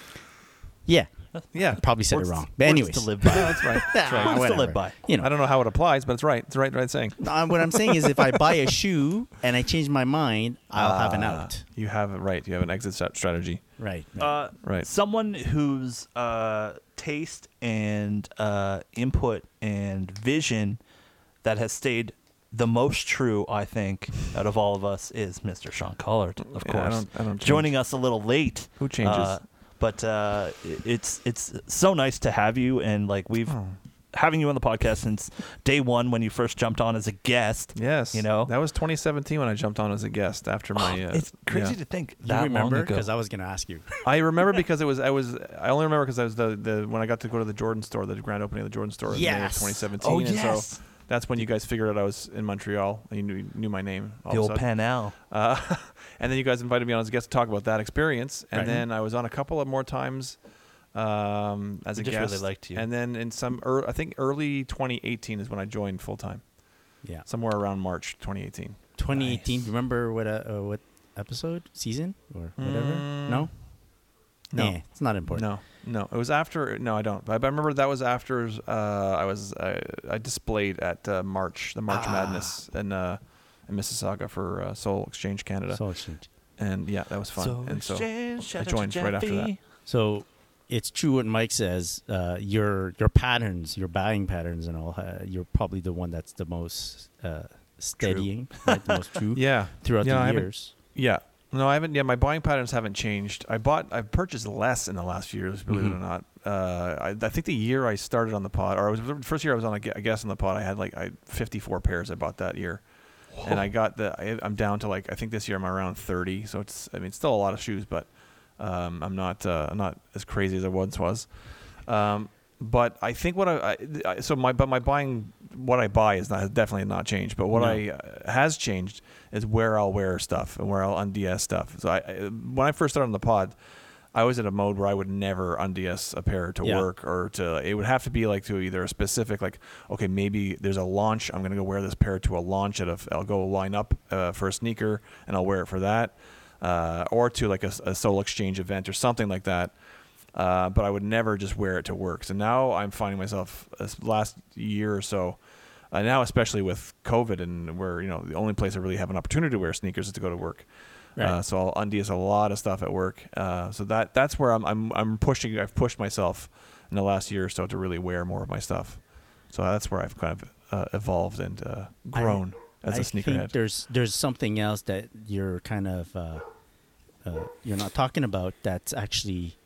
S3: yeah,
S5: Yeah.
S3: probably said
S2: Words-
S3: it wrong. But
S2: words
S3: anyways,
S2: to live by.
S5: That's right.
S3: that's
S2: right. Words to live by.
S3: You know,
S5: I don't know how it applies, but it's right. It's the right right saying.
S3: uh, what I'm saying is, if I buy a shoe and I change my mind, I'll have an out.
S5: You have it right. You have an exit stra- strategy.
S3: Right. right.
S2: Uh,
S5: Right.
S2: Someone whose uh, taste and uh, input and vision that has stayed the most true, I think, out of all of us is Mr. Sean Collard, of
S5: Yeah, I
S2: course.
S5: don't- I don't change.
S2: Joining us a little late.
S5: Who changes?
S2: But uh, i- it's it's so nice to have you, and like we've
S5: Oh.
S2: having you on the podcast since day one when you first jumped on as a guest.
S5: Yes.
S2: you know
S5: that was 2017 when I jumped on as a guest after my. Uh,
S2: it's crazy
S5: yeah.
S2: to think
S3: You
S2: that
S3: remember?
S2: long ago.
S3: Because I was gonna ask you.
S5: I remember because it was I was I only remember because I was the, the when I got to go to the Jordan store, the grand opening of the Jordan store in May of
S3: Yes.
S5: 2017.
S2: Oh,
S5: and
S2: yes.
S5: so that's when you guys figured out I was in Montreal and you knew, knew my name. All
S2: the
S5: of a
S2: old
S5: sudden.
S2: Panel.
S5: Uh, and then you guys invited me on as a guest to talk about that experience. And
S3: Right.
S5: then I was on a couple of more times um, as
S2: We
S5: a
S2: just really
S5: guest.
S2: liked you.
S5: And then in some, ear I think early 2018 is when I joined full time,
S3: Yeah.
S5: somewhere around March 2018.
S3: 2018. Remember what uh, uh, what episode, season, or whatever? no.
S5: No.
S3: Eh, it's not important.
S5: No, no, it was after. No, I don't. But I but I remember that was after uh, I was I, I displayed at uh, March, the
S2: Ah.
S5: March Madness in uh, in Mississauga for uh, Soul Exchange Canada,
S3: So exchange.
S5: and yeah, that was fun.
S2: So
S5: and so
S2: exchange, shout
S5: I
S2: out to
S5: joined right after that.
S2: Jeffy.
S3: So it's true what Mike says. Uh, your your patterns, your buying patterns, and all. Uh, you're probably the one that's the most uh, steadying, right? the most true
S5: Yeah,
S3: throughout
S5: Yeah, I
S3: the
S5: haven't-
S3: years.
S5: Yeah. No, I haven't. Yeah, my buying patterns haven't changed. I bought, I've purchased less in the last few years, believe
S2: Mm-hmm.
S5: it or not. Uh, I, I think the year I started on the pod, or I was the first year I was on, a gue- I guess, on the pod, I had like I 54 pairs I bought that year, and I got the. I, I'm down to like I think this year I'm around 30, so it's. I mean, it's still a lot of shoes, but um, I'm not. Uh, I'm not as crazy as I once was. Um, but I think what I, I- I so my but my buying what I buy is not has definitely not changed. But what
S3: No.
S5: I uh, has changed is where I'll wear stuff and where I'll unds stuff. So I, I when I first started on the pod, I was in a mode where I would never unds a pair to
S3: Yeah.
S5: work or to it would have to be like to either a specific like okay maybe there's a launch I'm gonna go wear this pair to a launch at a I'll go line up uh, for a sneaker and I'll wear it for that uh, or to like a, a soul exchange event or something like that uh, but I would never just wear it to work. So now I'm finding myself this last year or so, uh, now especially with COVID and where you know the only place I really have an opportunity to wear sneakers is to go to work.
S3: Right.
S5: Uh, so I'll undies a lot of stuff at work. Uh, so that that's where I'm, I'm I'm pushing. I've pushed myself in the last year or so to really wear more of my stuff. So that's where I've kind of uh, evolved and uh, grown as a
S3: I think
S5: sneakerhead.
S3: there's there's something else that you're kind of uh, uh, you're not talking about that's actually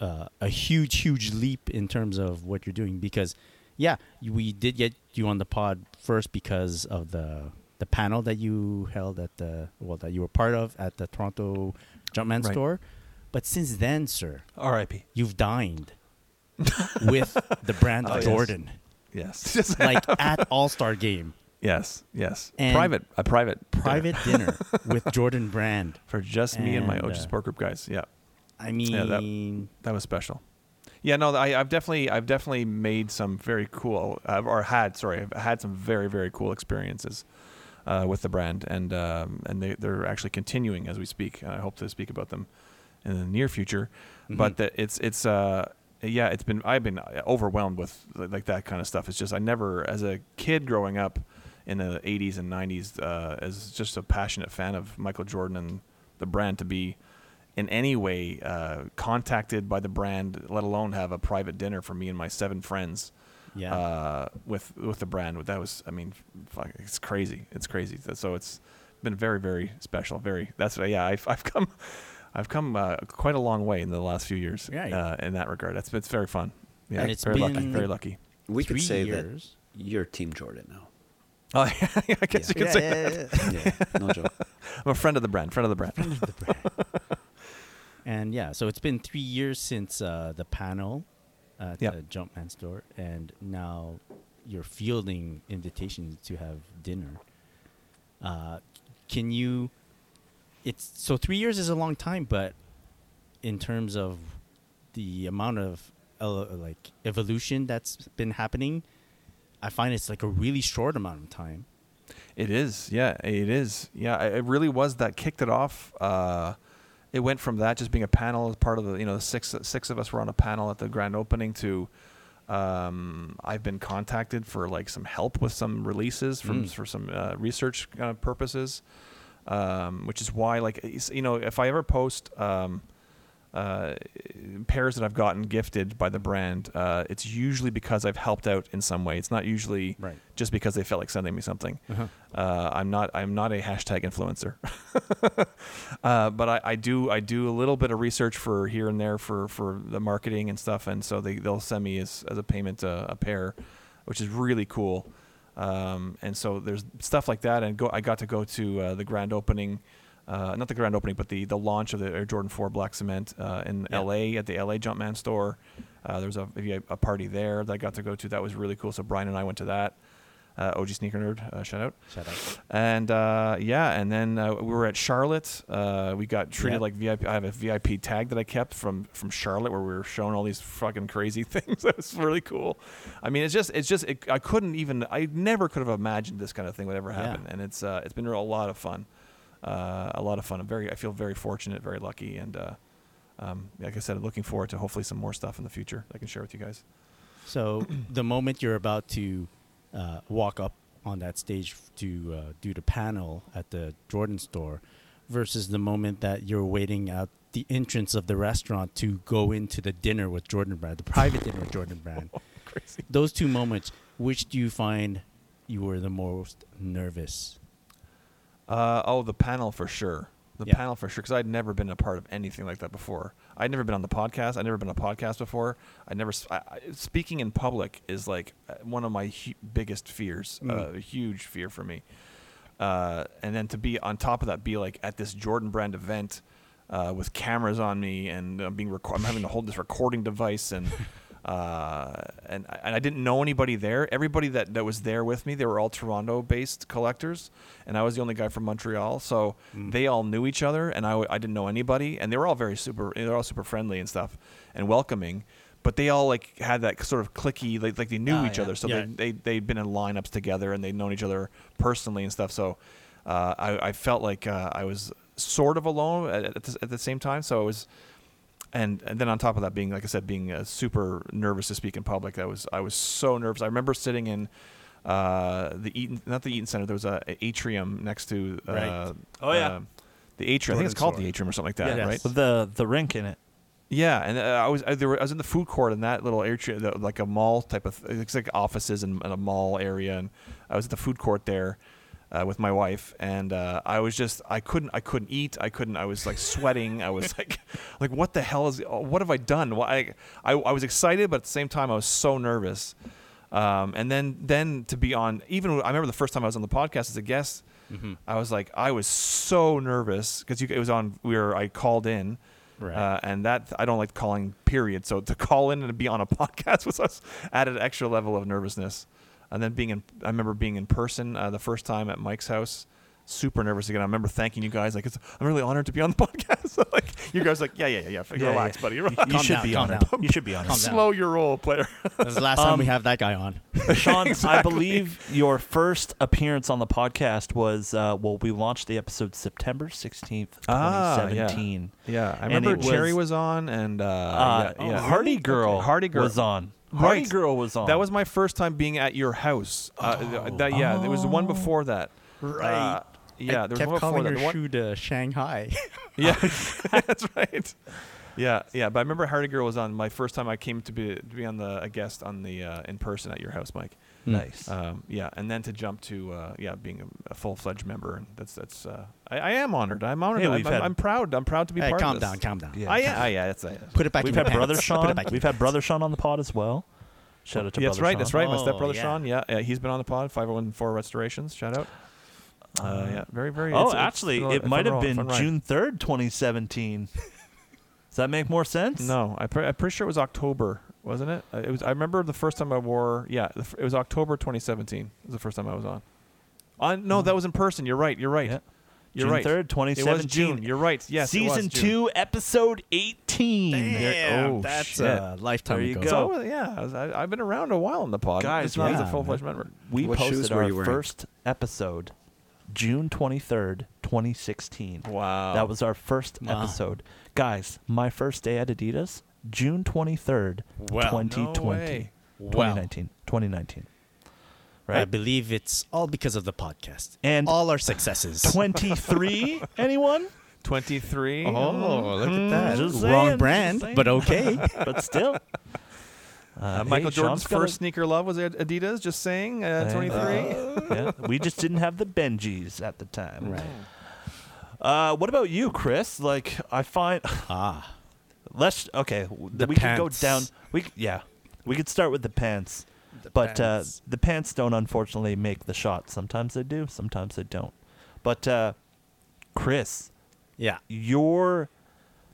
S3: uh, a huge huge leap in terms of what you're doing because yeah you- we did get you on the pod first because of the the panel that you held at the well that you were part of at the Toronto Jumpman
S5: Right.
S3: store but since then sir
S2: R.I.P.
S3: you've dined with the brand
S5: Oh,
S3: of
S5: yes.
S3: Jordan
S5: Yes,
S3: like at All-Star game
S5: yes, yes.
S3: And-
S5: private, a private, dinner
S3: private dinner with Jordan Brand.
S5: for just me and my
S3: And,
S5: OG
S3: uh,
S5: support group guys. Yeah.
S3: I mean,
S5: Yeah, that- That was special. Yeah, no, I, I've definitely, I've definitely made some very cool, uh, or had, sorry, I've had some very, very cool experiences uh, with the brand, and um, and they, they're actually continuing as we speak. And I hope to speak about them in the near future. But that it's it's uh yeah, it's been I've been overwhelmed with like that kind of stuff. It's just I never, as a kid growing up in the '80s and '90s, uh, as just a passionate fan of Michael Jordan and the brand to be in any way uh, contacted by the brand, let alone have a private dinner for me and my seven friends
S3: yeah,
S5: uh, with with the brand. That was, I mean, fuck, it's crazy. It's crazy. So it's been very, very special. Very. That's yeah. I've, I've come, I've come uh, quite a long way in the last few years.
S3: Right.
S5: Uh, in that regard, that's it's very fun. Yeah.
S3: And it's
S5: very lucky.
S3: been-
S5: Very lucky.
S4: We
S3: Three
S4: could say
S3: years.
S4: that you're Team Jordan now.
S5: Oh yeah, I guess you could say that.
S4: Yeah, no joke.
S5: I'm a friend of the brand. Friend of the brand.
S3: and yeah, so it's been three years since uh, the panel uh, at
S5: Yeah.
S3: the Jumpman store, and now you're fielding invitations to have dinner. Uh, can you? It's so three years is a long time, but in terms of the amount of ele- like evolution that's been happening, I find it's like a really short amount of time.
S5: It is, yeah, it is, yeah. I- It really was that kicked it off. Uh, it went from that just being a panel as part of the, you know, the six six of us were on a panel at the grand opening to, um, I've been contacted for like some help with some releases from
S3: Mm.
S5: for some uh, research uh, purposes, um, which is why like it's- you know if I ever post um, uh, pairs that I've gotten gifted by the brand, uh, it's usually because I've helped out in some way. It's not usually
S3: Right.
S5: just because they felt like sending me something.
S3: Uh-huh.
S5: Uh, I'm not I'm not a hashtag influencer, uh, but I, I do I do a little bit of research for here and there for for the marketing and stuff, and so they they'll send me as as a payment uh, a pair, which is really cool. Um, and so there's stuff like that, and go I got to go to uh, the grand opening. Uh, not the grand opening, but the, the launch of the Air Jordan 4 Black Cement uh, in
S3: Yeah.
S5: LA at the LA Jumpman store. Uh, there was a, a party there that I got to go to. That was really cool. So Brian and I went to that. Uh, OG Sneaker Nerd, uh, shout out.
S3: Shout out.
S5: And uh, yeah, and then uh, we were at Charlotte. Uh, we got treated
S3: Yeah.
S5: like VIP. I have a VIP tag that I kept from from Charlotte, where we were shown all these fucking crazy things. it was really cool. I mean, it's just it's just it, I couldn't even I never could have imagined this kind of thing would ever
S3: Yeah.
S5: happen, and it's uh, it's been a lot of fun. Uh, a lot of fun. I'm very I feel very fortunate, very lucky, and uh, um, like I said, looking forward to hopefully some more stuff in the future that I can share with you guys.
S3: So the moment you're about to uh, walk up on that stage f- to uh, do the panel at the Jordan store, versus the moment that you're waiting out the entrance of the restaurant to go into the dinner with Jordan Brand, the private dinner with Jordan Brand.
S5: Oh, Crazy.
S3: Those two moments, which do you find you were the most nervous?
S5: Uh, oh, the panel for sure. The
S3: Yeah.
S5: panel for sure, because I'd never been a part of anything like that before. I'd never been on the podcast. I'd never been on a podcast before. I never s- I- I- speaking in public is like uh, one of my hu- biggest fears. Uh, a huge fear for me. Uh, and then to be on top of that, be like at this Jordan Brand event uh, with cameras on me, and I'm being reco- I'm having to hold this recording device, and uh, and I- and I didn't know anybody there. Everybody that that was there with me, they were all Toronto-based collectors, and I was the only guy from Montreal, so
S3: Mm.
S5: they all knew each other, and I, w- I didn't know anybody, and they were all very super, they're all super friendly and stuff, and welcoming. But they all like had that sort of clicky, like, like they knew
S3: Ah,
S5: each
S3: yeah.
S5: other, so
S3: Yeah.
S5: they, they they'd been in lineups together and they'd known each other personally and stuff. So uh, I, I felt like uh, I was sort of alone at, at, the, at the same time. So it was, and, and then on top of that, being like I said, being uh, super nervous to speak in public, that was I was so nervous. I remember sitting in uh, the Eaton, not the Eaton Center. There was a, a atrium next to uh,
S3: Right.
S2: Oh, yeah.
S5: um, the atrium. I
S3: Jordan
S5: think it's called
S3: Store.
S5: the atrium or something like that,
S3: Yes.
S5: right?
S2: With the the rink in it.
S5: Yeah, and uh, I was I, there were, I was in the food court in that little area, the, like a mall type of. It's like offices and, and a mall area, and I was at the food court there uh, with my wife, and uh, I was just I couldn't I couldn't eat I couldn't I was like sweating I was like like what the hell is uh, what have I done? Why I, I I was excited, but at the same time I was so nervous. Um, and then then to be on even I remember the first time I was on the podcast as a guest, I was like I was so nervous because it was on we were I called in.
S3: Right.
S5: Uh, and that I don't like calling period. So to call in and be on a podcast was us added an extra level of nervousness. And then being in, I remember being in person uh, the first time at Mike's house, super nervous again. I remember thanking you guys like it's, I'm really honored to be on the podcast. like you guys like yeah yeah yeah yeah, relax buddy.
S2: You, you
S3: Calm
S2: should
S3: down,
S2: be
S3: calm
S2: on it.
S3: down.
S2: You should be on it.
S3: Calm down.
S5: Slow your roll, player.
S3: That's the last time
S5: Um,
S3: we have that guy on.
S2: Sean, I believe your first appearance on the podcast was uh, well, we launched the episode September sixteenth,
S5: Ah,
S2: twenty
S5: yeah.
S2: seventeen.
S5: yeah,
S2: And
S5: I remember
S2: it was- oh,
S5: Cherry was on and uh, yeah, yeah.
S2: Hardy Girl,
S5: Okay. Hardy Girl
S2: was on. Hardy
S5: Right.
S2: Girl was on. Oh.
S5: That was my first time being at your house. Uh, th- that yeah, there was the one before that. Uh, yeah,
S3: I
S5: there was
S3: kept
S5: one before
S3: calling
S5: that.
S3: your
S5: The one-
S3: shoe to Shanghai.
S5: Yeah, that's right. Yeah, yeah. But I remember Hardy Girl was on my first time I came to be to be on the a guest on the uh, in person at your house, Mike.
S2: nice.
S5: Um, yeah, and then to jump to uh, yeah being a, a full fledged member, and that's that's uh, I, I am honored. I'm honored.
S2: Hey,
S5: I'm,
S2: we've
S5: I'm-
S2: had-
S5: I'm proud. I'm proud to be
S3: hey,
S5: part
S3: calm
S5: of this.
S3: down, calm down.
S2: Yeah.
S5: I am. ah, yeah, that's it.
S3: Put it back
S2: We've
S3: in your
S2: had brother
S3: pants.
S2: Sean.
S3: Put it back in
S2: We've
S3: your
S2: had brother Sean on the pod as well. Shout out to
S5: that's
S2: brother
S5: right.
S2: Sean.
S5: That's right. My
S3: Oh,
S5: stepbrother
S3: yeah.
S5: Sean. Yeah, yeah, he's been on the pod. Five hundred one four restorations. Shout out. Uh, yeah, very very.
S2: Oh,
S5: it's- it's
S2: actually,
S5: been a-
S2: it
S5: it's
S2: might
S5: fun
S2: have
S5: ro-
S2: been
S5: fun ride.
S2: June third, twenty seventeen. Does that make more sense?
S5: No, I pre- I'm pretty sure it was October, wasn't it? Uh, It was. I remember the first time I wore. Yeah, the, f- it was October 2017. Was the first time I was on. On no, that was in person. You're right. You're right.
S2: Hmm. Yeah.
S5: You're
S2: June
S5: right.
S2: 3rd,
S5: It was
S2: 2017.
S5: June. You're right. Yes. it was
S2: Season
S5: June.
S2: two, episode eighteen.
S3: Damn,
S5: oh,
S3: that's
S5: shit.
S3: a lifetime
S2: There you
S3: ago.
S5: It's
S2: go.
S5: always- uh, yeah, I was- I, I've been around a while in the pod.
S2: Guys,
S5: it's not as a
S3: yeah.
S5: full fledged member.
S2: We
S4: What shoes
S2: posted
S4: were
S2: our
S4: you wearing?
S2: first episode June 23rd, 2016.
S5: Wow.
S2: That was our first
S3: Wow.
S2: episode. Guys, my first day at Adidas, June 23rd,
S3: Wow.
S2: 2020.
S5: No way.
S3: Wow.
S2: 2019. 2019.
S3: I
S2: Right?
S3: believe it's all because of the podcast
S2: And-
S3: all our successes.
S2: 23, anyone?
S5: 23.
S3: Oh, look
S5: Hmm.
S3: at that.
S2: Just saying,
S3: Wrong
S2: just
S3: brand,
S2: saying.
S3: but okay.
S2: but still.
S5: Uh,
S2: Uh,
S5: Michael
S2: hey,
S5: Jordan's
S2: Sean's got a-
S5: first sneaker love was Ad- Adidas, just saying, uh,
S2: Hey.
S5: 23.
S2: yeah, we just didn't have the Benjis at the time.
S3: right.
S2: Uh, what about you, Chris? Like, I find
S3: Ah.
S2: let's okay. w-
S3: The
S2: we
S3: pants.
S2: could go down. We c- yeah, we could start with the pants, but
S3: pants.
S2: Uh, the pants don't unfortunately make the shot. Sometimes they do, sometimes they don't. But uh, Chris,
S3: Yeah.
S2: your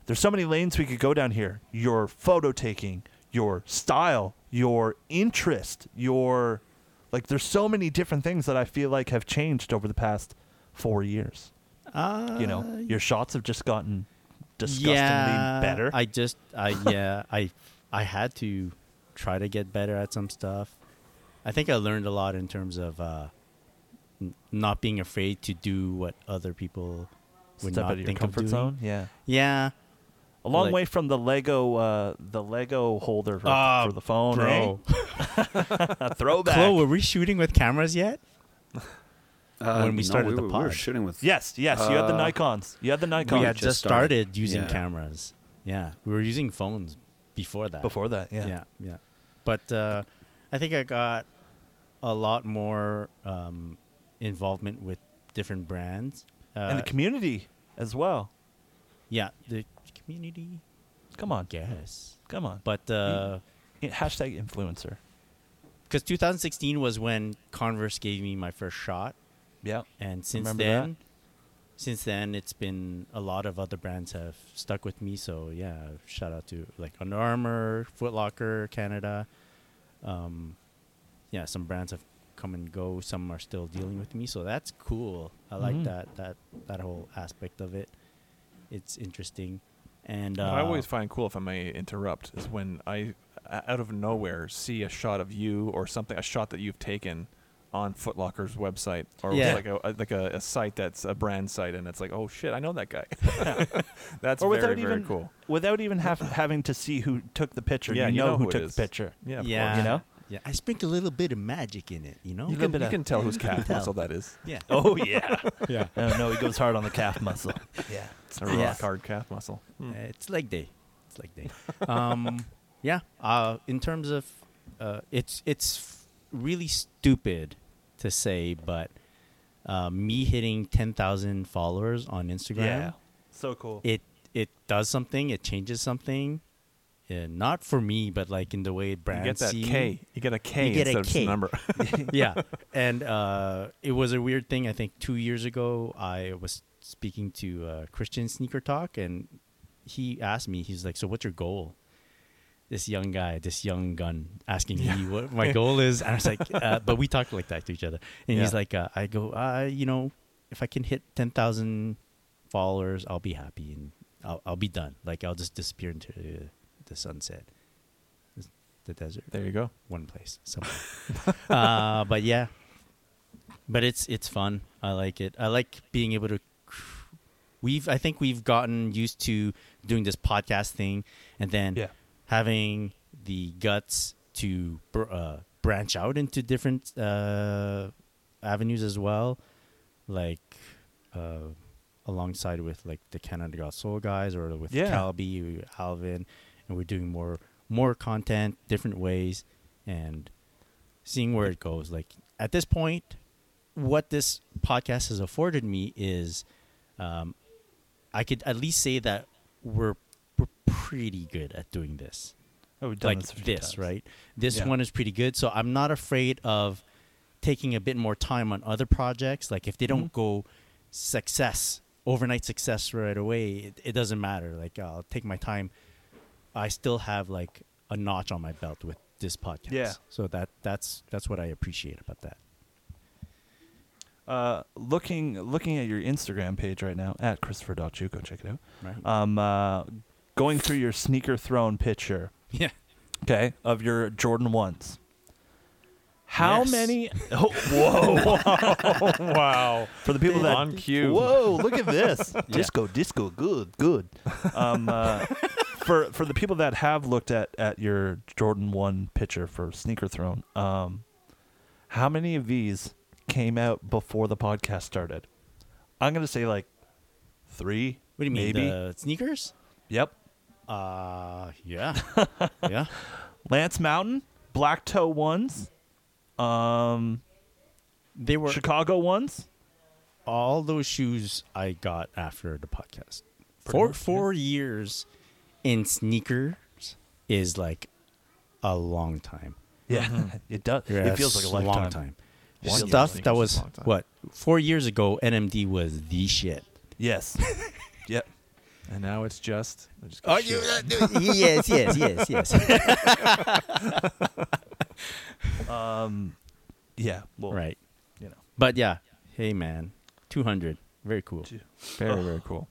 S2: there's so many lanes we could go down here. Your photo taking, your style, your interest, your like there's so many different things that I feel like have changed over the past 4 years.
S3: Uh,
S2: You know, your shots have just gotten disgustingly
S3: yeah,
S2: better.
S3: I just I yeah, I I had to try to get better at some stuff. I think I learned a lot in terms of uh, n- not being afraid to do what other people would
S2: Step
S3: not
S2: out of your
S3: think
S2: comfort
S3: of doing.
S2: zone. Yeah.
S3: Yeah.
S2: A long
S3: Like-
S2: way from the Lego uh the Lego holder for,
S3: Ah,
S2: for the phone,
S3: Bro.
S2: eh? A throwback.
S3: Chloe, were we shooting with cameras yet?
S4: Uh,
S3: When we started
S4: we,
S3: the
S4: were- we were
S3: pod.
S4: shooting with
S2: yes, yes, you had the
S4: Uh,
S2: Nikons. You had the Nikons
S4: We
S3: We
S4: had
S3: had
S4: just
S3: just started, using
S4: yeah.
S3: cameras. Yeah. We were using phones before that.
S2: before that, yeah.
S3: yeah yeah but uh, i think i got a lot more um, involvement with different brands uh,
S2: and the community as well.
S3: yeah the community
S2: Come on,
S3: guess
S2: come on.
S3: but uh, because
S2: Yeah, hashtag influencer.
S3: 2016 was when converse gave me my first shot
S2: Yeah,
S3: and since
S2: Remember that?
S3: then since then it's been a lot of other brands have stuck with me so yeah shout out to like under armor foot locker canada um, yeah some brands have come and go some are still dealing with me so that's cool i like
S2: Mhm.
S3: that that that whole aspect of it it's interesting and uh,
S5: What I always find cool, if I may interrupt, is when I uh, out of nowhere see a shot of you or something, a shot that you've taken on Foot Locker's website or
S3: Yeah.
S5: like a, like a, a site that's a brand site, and it's like, oh shit, I know that guy. that's
S2: or
S5: very
S2: without
S5: very
S2: even
S5: cool.
S2: without even have, having to see who took the picture.
S5: Yeah,
S2: you,
S5: you
S2: know,
S5: know
S2: who
S5: who it
S2: took
S5: is.
S2: the picture.
S5: Yeah, of
S3: yeah
S5: course.
S2: you know?
S3: yeah i sprinkle a little bit of magic in it you know
S5: You
S2: little
S5: can,
S2: bit
S5: you
S2: of-
S5: can tell who's cat
S3: tell.
S5: muscle that is.
S3: yeah
S2: Oh yeah.
S3: yeah
S2: no, Oh, no, he goes hard on the calf muscle. Yeah.
S5: It's a rock
S3: Yes.
S5: hard calf muscle. Hmm.
S3: Uh, It's leg day. It's leg day. um, yeah. Uh, in terms of, uh, it's it's f- really stupid to say, but uh, me hitting ten thousand followers on Instagram,
S2: Yeah. So cool.
S3: it it does something. It changes something. Yeah, not for me, but like in the way
S5: You
S3: brands
S5: get that
S3: see me.
S5: K. You get a K
S3: You get a
S5: instead of just
S3: K.
S5: a number.
S3: yeah. And uh, it was a weird thing. I think two years ago, I was speaking to uh, Christian Sneaker Talk, and he asked me, he's like, So, what's your goal? This young guy, this young gun, asking me what my goal is. And I was like, uh, But we talked like that to each other. And he's
S5: Yeah.
S3: like, uh, I go, uh, You know, if I can hit 10,000 followers, I'll be happy and I'll, I'll be done. Like, I'll just disappear into the, the sunset, the- the desert
S5: there you go.
S3: one place somewhere. uh, but yeah, but it's it's fun. I like it. I like being able to. cr- We've I think we've gotten used to doing this podcast thing, and then
S2: Yeah.
S3: having the guts to br- uh, branch out into different uh, avenues as well, like. Uh, alongside with like the Canada Got Soul guys or with
S2: Yeah.
S3: Calby, Alvin, and we're doing more more content, different ways, and seeing where it goes. Like at this point, what this podcast has afforded me is, um, I could at least say that we're we're pretty good at doing this.
S2: oh, we've done
S3: Like
S2: this, a few
S3: this,
S2: times.
S3: right? This
S2: Yeah.
S3: one is pretty good, so I'm not afraid of taking a bit more time on other projects. Like if they don't
S2: Mhm.
S3: go success overnight success right away, it, it doesn't matter. Like I'll take my time. I still have like a notch on my belt with this podcast.
S2: Yeah.
S3: So that that's that's what I appreciate about that.
S2: Uh, looking looking at your Instagram page right now at Christopher Dachu, go check it out.
S3: Right.
S2: Um, uh, going through your sneaker thrown picture.
S3: yeah.
S2: Okay, of your Jordan ones. How
S3: Yes.
S2: many? Oh, whoa! wow! For the people that
S5: On cue.
S2: Whoa! Look at this disco, disco, good, good. Um, uh, for for the people that have looked at at your Jordan One picture for Sneaker Throne, um, how many of these came out before the podcast started? I'm gonna say like three,
S3: What do you mean?
S2: Maybe.
S3: The sneakers?
S2: Yep.
S3: Uh, yeah, yeah.
S2: Lance Mountain, Black Toe ones, um,
S3: They were
S2: Chicago ones.
S3: all those shoes I got after the podcast.
S2: Pretty
S3: Four
S2: much, yeah.
S3: four years in sneakers is like a long time.
S2: Yeah, it does.
S3: Yeah,
S2: it feels like a
S3: it's
S2: lifetime.
S3: Long time.
S2: It feels
S3: Stuff
S2: like
S3: that
S2: sneakers
S3: was
S5: is a long time.
S3: what four years ago. NMD was the shit.
S2: Yes. yep.
S5: And now it's just. I just
S3: Oh,
S5: got shit.
S3: yes, yes, yes, yes.
S2: Yeah. Well,
S3: right,
S2: You know.
S3: but yeah. Hey, man, two hundred. Very cool.
S2: Two-
S5: Very, very cool.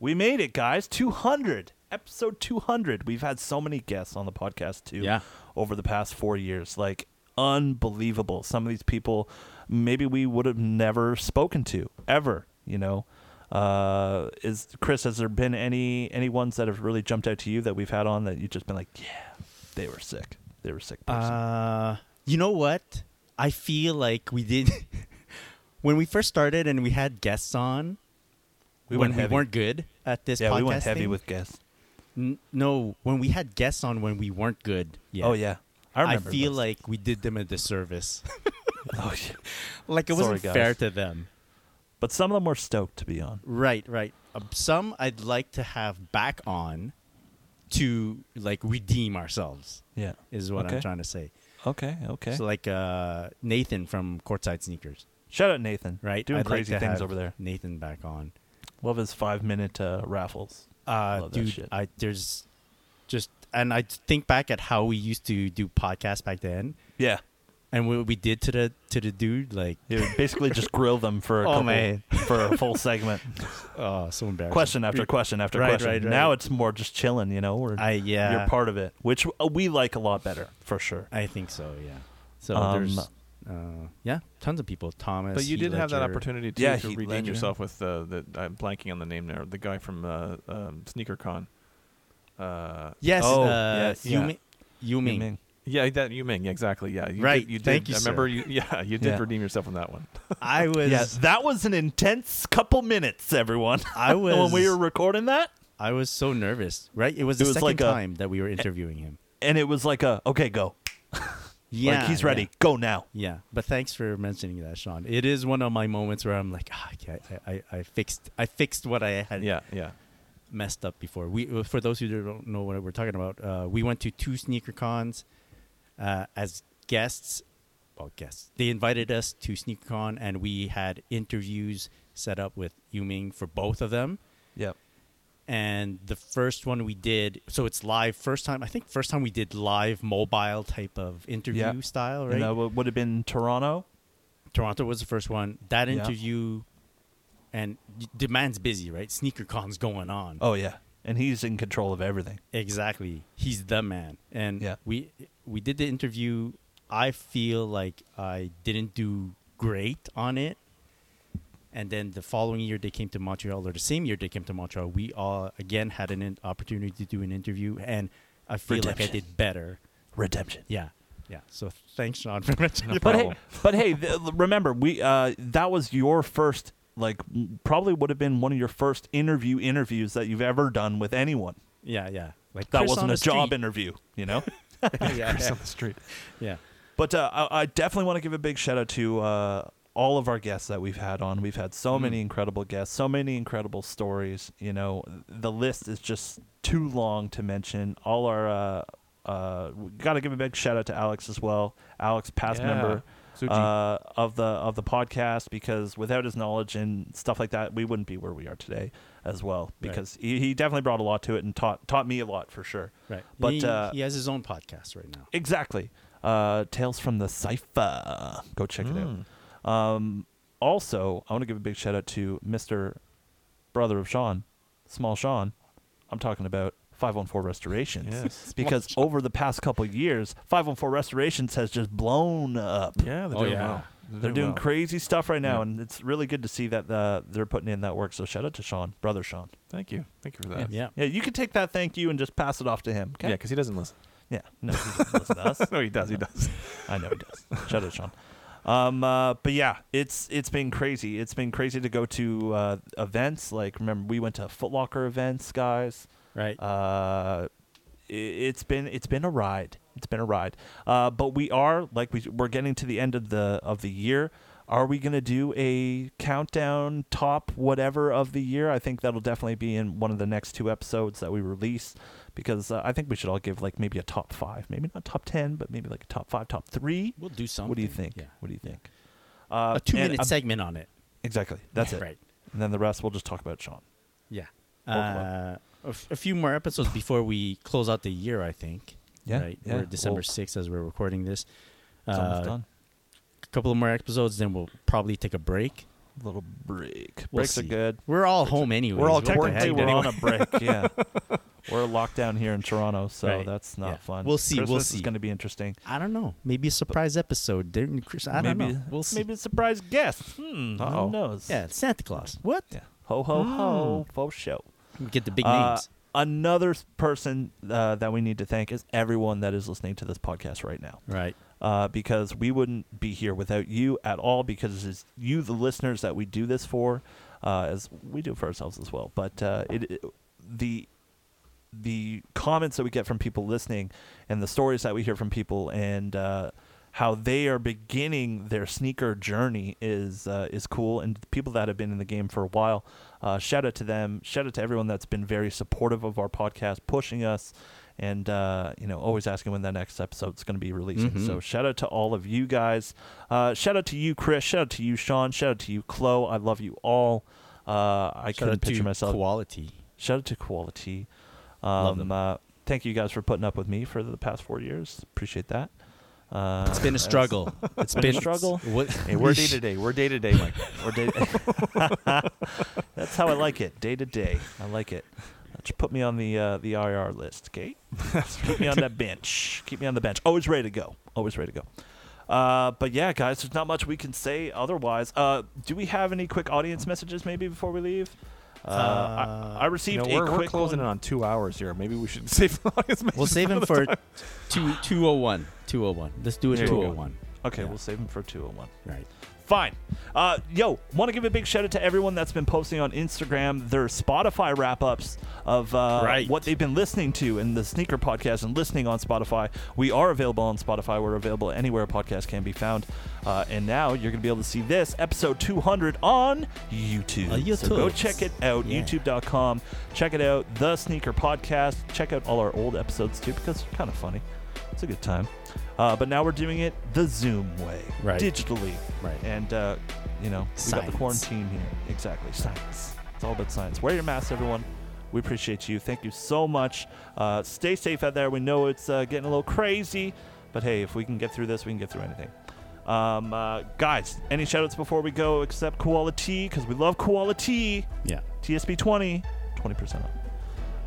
S2: We made it, guys. 200. Episode 200. We've had so many guests on the podcast, too,
S3: Yeah.
S2: over the past four years. Like, unbelievable. Some of these people maybe we would have never spoken to, ever, you know? Uh, is Chris, has there been any, any ones that have really jumped out to you that we've had on that you've just been like, yeah, they were sick. They were a sick person.
S3: Uh, you know what? I feel like we did when we first started and we had guests on.
S2: We
S3: when
S2: went
S3: we
S2: heavy.
S3: weren't good at this.
S2: yeah, we went
S3: podcast
S2: heavy
S3: thing.
S2: with guests.
S3: N- no when we had guests on when we weren't good. Yet,
S2: Oh, yeah. I
S3: I,
S2: remember.
S3: feel
S2: those.
S3: like we did them a disservice.
S2: Oh, yeah.
S3: like it
S2: Sorry,
S3: wasn't
S2: guys.
S3: fair to them.
S2: But some of them were stoked to be on.
S3: Right, right. Um, some I'd like to have back on to like redeem ourselves
S2: Yeah.
S3: is what
S2: Okay.
S3: I'm trying to say.
S2: Okay, okay.
S3: So like uh, Nathan from Courtside Sneakers,
S2: Shout out Nathan.
S3: right?
S2: Doing
S3: I'd like
S2: crazy
S3: to
S2: things
S3: have
S2: over there.
S3: Nathan back on.
S2: Love his five minute uh, raffles.
S3: Uh,
S2: Love that
S3: dude,
S2: shit.
S3: I there's just and I think back at how we used to do podcasts back then,
S2: Yeah.
S3: and what we did to the to the dude, like
S2: He would basically just grill them for a
S3: Oh,
S2: couple-
S3: man.
S2: for a full segment.
S3: oh, so embarrassing.
S2: question after question after
S3: Right,
S2: question.
S3: right, right.
S2: Now it's more just chilling, you know, or
S3: I yeah,
S2: you're part of it, which uh, we like a lot better for sure.
S3: I think so. Yeah. So
S2: Um,
S3: there's uh, yeah, tons of people. Thomas,
S5: But you
S3: Heath
S5: did have that
S3: Ledger.
S5: opportunity too
S2: Yeah,
S5: to
S2: Heath
S5: redeem
S2: Ledger.
S5: yourself with uh, the, the I'm blanking on the name there. The guy from uh, um, SneakerCon. Uh,
S3: Yes.
S2: Oh,
S3: uh,
S2: yes,
S3: You
S2: yeah.
S3: Ming. You Ming.
S2: Ming.
S5: yeah, that you Ming exactly. Yeah, you
S3: Right,
S5: Did, you did.
S3: thank you,
S5: I
S3: sir.
S5: remember. You, yeah, you did
S2: Yeah.
S5: redeem yourself on that one.
S3: I was.
S2: Yeah, that was an intense couple minutes, everyone.
S3: I
S2: when
S3: was.
S2: we were recording that,
S3: I was so nervous. Right. It was the
S2: It was
S3: second
S2: like a-
S3: time that we were interviewing him.
S2: and it was like a okay, go.
S3: Yeah.
S2: like he's
S3: yeah.
S2: ready. Go now.
S3: Yeah, but thanks for mentioning that, Sean. It is one of my moments where I'm like, ah, yeah, I, I, I fixed, I fixed what I had
S5: Yeah, yeah.
S3: messed up before. We, uh, for those who don't know what we're talking about, uh, we went to two sneaker cons uh, as guests. Well, guests. They invited us to SneakerCon, and we had interviews set up with Yuming for both of them.
S2: Yep.
S3: And the first one we did, so it's live. First time, I think, first time we did live mobile type of interview
S2: Yeah.
S3: style, right?
S2: And that would would have been Toronto.
S3: Toronto was the first one. That
S2: Yeah.
S3: interview, and y- the man's busy, right? Sneaker con's going on.
S2: Oh yeah, and he's in control of everything.
S3: exactly. He's the man. And
S2: Yeah.
S3: we we did the interview. I feel like I didn't do great on it. And then the following year they came to Montreal, or the same year they came to Montreal. We all again had an in- opportunity to do an interview, and I feel like I
S2: Redemption.
S3: did better.
S2: Redemption.
S3: Yeah, yeah. So thanks, Sean, for mentioning.
S2: but
S3: that.
S2: hey, but hey, th- remember we uh, that was your first like m- probably would have been one of your first interview interviews that you've ever done with anyone.
S3: yeah, yeah. Like
S2: That
S3: Chris on
S2: wasn't
S3: the
S2: a job
S3: street.
S2: interview, you know.
S3: yeah,
S5: Chris
S3: yeah.
S5: on the street.
S3: yeah.
S2: but uh, I, I definitely want to give a big shout out to uh, all of our guests that we've had on. We've had so
S3: Mm.
S2: many incredible guests, so many incredible stories. You know, the list is just too long to mention. All our uh, uh, got to give a big shout out to Alex as well. Alex, past
S5: Yeah.
S2: member
S5: Suji.
S2: uh, of the of the podcast because without his knowledge and stuff like that, we wouldn't be where we are today as well.
S3: Right.
S2: Because he, he definitely brought a lot to it and taught taught me a lot for sure.
S3: Right.
S2: But
S3: he,
S2: uh,
S3: he has his own podcast right now.
S2: exactly, uh, Tales from the Cipher. Go check it
S5: Hmm.
S2: out. Um, also, I want to give a big shout out to Mister Brother of Sean, Small Sean. I'm talking about. 514 Restorations.
S5: Yes. Small
S2: Because over the past couple of years, 514 Restorations has just blown up.
S5: Yeah, they're
S3: Oh,
S5: doing
S3: yeah.
S5: well.
S2: They're doing
S5: well.
S2: crazy stuff right now,
S5: Yeah.
S2: and it's really good to see that uh, they're putting in that work. So shout out to Sean, brother Sean.
S5: Thank you. Thank you for that.
S3: Yeah.
S2: Yeah, you can take that thank you and just pass it off to him. 'kay?
S5: Yeah, because he doesn't listen.
S2: yeah. No, he doesn't listen to us.
S5: No, he does. He does.
S2: I know he does. Shout out to Sean. Um, uh, but yeah, it's it's been crazy. It's been crazy to go to uh, events. Like remember, we went to Foot Locker events, guys.
S3: Right.
S2: Uh, i- it's been it's been a ride. It's been a ride. Uh, but we are like we we're getting to the end of the of the year. Are we gonna do a countdown top whatever of the year? I think that'll definitely be in one of the next two episodes that we release because uh, I think we should all give like maybe a top five, maybe not top ten, but maybe like a top five, top three.
S3: we'll do something.
S2: What do you think?
S3: Yeah.
S2: What do you think? Uh,
S3: a two
S2: and
S3: minute
S2: I'm-
S3: segment on it.
S2: Exactly. That's
S3: Yeah,
S2: it.
S3: Right.
S2: And then the rest we'll just talk about Sean.
S3: Yeah.
S2: Hold on.
S3: Uh, a, f- a few more episodes before we close out the year, I think.
S2: Yeah,
S3: Right.
S2: yeah.
S3: We're December
S2: Well-
S3: sixth as we're recording this.
S2: It's
S3: Uh,
S2: almost done.
S3: A couple of more episodes, then we'll probably take a break.
S2: Little break.
S3: We'll
S2: Breaks
S3: see.
S2: are good.
S3: We're all home anyway.
S5: all
S2: Technically,
S5: quarantined
S2: we're on a break. Yeah, we're locked down here in Toronto, so
S3: Right.
S2: that's not
S3: Yeah.
S2: fun.
S3: We'll see, we'll
S2: Christmas is
S3: see.
S2: going to be interesting.
S3: I don't know. Maybe a surprise episode. Didn't Chris- I don't
S2: maybe,
S3: know. We'll see.
S2: Maybe a surprise guest. Hmm.
S5: Uh-oh.
S2: Who knows?
S3: Yeah, it's Santa Claus. What?
S2: Yeah. Ho ho ho. Faux show.
S3: We get the Hmm. big
S2: Uh,
S3: names.
S2: Another s- person uh, that we need to thank is everyone that is listening to this podcast right now.
S3: Right.
S2: uh, because we wouldn't be here without you at all because it's you the listeners that we do this for uh, as we do it for ourselves as well but uh, it, it- the the comments that we get from people listening and the stories that we hear from people and uh, how they are beginning their sneaker journey is uh, is cool and people that have been in the game for a while uh, shout out to them shout out to everyone that's been very supportive of our podcast pushing us and uh, you know always asking when that next episode's going to be releasing
S3: Mhm.
S2: so shout out to all of you guys uh, shout out to you chris shout out to you sean shout out to you chloe i love you all uh, i
S3: Shout
S2: couldn't
S3: out to
S2: picture myself
S3: Quality.
S2: Shout out to Quality. Um,
S3: Love them.
S2: Uh, thank you guys for putting up with me for the past four years. Appreciate that. Uh,
S3: It's been a
S2: that's-
S3: struggle. it's been
S2: a struggle.
S3: What?
S5: Hey, we're day to day. We're day to day, Mike.
S2: Or day- that's how I like it. Day to day, I like it. Just put me on the uh, the IR list, okay? Keep me on that bench. Keep me on the bench. Always ready to go. Always ready to go. Uh, but yeah, guys, there's not much we can say otherwise. Uh, do we have any quick audience messages maybe before we leave? Uh,
S3: Uh,
S2: I, I
S5: You
S2: received
S5: know,
S2: a
S5: we're, we're
S2: quick
S5: closing
S2: one.
S5: in on two hours here. Maybe we should save the audience
S3: We'll
S5: messages
S3: save him
S5: another
S3: for
S5: time.
S3: two, 201. 201. Let's do a
S5: There you go.
S3: 201.
S2: Okay,
S3: Yeah.
S2: we'll save them for 201.
S3: Right.
S2: Fine. Uh, yo, want to give a big shout out to everyone that's been posting on Instagram their Spotify wrap ups of uh,
S3: Right.
S2: what they've been listening to in the sneaker podcast and listening on Spotify. We are available on Spotify. We're available anywhere a podcast can be found. Uh, and now you're going to be able to see this episode 200 on YouTube.
S3: On
S2: So go
S3: YouTube.
S2: check it out.
S3: Yeah.
S2: YouTube.com. Check it out. The Sneaker Podcast. Check out all our old episodes too because they're kind of funny. It's a good time. Uh, but now we're doing it the Zoom way,
S3: Right.
S2: digitally.
S3: Right.
S2: And, uh, you know, we got
S3: Science.
S2: the quarantine here. Exactly. Science. It's all about science. Wear your masks, everyone. We appreciate you. Thank you so much. Uh, stay safe out there. We know it's uh, getting a little crazy, but hey, if we can get through this, we can get through anything. Um, uh, guys, any shout outs before we go except Koala T, because we love Koala T.
S3: Yeah.
S2: TSB 20, 20% off.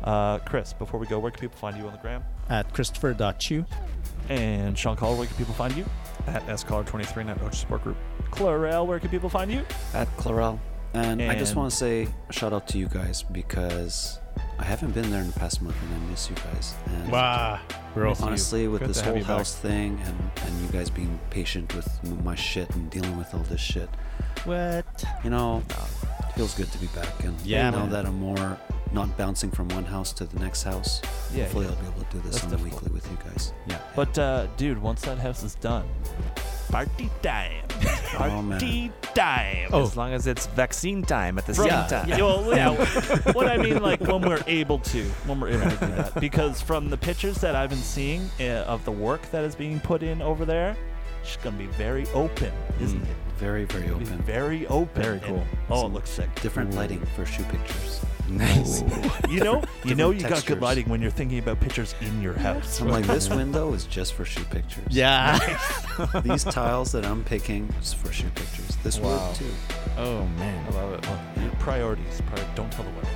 S2: Uh, Chris, before we go, where can people find you on the gram?
S3: At Christopher.chu.
S2: And Sean Call, where can people find you?
S5: At S Collar 23 and at Ocean Support Group.
S2: Clarel, where can people find you?
S4: at Clarel. And, I just
S2: And-
S4: want to say a shout out to you guys because I haven't been there in the past month and I miss you guys. And
S3: We're all
S4: Honestly, with
S5: Good
S4: this
S5: to have
S4: whole
S5: you back.
S4: house thing and, and you guys being patient with m- my shit and dealing with all this shit,
S3: What?
S4: you know, it feels good to be back. And
S3: Yeah,
S4: now
S3: man.
S4: that I'm more not bouncing from one house to the next house,
S2: Yeah,
S4: hopefully
S2: yeah.
S4: I'll be able to do this
S2: That's
S4: on the
S2: difficult.
S4: weekly with you guys.
S3: Yeah.
S2: But uh, dude, once that house is done, party time.
S4: Oh, man.
S2: Party time.
S3: Oh.
S5: As long as it's vaccine time at the
S2: Bro,
S5: same time.
S2: yo, yeah, what I mean, like when we're able to, when we're able to do that, because from the pictures that I've been seeing uh, of the work that is being put in over there, it's gonna be very open, isn't it?
S4: Very, very
S2: It's
S4: open.
S2: very open.
S5: Very
S2: and-
S5: cool.
S2: oh, it looks sick.
S4: Different lighting for shoe pictures.
S3: Nice.
S2: You know, you know, you got
S4: different
S2: good
S4: textures.
S2: lighting when you're thinking about pictures in your house.
S4: I'm like, this window is just for shoe pictures.
S3: Yeah.
S4: These tiles that I'm picking is for shoe pictures. This
S5: Wow.
S4: wood too.
S3: oh,
S2: I
S3: man.
S2: love it. Well, your priorities. Prior- don't tell the world.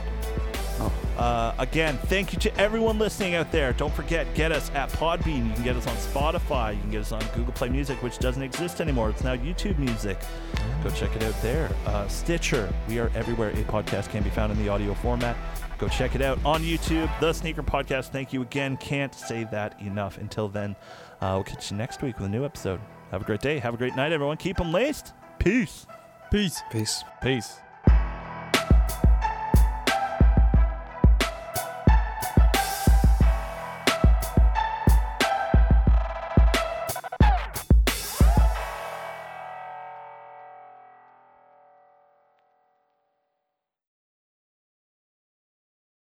S4: Oh,
S2: Uh, again, thank you to everyone listening out there. Don't forget, get us at Podbean. You can get us on Spotify. You can get us on Google Play Music, which doesn't exist anymore. It's now YouTube Music. Go check it out there. Uh, Stitcher. We are everywhere. A podcast can be found in the audio format. Go check it out on YouTube. The Sneaker Podcast. Thank you again. Can't say that enough. Until then, uh, we'll catch you next week with a new episode. Have a great day. Have a great night, everyone. Keep them laced. Peace.
S3: Peace.
S4: Peace.
S5: Peace.